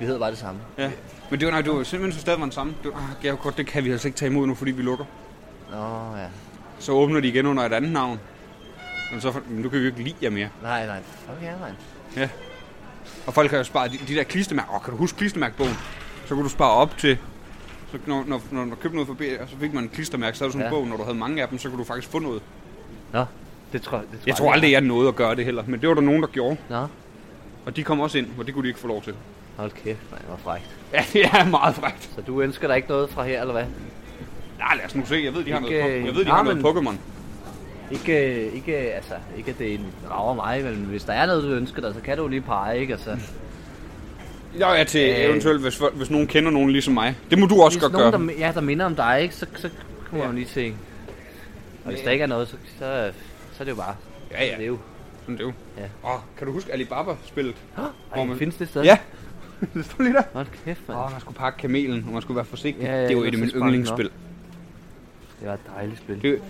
Speaker 2: Vi hedder bare det samme.
Speaker 4: Ja. Men det var, nej, det var simpelthen så stadig var den samme. Det var, ah, gavekort, det kan vi altså ikke tage imod nu, fordi vi lukker.
Speaker 2: Nå, ja.
Speaker 4: Så åbner de igen under et andet navn. Men så, men nu kan vi jo ikke lide jer mere.
Speaker 2: Nej, nej. Okay, nej.
Speaker 4: Og folk har jo sparet de, de der klistermærker. Åh, kan du huske klistermærkbogen? Så kunne du spare op til... Så når, når, når du købte noget for BR, så fik man en klistermærke, så havde du sådan en
Speaker 2: Ja.
Speaker 4: bog, når du havde mange af dem, så kunne du faktisk få noget.
Speaker 2: Nå, det tror, det tror
Speaker 4: Jeg tror aldrig, jeg nåede at gøre det heller, men det var der nogen, der gjorde.
Speaker 2: Nå,
Speaker 4: Og de kom også ind, og det kunne de ikke få lov til.
Speaker 2: hold kæft, man, hvor frækt.
Speaker 4: Ja, det er meget frækt.
Speaker 2: Så du ønsker dig ikke noget fra her, eller hvad?
Speaker 4: Nej, lad os nu se. Jeg ved, de har
Speaker 2: Ikke,
Speaker 4: noget, po- jeg ved, de
Speaker 2: øh,
Speaker 4: har
Speaker 2: nej,
Speaker 4: noget
Speaker 2: men-
Speaker 4: Pokémon.
Speaker 2: Ikke, øh, ikke, øh, altså, ikke at det er en rager mig, men hvis der er noget, du ønsker dig, så kan du jo lige pege, ikke? Altså,
Speaker 4: Jeg er til
Speaker 2: Øh.
Speaker 4: eventuelt, hvis, folk- hvis nogen kender nogen ligesom mig. Det må du også
Speaker 2: hvis
Speaker 4: godt
Speaker 2: nogen,
Speaker 4: gøre.
Speaker 2: der, ja, der minder om dig, ikke? Så, så kommer
Speaker 4: Ja.
Speaker 2: man lige til. Og hvis der ikke er noget, så, så, så er det jo bare.
Speaker 4: Ja, ja.
Speaker 2: Så er Det er jo.
Speaker 4: Men det er jo.
Speaker 2: Ja.
Speaker 4: Åh, kan du huske Alibaba-spillet?
Speaker 2: Ej,
Speaker 4: man-
Speaker 2: findes det stadig?
Speaker 4: Ja. det stod lige der.
Speaker 2: Hold kæft, mand.
Speaker 4: Åh, man skulle pakke kamelen, og man skulle være forsigtig.
Speaker 2: Ja, ja,
Speaker 4: det er jo et
Speaker 2: ellers
Speaker 4: af mine
Speaker 2: så sprang den
Speaker 4: yndlingsspil.
Speaker 2: Det var et dejligt spil.
Speaker 4: Det,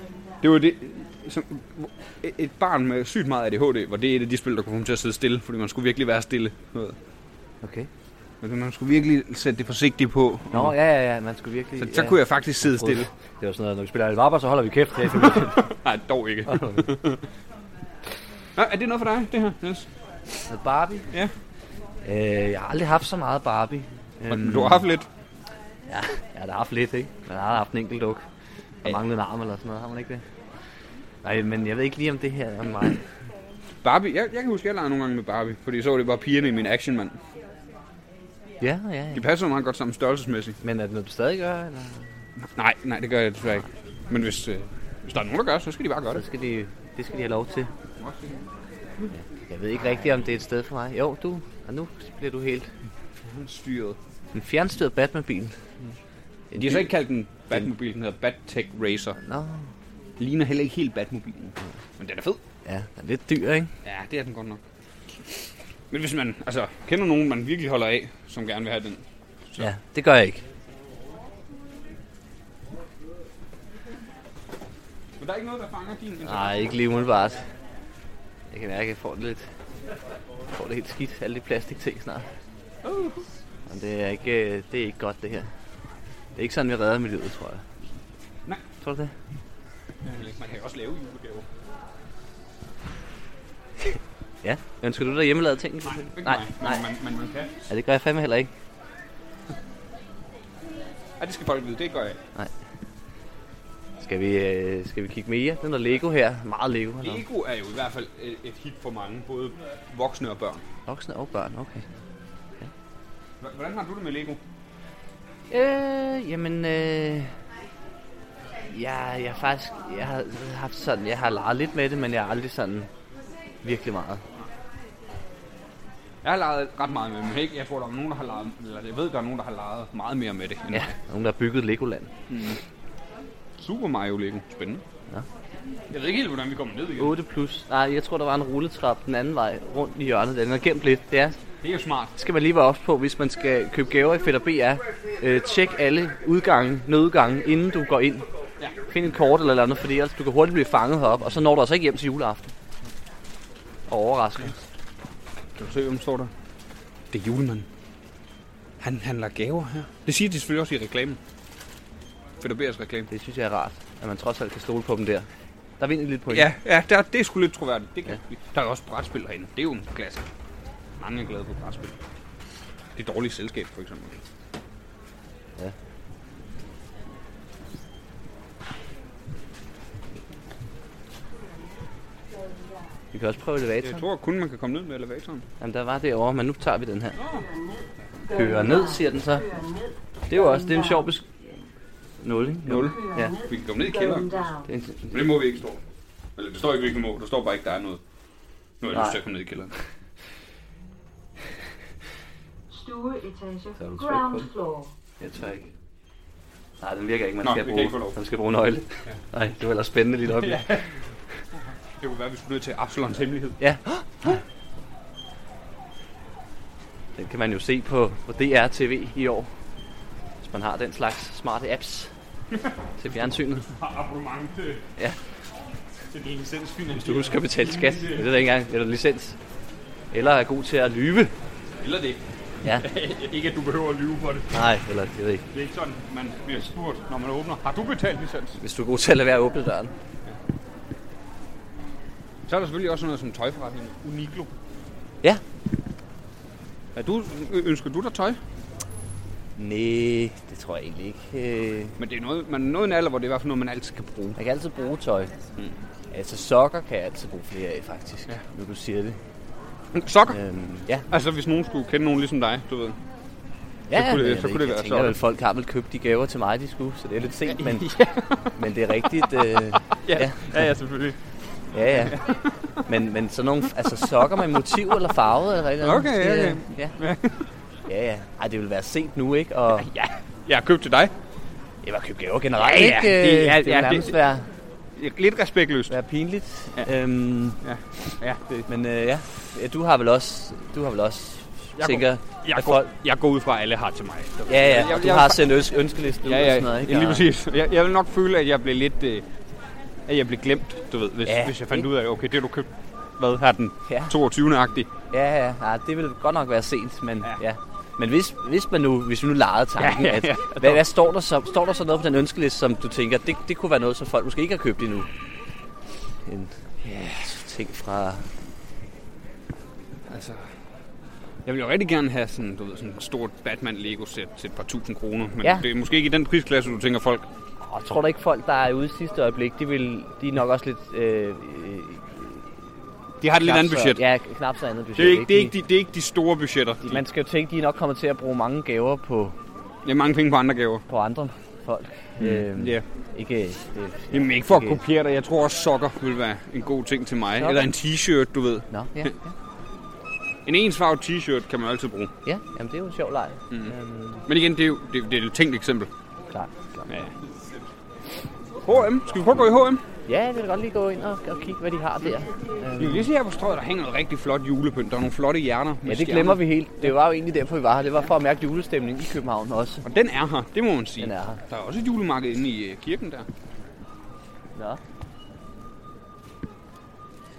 Speaker 4: Det var det, som, et barn med sygt meget ADHD, var det et af de spil, der kunne få ham til at sidde stille, fordi man skulle virkelig være stille. du ved.
Speaker 2: Okay.
Speaker 4: Men man skulle virkelig sætte det forsigtigt på.
Speaker 2: Nå, ja, ja, ja, man skulle virkelig...
Speaker 4: Så, så
Speaker 2: ja.
Speaker 4: kunne jeg faktisk sidde
Speaker 2: Prøv.
Speaker 4: stille.
Speaker 2: Det var sådan noget, når vi spiller Alvabra, så holder vi kæft. Her i familien.
Speaker 4: Nej, dog ikke. Nå, er det noget for dig, det her, Niels?
Speaker 2: Med Barbie?
Speaker 4: Ja.
Speaker 2: Øh, jeg har aldrig haft så meget Barbie. Øhm,
Speaker 4: Men Du har haft lidt.
Speaker 2: Ja, jeg har da haft lidt, ikke? Man har da haft en enkelt duk. Der manglede en arm eller sådan noget, har man ikke det? Nej, men jeg ved ikke lige, om det her er mig.
Speaker 4: Barbie, jeg, jeg kan huske, jeg legede nogle gange med Barbie, fordi så var det bare pigerne i min actionmand.
Speaker 2: Ja, ja, ja.
Speaker 4: De passer meget godt sammen størrelsesmæssigt.
Speaker 2: Men er det noget, du stadig gør, eller?
Speaker 4: Nej, nej, det gør jeg desværre ikke. Men hvis, øh, hvis der er nogen, der gør, så skal de bare gøre
Speaker 2: Så
Speaker 4: det.
Speaker 2: skal de, det skal de have lov til. Jeg ved ikke rigtigt, om det er et sted for mig. Jo, du. Og nu bliver du helt...
Speaker 4: Styret.
Speaker 2: En fjernstyret Batman-bil. En
Speaker 4: De har så
Speaker 2: bil-
Speaker 4: ikke kaldt den Batmobil, den hedder Battech Racer.
Speaker 2: Nå,
Speaker 4: Ligner heller ikke helt Batmobilen. Men den er fed.
Speaker 2: ja, den er lidt dyr, ikke?
Speaker 4: Ja, det er den godt nok. Men hvis man altså, kender nogen, man virkelig holder af, som gerne vil have den.
Speaker 2: Ja, det gør jeg ikke.
Speaker 4: Men der er ikke noget, der fanger din interesse?
Speaker 2: Nej, ikke lige umiddelbart. Jeg kan mærke, at jeg får det lidt... Jeg får det helt skidt, alle de plastikting snart.
Speaker 4: Uh.
Speaker 2: Men det er ikke, øh, det er ikke godt, det her. Det er ikke sådan, vi redder miljøet, tror jeg.
Speaker 4: Nej.
Speaker 2: Tror du det?
Speaker 4: Man kan jo også lave julegaver.
Speaker 2: Ja. Ønsker du dig hjemmelavede ting?
Speaker 4: Ikke
Speaker 2: nej,
Speaker 4: mig, men
Speaker 2: nej.
Speaker 4: Man, man, man kan.
Speaker 2: Ja, det gør jeg fandme heller ikke.
Speaker 4: Ja, det skal folk vide, det gør jeg.
Speaker 2: Skal vi, øh, skal vi kigge mere? Det er noget Lego her. Meget Lego. Eller? hvad?
Speaker 4: Lego er jo i hvert fald et, et hit for mange, både voksne og børn.
Speaker 2: Voksne og børn, okay.
Speaker 4: H- Hvordan har du det med Lego?
Speaker 2: Øh, jamen, øh, jeg, jeg, har faktisk, jeg har haft sådan, jeg har leget lidt med det, men jeg har aldrig sådan virkelig meget.
Speaker 4: Jeg har leget ret meget med dem. Ikke? Jeg tror, der er nogen, der har leget, eller jeg ved, der er nogen, der har leget meget mere med det. End
Speaker 2: Ja, nogen der har bygget Legoland.
Speaker 4: Super Mario Lego. Spændende.
Speaker 2: Ja.
Speaker 4: Jeg ved ikke helt, hvordan vi kommer ned igen.
Speaker 2: 8 plus. Nej, jeg tror, der var en rulletrap den anden vej rundt i hjørnet. Den er gemt lidt. Det er,
Speaker 4: Det er jo smart.
Speaker 2: skal man lige være ops på, hvis man skal købe gaver i Fætter BR. Øh, tjek alle udgange, nødgange, inden du går ind.
Speaker 4: Ja.
Speaker 2: Find et kort eller et eller andet, fordi ellers du kan hurtigt blive fanget herop, og så når du altså ikke hjem til juleaften. Og overraskende.
Speaker 4: Kan du se, hvem står der? Det er julemanden. Han handler gaver her. Det siger de selvfølgelig også i reklamen. Fedder Bærs reklame.
Speaker 2: Det synes jeg er rart, at man trods alt kan stole på dem der. Der vinder lidt point.
Speaker 4: Ja, ja der, det er sgu lidt troværdigt. Det kan ja. Der er også brætspil herinde. Det er jo en klasse. Mange er glade for brætspil. Det dårlige selskab, for eksempel.
Speaker 2: Vi kan også prøve
Speaker 4: Jeg
Speaker 2: elevatoren.
Speaker 4: tror kun, man kan komme ned med elevatoren.
Speaker 2: Jamen, der var det over, men nu tager vi den her. Kører ned, siger den så. Det er jo også, det er en sjov besk... 0, ikke?
Speaker 4: Nul.
Speaker 2: Ja.
Speaker 4: Vi kan komme ned i kælderen.
Speaker 2: Det er en,
Speaker 4: Men det må vi ikke stå. Eller det står ikke, vi ikke må. Der står bare ikke, der er noget. Nu har jeg
Speaker 2: Nej.
Speaker 4: lyst til at komme ned i kælderen.
Speaker 6: Stueetage.
Speaker 2: er du tryg på
Speaker 6: Ground
Speaker 2: den.
Speaker 6: floor.
Speaker 2: Jeg tør ikke. Nej, den virker ikke. Man
Speaker 4: Nå,
Speaker 2: skal
Speaker 4: vi kan
Speaker 2: bruge,
Speaker 4: ikke få lov.
Speaker 2: man skal bruge nøgle. Nej, det var ellers spændende lige et øjeblik. ja.
Speaker 4: Det kunne være, vi skulle ned til Absalons hemmelighed.
Speaker 2: ja. Den kan man jo se på, på DR TV i år. Hvis man har den slags smarte apps til fjernsynet.
Speaker 4: Har abonnement til...
Speaker 2: Ja.
Speaker 4: Til det licensfinansiering.
Speaker 2: Du husker at betale skat. Det er der ikke engang. Eller licens. Eller er god til at lyve.
Speaker 4: Eller det.
Speaker 2: Ja.
Speaker 4: ikke, at du behøver at lyve for det.
Speaker 2: Nej, eller jeg ved ikke.
Speaker 4: Det er ikke sådan, man bliver spurgt, når man åbner. Har du betalt licens?
Speaker 2: Hvis du er god til at lade være at åbne døren.
Speaker 4: Så er der selvfølgelig også noget som tøjforretning. Uniqlo.
Speaker 2: Ja.
Speaker 4: Er du, ønsker du dig tøj?
Speaker 2: Nej, det tror jeg egentlig ikke. Øh,
Speaker 4: Men det er noget, man er nået en alder, hvor det er i hvert fald noget, man altid kan bruge.
Speaker 2: Man kan altid bruge tøj. Mm. Altså sokker kan jeg altid bruge flere af, faktisk. Ja. Nu du siger det.
Speaker 4: Sokker? Ja.
Speaker 2: Øhm, ja.
Speaker 4: Altså, hvis nogen skulle kende nogen ligesom dig, du ved.
Speaker 2: ja,
Speaker 4: kunne det-
Speaker 2: men jeg
Speaker 4: så
Speaker 2: ved
Speaker 4: kunne det
Speaker 2: ikke,
Speaker 4: være
Speaker 2: jeg tænker,
Speaker 4: sokker.
Speaker 2: at folk har vel købt de gaver til mig, de skulle, så det er lidt sent, men, men det er rigtigt. Øh, ja.
Speaker 4: ja, ja selvfølgelig.
Speaker 2: ja, ja. Men, men sådan nogle altså, sokker med motiv eller farvet eller et eller andet.
Speaker 4: Okay,
Speaker 2: det,
Speaker 4: okay.
Speaker 2: Ja. ja, ja. Ej, det vil være sent nu, ikke? Og
Speaker 4: Ja, jeg har købt til dig.
Speaker 2: jeg var købt gaver generelt,
Speaker 4: Ja, ja,
Speaker 2: ikke? Øh,
Speaker 4: det er-
Speaker 2: det,
Speaker 4: ja,
Speaker 2: vil
Speaker 4: det-
Speaker 2: nærmest være,
Speaker 4: Lidt respektløst.
Speaker 2: være pinligt. Ja. Øhm,
Speaker 4: Ja, det,
Speaker 2: men øh, ja. ja, du har vel også, du har vel også
Speaker 4: Jeg
Speaker 2: tænker,
Speaker 4: jeg,
Speaker 2: at
Speaker 4: går,
Speaker 2: folk,
Speaker 4: jeg går ud fra, at alle har til mig.
Speaker 2: Ja, ja,
Speaker 4: Jeg-
Speaker 2: og du
Speaker 4: jeg-
Speaker 2: har sendt øns- ønskelisten ud
Speaker 4: Ja,
Speaker 2: og
Speaker 4: ja,
Speaker 2: sådan noget, ikke?
Speaker 4: ja lige
Speaker 2: Og-
Speaker 4: præcis. Jeg, jeg vil nok føle, at jeg blev lidt... Øh, at jeg blev glemt, du ved, hvis,
Speaker 2: Ja,
Speaker 4: ja, hvis jeg fandt
Speaker 2: det-
Speaker 4: ud af, okay, det du købt, hvad her den
Speaker 2: Ja.
Speaker 4: 22.-agtig.
Speaker 2: Ja, ja, nej, det ville godt nok være sent, men ja. ja. Men hvis, hvis, man nu, hvis vi nu legede tanken,
Speaker 4: Ja, ja, ja.
Speaker 2: at hvad, hvad står, der så, står der så noget på den ønskeliste, som du tænker, det, det kunne være noget, som folk måske ikke har købt endnu? En ja, ting fra...
Speaker 4: Altså, jeg vil jo rigtig gerne have sådan, du ved, sådan et stort Batman-Lego-sæt til et par tusind kroner, men
Speaker 2: Ja.
Speaker 4: ja. det er måske ikke i den prisklasse, du tænker folk.
Speaker 2: Og tror du ikke, folk, der er ude i sidste øjeblik, de, vil, de er nok også lidt... Øh, øh,
Speaker 4: De har et lidt
Speaker 2: knap
Speaker 4: andet
Speaker 2: så-
Speaker 4: budget.
Speaker 2: Ja, knap så andet budget.
Speaker 4: Det er, ikke, det, er
Speaker 2: De-
Speaker 4: ikke de, det er ikke de store budgetter.
Speaker 2: de,
Speaker 4: De,
Speaker 2: man skal jo tænke, de er nok kommet til at bruge mange gaver på,
Speaker 4: det er mange penge på andre gaver.
Speaker 2: på andre folk. Mm. Øhm,
Speaker 4: Ja.
Speaker 2: Ikke, øh, det,
Speaker 4: Jamen ikke for at
Speaker 2: ikke-
Speaker 4: kopiere dig. Jeg tror også sokker vil være en god ting til mig.
Speaker 2: Sokker?
Speaker 4: Eller en t-shirt, du ved.
Speaker 2: Nå, ja, ja.
Speaker 4: En ensfarvet t-shirt kan man jo altid bruge.
Speaker 2: ja jamen, det er jo en sjov leg. Mm. Øhm,
Speaker 4: Men igen, det er jo det, det er et tænkt eksempel.
Speaker 2: klart, klart.
Speaker 4: Ja. H&M. Skal vi prøve at gå i H&M?
Speaker 2: Ja, vi vil godt lige gå ind og, og kigge, hvad de har der. Øhm,
Speaker 4: Vi kan lige se her på strøget, der hænger noget rigtig flot julepynt. Der er nogle flotte hjerner. med
Speaker 2: Ja, det
Speaker 4: stjerner.
Speaker 2: glemmer vi helt. Det var jo egentlig derfor, vi var her. Det var for at mærke julestemningen i København også.
Speaker 4: Og den er her, det må man sige.
Speaker 2: Den er her.
Speaker 4: Der er også et julemarked inde i øh, kirken der.
Speaker 2: Nå.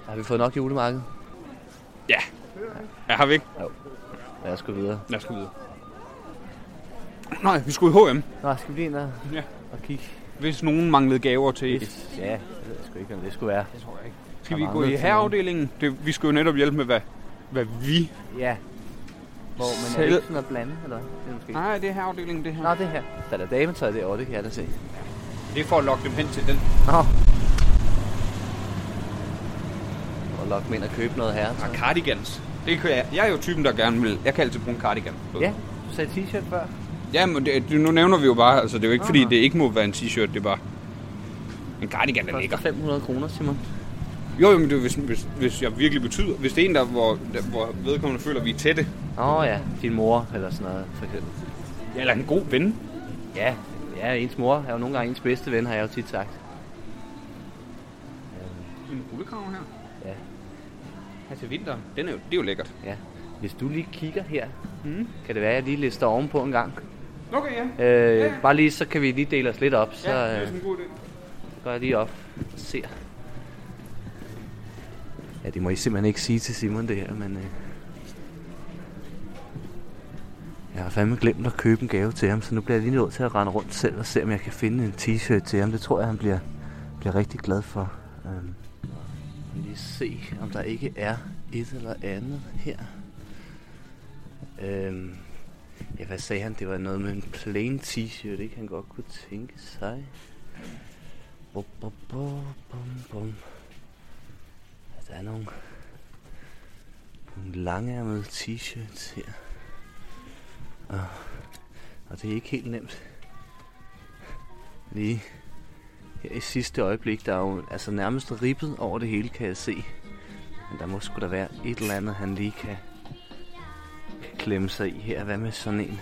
Speaker 2: Har vi fået nok julemarked?
Speaker 4: Ja. Ja, har vi ikke?
Speaker 2: Lad os gå videre.
Speaker 4: Lad os gå videre. Nej, vi skulle i H&M.
Speaker 2: Nå, skal vi lige ind og,
Speaker 4: Ja.
Speaker 2: og kigge?
Speaker 4: Hvis nogen manglede gaver til et.
Speaker 2: Ja, jeg ved sgu ikke, om det skulle være.
Speaker 4: Det tror jeg ikke. Skal vi
Speaker 2: Der er
Speaker 4: gå
Speaker 2: mange
Speaker 4: i
Speaker 2: til
Speaker 4: herreafdelingen? Det, vi skal jo netop hjælpe med, hvad, hvad vi...
Speaker 2: Ja. Hvor man er
Speaker 4: Selv-
Speaker 2: det ikke sådan at blande, eller? Det er måske ikke.
Speaker 4: Nej, det er herreafdelingen, det her.
Speaker 2: Nå, det her. Der er da dametøj derovre, det kan jeg da se.
Speaker 4: Det er for at lokke dem hen til den.
Speaker 2: Nå. Og lokke mig ind og købe noget her.
Speaker 4: Og cardigans. Det kan jeg. jeg er jo typen, der gerne vil. Jeg kan altid bruge en cardigan.
Speaker 2: Ja, du sagde t-shirt før.
Speaker 4: Ja, men det, det- nu nævner vi jo bare, altså det er jo ikke fordi, det ikke må være en t-shirt, det er bare... En cardigan, der
Speaker 2: Koster
Speaker 4: ligger.
Speaker 2: 500 kroner, Simon.
Speaker 4: Jo, jo, men det, er, hvis, hvis, hvis jeg virkelig betyder... Hvis det er en, der, hvor, der, hvor vedkommende føler, at vi er tætte.
Speaker 2: Åh oh, ja, din mor eller sådan noget, for eksempel.
Speaker 4: Ja, eller en god ven.
Speaker 2: Ja, ja, ens mor er jo nogle gange ens bedste ven, har jeg jo tit sagt.
Speaker 4: En rullekrav her.
Speaker 2: Ja.
Speaker 4: Her til vinteren. Den er jo, det er jo lækkert.
Speaker 2: Ja. Hvis du lige kigger her,
Speaker 4: Mm.
Speaker 2: kan det være, at jeg lige lister ovenpå en gang.
Speaker 4: Okay, ja.
Speaker 2: Øh,
Speaker 4: Ja.
Speaker 2: Bare lige, så kan vi lige dele os lidt op, så
Speaker 4: ja, det er
Speaker 2: øh,
Speaker 4: sådan en god idé.
Speaker 2: går jeg lige op og ser. Ja, det må I simpelthen ikke sige til Simon det her, men... Øh, jeg har fandme glemt at købe en gave til ham, så nu bliver jeg lige nødt til at rende rundt selv og se, om jeg kan finde en t-shirt til ham. Det tror jeg, han bliver, bliver rigtig glad for. Øhm. Lige se, om der ikke er et eller andet her. Øhm. Ja, hvad sagde han? Det var noget med en plain t-shirt, ikke? Han godt kunne tænke sig. Bum, bum, bum, bum, bum. Ja, Der er nogle, nogle langærmede t-shirts her. Og, og det er ikke helt nemt. Lige her i sidste øjeblik, der er jo altså nærmest ribbet over det hele, kan jeg se. Men der må sgu da være et eller andet, han lige kan, kan klemme sig i her. Hvad med sådan en?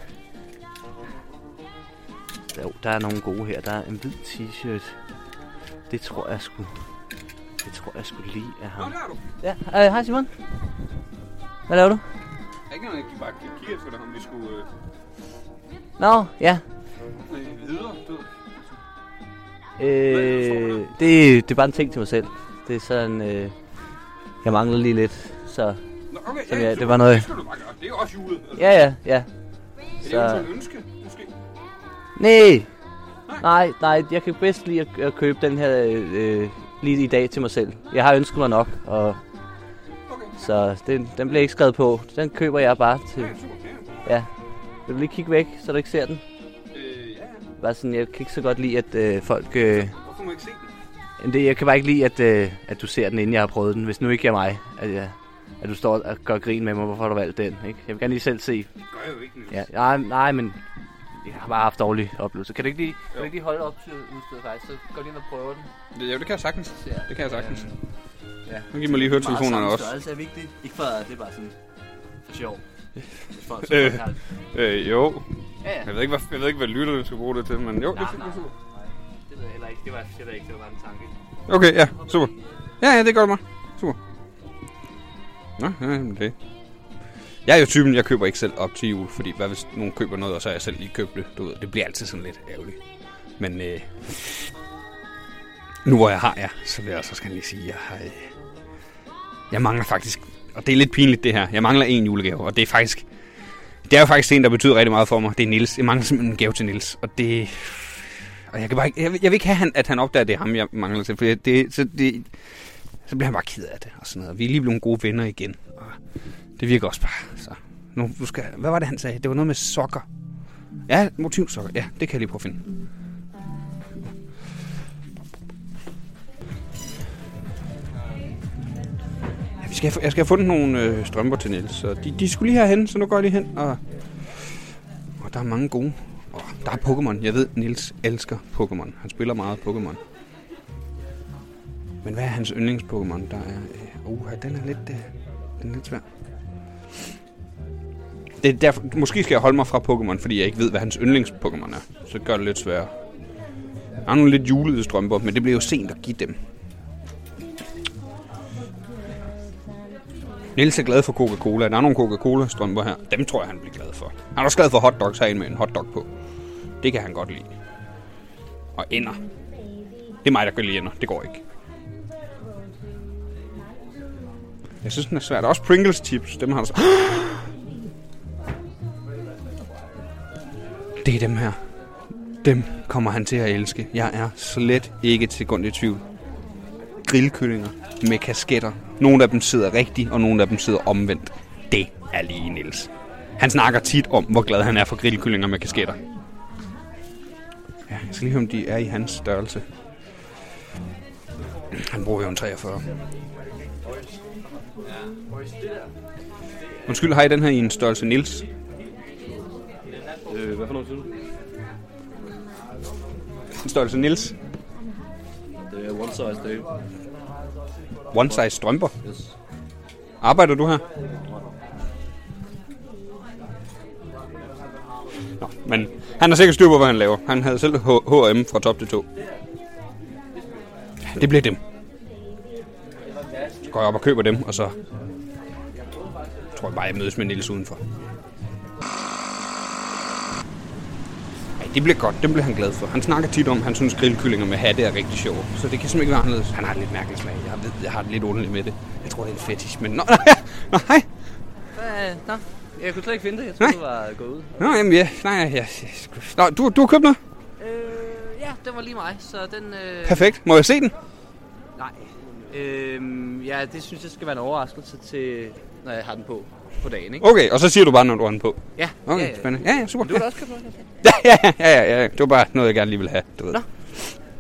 Speaker 2: Jo, der er nogle gode her. Der er en hvid t-shirt. Det tror jeg sgu. Det tror jeg sgu lige er
Speaker 4: Nå,
Speaker 2: ham.
Speaker 4: der er du.
Speaker 2: Ja, øh, hej Simon. Hvad laver du?
Speaker 4: Jeg kan ikke bare kigge efter ham, vi skulle... Øh,
Speaker 2: Nå, ja.
Speaker 4: øh, videre, du.
Speaker 2: Øh, det, det er bare en ting til mig selv. Det er sådan, øh, jeg mangler lige lidt, så...
Speaker 4: Nå, okay,
Speaker 2: Så ja, det
Speaker 4: super.
Speaker 2: var noget-
Speaker 4: Det skal du bare gøre. Det er jo også julet. Altså,
Speaker 2: Ja, ja, ja.
Speaker 4: det
Speaker 2: så-
Speaker 4: er jo en ønske, måske.
Speaker 2: Nej! Nej, nej, jeg kan bedst lide at, at købe den her øh, øh, lige i dag til mig selv. Jeg har ønsket mig nok, og
Speaker 4: Okay,
Speaker 2: så den, den bliver ikke skrevet på. Den køber jeg bare til...
Speaker 4: ja, super. Ja.
Speaker 2: Ja. Vil du lige kigge væk, så du ikke ser den?
Speaker 4: Øh, ja, ja.
Speaker 2: Bare sådan, jeg kan ikke så godt lide, at øh, folk... Øh,
Speaker 4: Hvorfor må jeg ikke se den?
Speaker 2: Jamen, det, jeg kan bare ikke lide, at, øh, at du ser den, inden jeg har prøvet den. Hvis nu ikke er mig, at, jeg, at du står og gør grin med mig, hvorfor har du valgt den? Ikke? Jeg vil gerne lige selv se.
Speaker 4: Det gør jeg jo ikke. Ja.
Speaker 2: Ja, nej, nej, men jeg har bare haft dårlige oplevelser. Kan du ikke lige, kan du ikke lige holde op til udstedet faktisk? Så gå lige ind og prøve den.
Speaker 4: Det, jo, det kan jeg sagtens. Det kan jeg sagtens.
Speaker 2: Ja.
Speaker 4: Nu giv mig lige høretelefonerne også.
Speaker 2: Størrelse er vigtigt. Ikke for, det er bare sådan for sjov. Folk,
Speaker 4: Øh. folk har- Øh, jo.
Speaker 2: Ja, ja.
Speaker 4: Jeg ved ikke, hvad, jeg ved ikke, hvad lytterne skal bruge det til, men jo. det-
Speaker 2: nej. Det ved jeg heller ikke. Det var, det var ikke. Det var bare en tanke.
Speaker 4: Okay, ja, super. Ja, ja, det gør det mig. Super. Nå, ja, jamen det. Jeg er jo typen, jeg køber ikke selv op til jul, fordi hvad hvis nogen køber noget, og så har jeg selv lige købt det, du ved, det bliver altid sådan lidt ærgerligt. Men øh, Nu hvor jeg har jer, så vil jeg også gerne lige sige, at jeg har... øh, Jeg mangler faktisk... Og det er lidt pinligt det her. Jeg mangler en julegave, og det er faktisk... Det er jo faktisk en, der betyder rigtig meget for mig. Det er Nils. Jeg mangler simpelthen en gave til Nils, og det... Og jeg, kan bare ikke, jeg, vil, jeg vil ikke have, han, at han opdager, at det er ham, jeg mangler til, for jeg- det, så, det, så bliver han bare ked af det og sådan noget. Vi er lige blevet gode venner igen, og det virker også bare. Så nu, nu skal, hvad var det, han sagde? Det var noget med sokker. Ja, motivsokker. Ja, det kan jeg lige prøve at finde. Ja, vi skal, have- jeg skal have fundet nogle øh, strømper til Niels, så de, de skulle lige herhen, så nu går jeg lige hen. Og, og der er mange gode. Og der er Pokémon. Jeg ved, Niels elsker Pokémon. Han spiller meget Pokémon. Men hvad er hans yndlings-Pokémon? Der er... Øh, uh, den er lidt, øh, den er lidt svær. Det er derfor, måske skal jeg holde mig fra Pokémon, fordi jeg ikke ved, hvad hans yndlings-Pokémon er. Så gør det lidt sværere. Jeg har nogle lidt julede strømper, men det bliver jo sent at give dem. Niels er glad for Coca-Cola. Der er nogle Coca-Cola-strømper her. Dem tror jeg, han bliver glad for. Han er også glad for hotdogs herinde med en hotdog på. Det kan han godt lide. Og ender. Det er mig, der kan lide ender. Det går ikke. Jeg synes, den er svær. Der er også Pringles chips. Dem har der så... Det er dem her. Dem kommer han til at elske. Jeg er slet ikke et sekund i tvivl. Grillkyllinger med kasketter. Nogle af dem sidder rigtigt, og nogle af dem sidder omvendt. Det er lige Nils. Han snakker tit om, hvor glad han er for grillkyllinger med kasketter. Ja, jeg skal lige høre, om de er i hans størrelse. Han bruger jo en 43. Undskyld, har I den her i en størrelse Nils?
Speaker 7: Øh, hvad for noget synes du?
Speaker 4: En størrelse Nils?
Speaker 7: Det er one size day.
Speaker 4: One size strømper?
Speaker 7: Yes.
Speaker 4: Arbejder du her? Nå, men han har sikkert styr på, hvad han laver. Han havde selv H- H&M fra top til to. Ja, Det bliver dem. Så går jeg op og køber dem, og så tror jeg bare, jeg mødes med Niels udenfor. Ej, det bliver godt. Dem bliver han glad for. Han snakker tit om, at han synes grillkyllinger med hatte er rigtig sjove. Så det kan simpelthen ikke være anderledes. Han har et lidt mærkeligt smag. Jeg ved, jeg har det lidt underligt med det. Jeg tror, det er en fetish, men... Nå, nej, nej.
Speaker 2: Nå, jeg kunne slet ikke finde det. Jeg
Speaker 4: troede,
Speaker 2: troede,
Speaker 4: du
Speaker 2: du var gået ud.
Speaker 4: Nå, jamen, ja, nej, ja, ja. Nå, du, du har købt noget?
Speaker 2: Øh, ja, den var lige mig, så den... Øh,
Speaker 4: Perfekt. Må jeg se den?
Speaker 2: nej. Øh, ja, det synes jeg skal være en overraskelse til, når jeg har den på på dagen, ikke?
Speaker 4: Okay, og så siger du bare, når du har den på.
Speaker 2: Ja,
Speaker 4: Okay,
Speaker 2: ja, ja.
Speaker 4: spændende. Ja, ja, super.
Speaker 2: Men Du har da også købt noget, Kasper?
Speaker 4: Ja, ja, ja, ja, ja. Det var bare noget, jeg gerne lige ville have, du ved.
Speaker 2: Nå.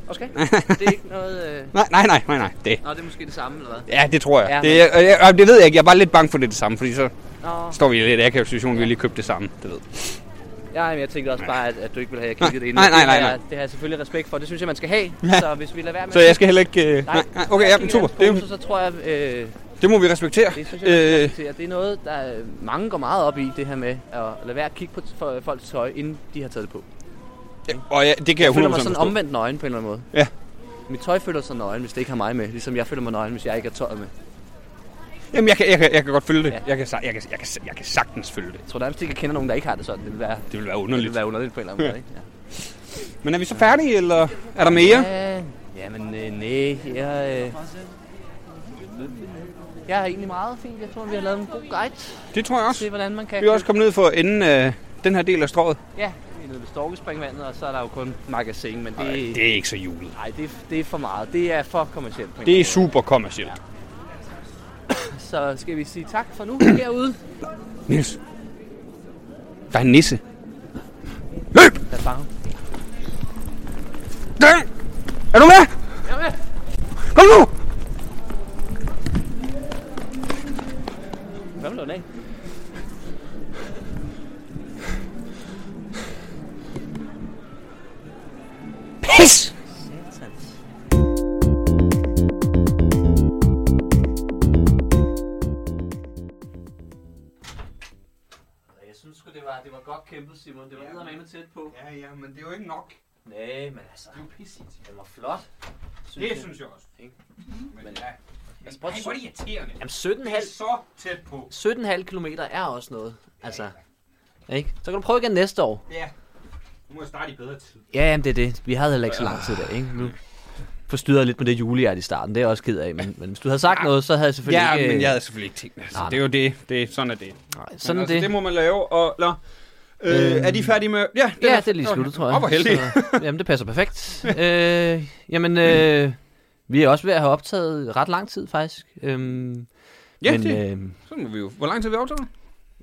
Speaker 2: Okay. Det er ikke noget... Øh...
Speaker 4: Nej, nej, nej, nej, nej. Det.
Speaker 2: Nå, det er måske det samme, eller hvad?
Speaker 4: Ja, det tror jeg.
Speaker 2: Ja,
Speaker 4: det, jeg, jeg, jeg, det ved jeg ikke. Jeg er bare lidt bange for, det er det samme, fordi så
Speaker 2: Nå,
Speaker 4: står vi i en lidt akavet situation, vi har lige købt det samme, det ved.
Speaker 2: ja, men jeg tænkte også bare, at, at du ikke ville have, at jeg kiggede det ind.
Speaker 4: Nej, nej, nej,
Speaker 2: Det
Speaker 4: nej.
Speaker 2: har jeg- Det har jeg selvfølgelig respekt for. Det synes jeg, man skal have.
Speaker 4: Ja.
Speaker 2: Så hvis vi lader være med...
Speaker 4: Så jeg skal heller ikke... Øh,
Speaker 2: Nej,
Speaker 4: nej, nej, okay, ja, men super. Det, er
Speaker 2: Det...
Speaker 4: jo-
Speaker 2: Så tror jeg, øh,
Speaker 4: det må vi respektere.
Speaker 2: det synes jeg, man skal
Speaker 4: Øh,
Speaker 2: respektere. det er noget, der øh, mange går meget op i, det her med at lade være at kigge på t- for- folks tøj, inden de har taget det på.
Speaker 4: og ja, det kan jeg
Speaker 2: Jeg føler
Speaker 4: 100%
Speaker 2: mig sådan
Speaker 4: forstå.
Speaker 2: omvendt nøgen på en eller anden måde.
Speaker 4: Ja.
Speaker 2: Mit tøj føler sig nøgen, hvis det ikke har mig med. Ligesom jeg føler mig nøgen, hvis jeg ikke har tøjet med.
Speaker 4: Jamen, jeg kan, jeg, kan, jeg kan godt følge det.
Speaker 2: Ja.
Speaker 4: Jeg, kan, sa- jeg, kan, jeg, kan, jeg kan sagtens følge det.
Speaker 2: Jeg tror nærmest ikke, jeg kender nogen, der ikke har det sådan. Det vil være,
Speaker 4: Det vil være
Speaker 2: det
Speaker 4: underligt.
Speaker 2: vil være underligt på en eller anden måde. Ikke? Ja.
Speaker 4: Men er vi så færdige, eller er der mere?
Speaker 2: Ja, jamen øh, nej, jeg, øh, jeg er egentlig meget fint. Jeg tror, vi har lavet en god guide
Speaker 4: Det tror jeg også.
Speaker 2: til, hvordan man kan...
Speaker 4: Vi er også kommet ned for enden af den her del af strået.
Speaker 2: Ja, vi er nede ved Storkespringvandet, og så er der jo kun magasin, men det,
Speaker 4: Ej,
Speaker 2: Ej,
Speaker 4: det er ikke så julet.
Speaker 2: Ej, det, er- det er for meget. Det er for kommercielt. på en
Speaker 4: Det er
Speaker 2: eller
Speaker 4: super kommercielt.
Speaker 2: anden måde. Så skal vi sige tak for nu herude.
Speaker 4: Nils, der er en nisse.
Speaker 2: Der er bange.
Speaker 4: Der! Er du med?
Speaker 2: Jeg er med.
Speaker 4: Kom nu!
Speaker 2: Hvad blev den af?
Speaker 4: Pis!
Speaker 2: Satans. Jeg synes sgu, det var, det var godt kæmpet, Simon. Det var eddermame tæt på.
Speaker 4: Ja, ja, men det er jo ikke nok.
Speaker 2: Nej, men altså... Det var pissigt. Den var flot.
Speaker 4: jeg også.
Speaker 2: Ikke?
Speaker 4: Men ja.
Speaker 2: Altså, prøv at- Ej, hvor er det
Speaker 4: irriterende.
Speaker 2: Jamen 17,5
Speaker 4: så tæt på.
Speaker 2: 17,5 km er også noget. Altså, ikke? Så kan du prøve igen næste år.
Speaker 4: Ja. Nu må jeg starte i bedre tid.
Speaker 2: Ja, jamen det er det. Vi havde heller ikke så lang tid der, ikke? Nu. forstyrrede lidt med det julehjerte i starten. Det er jeg også ked af. Men, men hvis du havde sagt noget, så havde jeg selvfølgelig
Speaker 4: Ja,
Speaker 2: ikke...
Speaker 4: men jeg havde selvfølgelig ikke tænkt det. Altså,
Speaker 2: Nej,
Speaker 4: det er jo det. det er, sådan er det.
Speaker 2: Nej, sådan
Speaker 4: men,
Speaker 2: er
Speaker 4: altså,
Speaker 2: det. Øhm.
Speaker 4: det må man lave, og... Eller, øh, er de færdige med... Ja, den
Speaker 2: Ja, det er lige
Speaker 4: den
Speaker 2: sluttet, tror jeg.
Speaker 4: Åh, hvor heldig.
Speaker 2: Så, jamen, det passer perfekt. øh, jamen, øh, vi er også ved at have optaget ret lang tid, faktisk. Øhm,
Speaker 4: Ja,
Speaker 2: men,
Speaker 4: det-
Speaker 2: Øh,
Speaker 4: Sådan må vi jo. Hvor lang tid har vi optaget?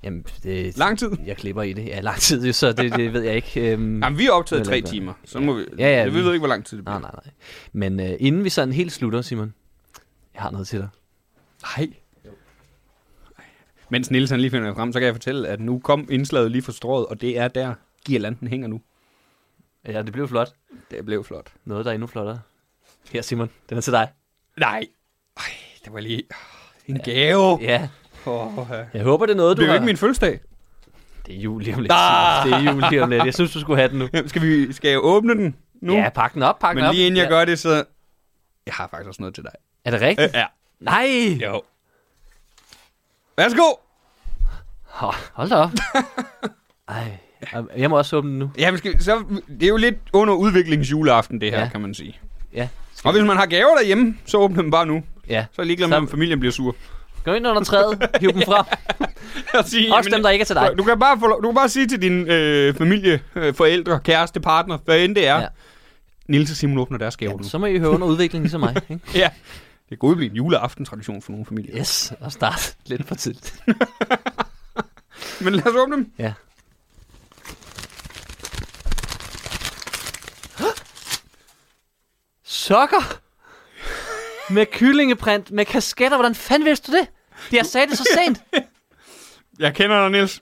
Speaker 2: jamen, det,
Speaker 4: Lang tid.
Speaker 2: Jeg klipper i det. Ja, lang tid, jo, så det, det ved jeg ikke. Øhm,
Speaker 4: Mm. Jamen, vi har optaget
Speaker 2: Det
Speaker 4: tre
Speaker 2: vil jeg gøre.
Speaker 4: timer. Så må vi...
Speaker 2: Ja, ja,
Speaker 4: jeg
Speaker 2: vi-
Speaker 4: ved ikke, hvor lang tid det
Speaker 2: Nej,
Speaker 4: bliver.
Speaker 2: nej, nej. Men øh, inden vi sådan helt slutter, Simon, jeg har noget til dig.
Speaker 4: Nej. Mens Nielsen lige finder det frem, så kan jeg fortælle, at nu kom indslaget lige for strået, og det er der, girlanden hænger nu.
Speaker 2: Ja, det blev flot.
Speaker 4: Det blev flot.
Speaker 2: Noget, der er endnu flottere. Her, Simon, den er til dig.
Speaker 4: Nej. Ej, det var lige en gave. Ja.
Speaker 2: Ja,
Speaker 4: Oh, ja.
Speaker 2: jeg håber, det er noget, du
Speaker 4: Det er jo
Speaker 2: har...
Speaker 4: ikke min Ah! fødselsdag.
Speaker 2: Det er jul lige om lidt. Simon. Det er jul lige om lidt. Jeg synes, du skulle have den nu.
Speaker 4: Jamen, Skal, vi, skal jeg åbne den nu?
Speaker 2: Ja, pak den op, pak den
Speaker 4: Men
Speaker 2: op.
Speaker 4: lige inden jeg
Speaker 2: ja.
Speaker 4: gør det, så... Jeg har faktisk også noget til dig. Øh,
Speaker 2: Er det rigtigt?
Speaker 4: ja.
Speaker 2: Nej!
Speaker 4: Jo. Værsgo!
Speaker 2: Hå, Hold da op. Ej, jeg må også åbne den nu.
Speaker 4: Jamen, skal, vi- så, det er jo lidt under udviklingsjuleaften, det her, ja.
Speaker 2: Ja.
Speaker 4: kan man sige.
Speaker 2: Ja.
Speaker 4: Og hvis man har gaver derhjemme, så åbn dem bare nu.
Speaker 2: Ja.
Speaker 4: Så er jeg ligeglad med, om familien bliver sur.
Speaker 2: Gå ind under træet, hiv dem frem.
Speaker 4: at sige,
Speaker 2: Også dem, der ikke er til dig.
Speaker 4: Du kan bare, få, lov- du kan bare sige til din øh, familie, øh, forældre, kæreste, partner, hvad end det er. Ja.
Speaker 2: Ja.
Speaker 4: Niels og Simon åbner deres gaver
Speaker 2: Jamen,
Speaker 4: nu.
Speaker 2: så må I høre under udviklingen ligesom mig. Ikke?
Speaker 4: Ja. Det kunne jo blive en juleaften-tradition for nogle familier.
Speaker 2: Yes, og start lidt for tidligt.
Speaker 4: Men lad os åbne dem.
Speaker 2: Ja. Sokker! Med kyllingeprint, med kasketter. Hvordan fanden vidste du det? Jeg sagde det så sent.
Speaker 4: Jeg kender dig, Niels.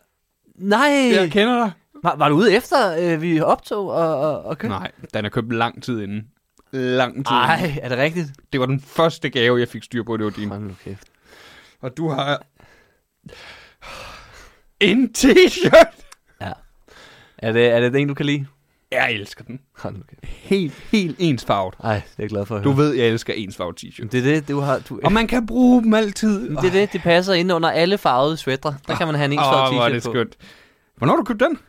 Speaker 2: Nej.
Speaker 4: Jeg kender dig.
Speaker 2: Var, var du ude efter, øh, vi optog og, og, og købte?
Speaker 4: Nej, den er købt lang tid inden. Lang tid inden.
Speaker 2: Nej, er det rigtigt?
Speaker 4: Det var den første gave, jeg fik styr på, det var din.
Speaker 2: Hold nu kæft.
Speaker 4: Og du har... En t-shirt!
Speaker 2: Er det, er det den, du kan lide?
Speaker 4: Jeg elsker den.
Speaker 2: Hold nu kæft.
Speaker 4: Helt, helt ensfarvet.
Speaker 2: Ej, det er jeg glad for at
Speaker 4: Du
Speaker 2: høre.
Speaker 4: ved, jeg elsker ensfarvet t-shirt.
Speaker 2: Men Det er det, du har... Du,
Speaker 4: Og man kan bruge dem altid.
Speaker 2: det er det, det passer ind under alle farvede sweatre. Der kan man have en ensfarvet
Speaker 4: Åh, hvor er det
Speaker 2: t-shirt på.
Speaker 4: skønt. Hvornår har du købt den?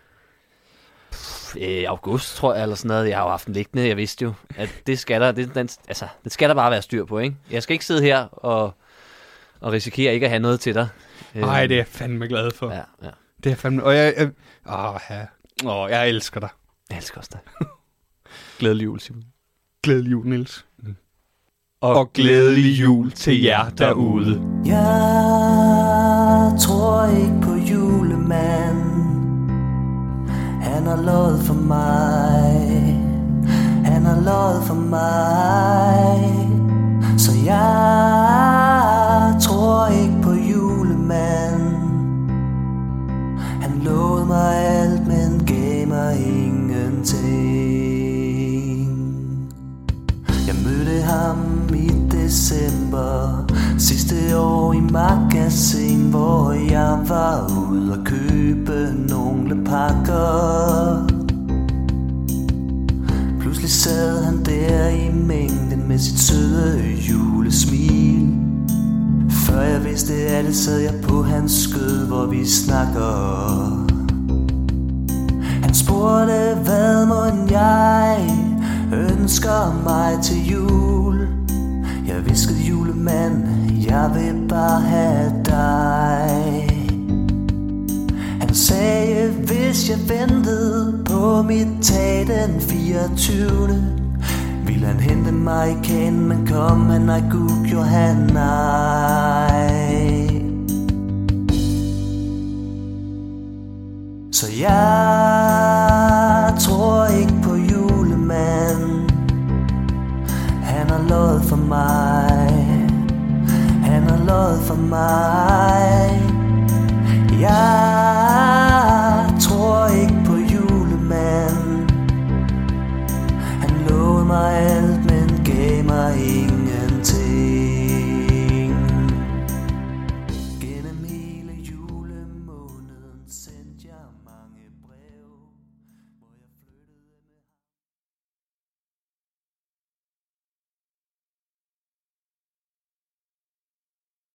Speaker 2: øh, august, tror jeg, eller sådan noget. Jeg har jo haft den liggende, jeg vidste jo, at det skal der, det, den, altså, det skal der bare være styr på, ikke? Jeg skal ikke sidde her og, og risikere ikke at have noget til dig. Øh,
Speaker 4: Nej, det er jeg fandme glad for. Øh. Ja.
Speaker 2: Ja, ja.
Speaker 4: Det er fandme... Og jeg... jeg åh, ja. Åh, jeg elsker dig.
Speaker 2: Jeg elsker også dig. Glædelig jul, Simon.
Speaker 4: Glædelig jul, Niels. Og glædelig jul til jer derude.
Speaker 8: Jeg tror ikke på julemanden Han har lovet for mig Han har lovet for mig Så jeg tror ikke på julemanden Han lovede mig alt, men gav mig ingenting jeg mødte ham i december Sidste år i magasin Hvor jeg var ude at købe nogle pakker Pludselig sad han der i mængden Med sit søde julesmil Før jeg vidste af det sad jeg på hans skød Hvor vi snakker han spurgte, hvad må jeg ønsker mig til jul? Jeg viskede julemand, jeg vil bare have dig. Han sagde, hvis jeg ventede på mit tag den 24. Ville han hente mig i kagen, men kom han, nej gud, gjorde han nej. Så jeg tror ikke på julemanden Han har lovet for mig Han har lovet for mig Jeg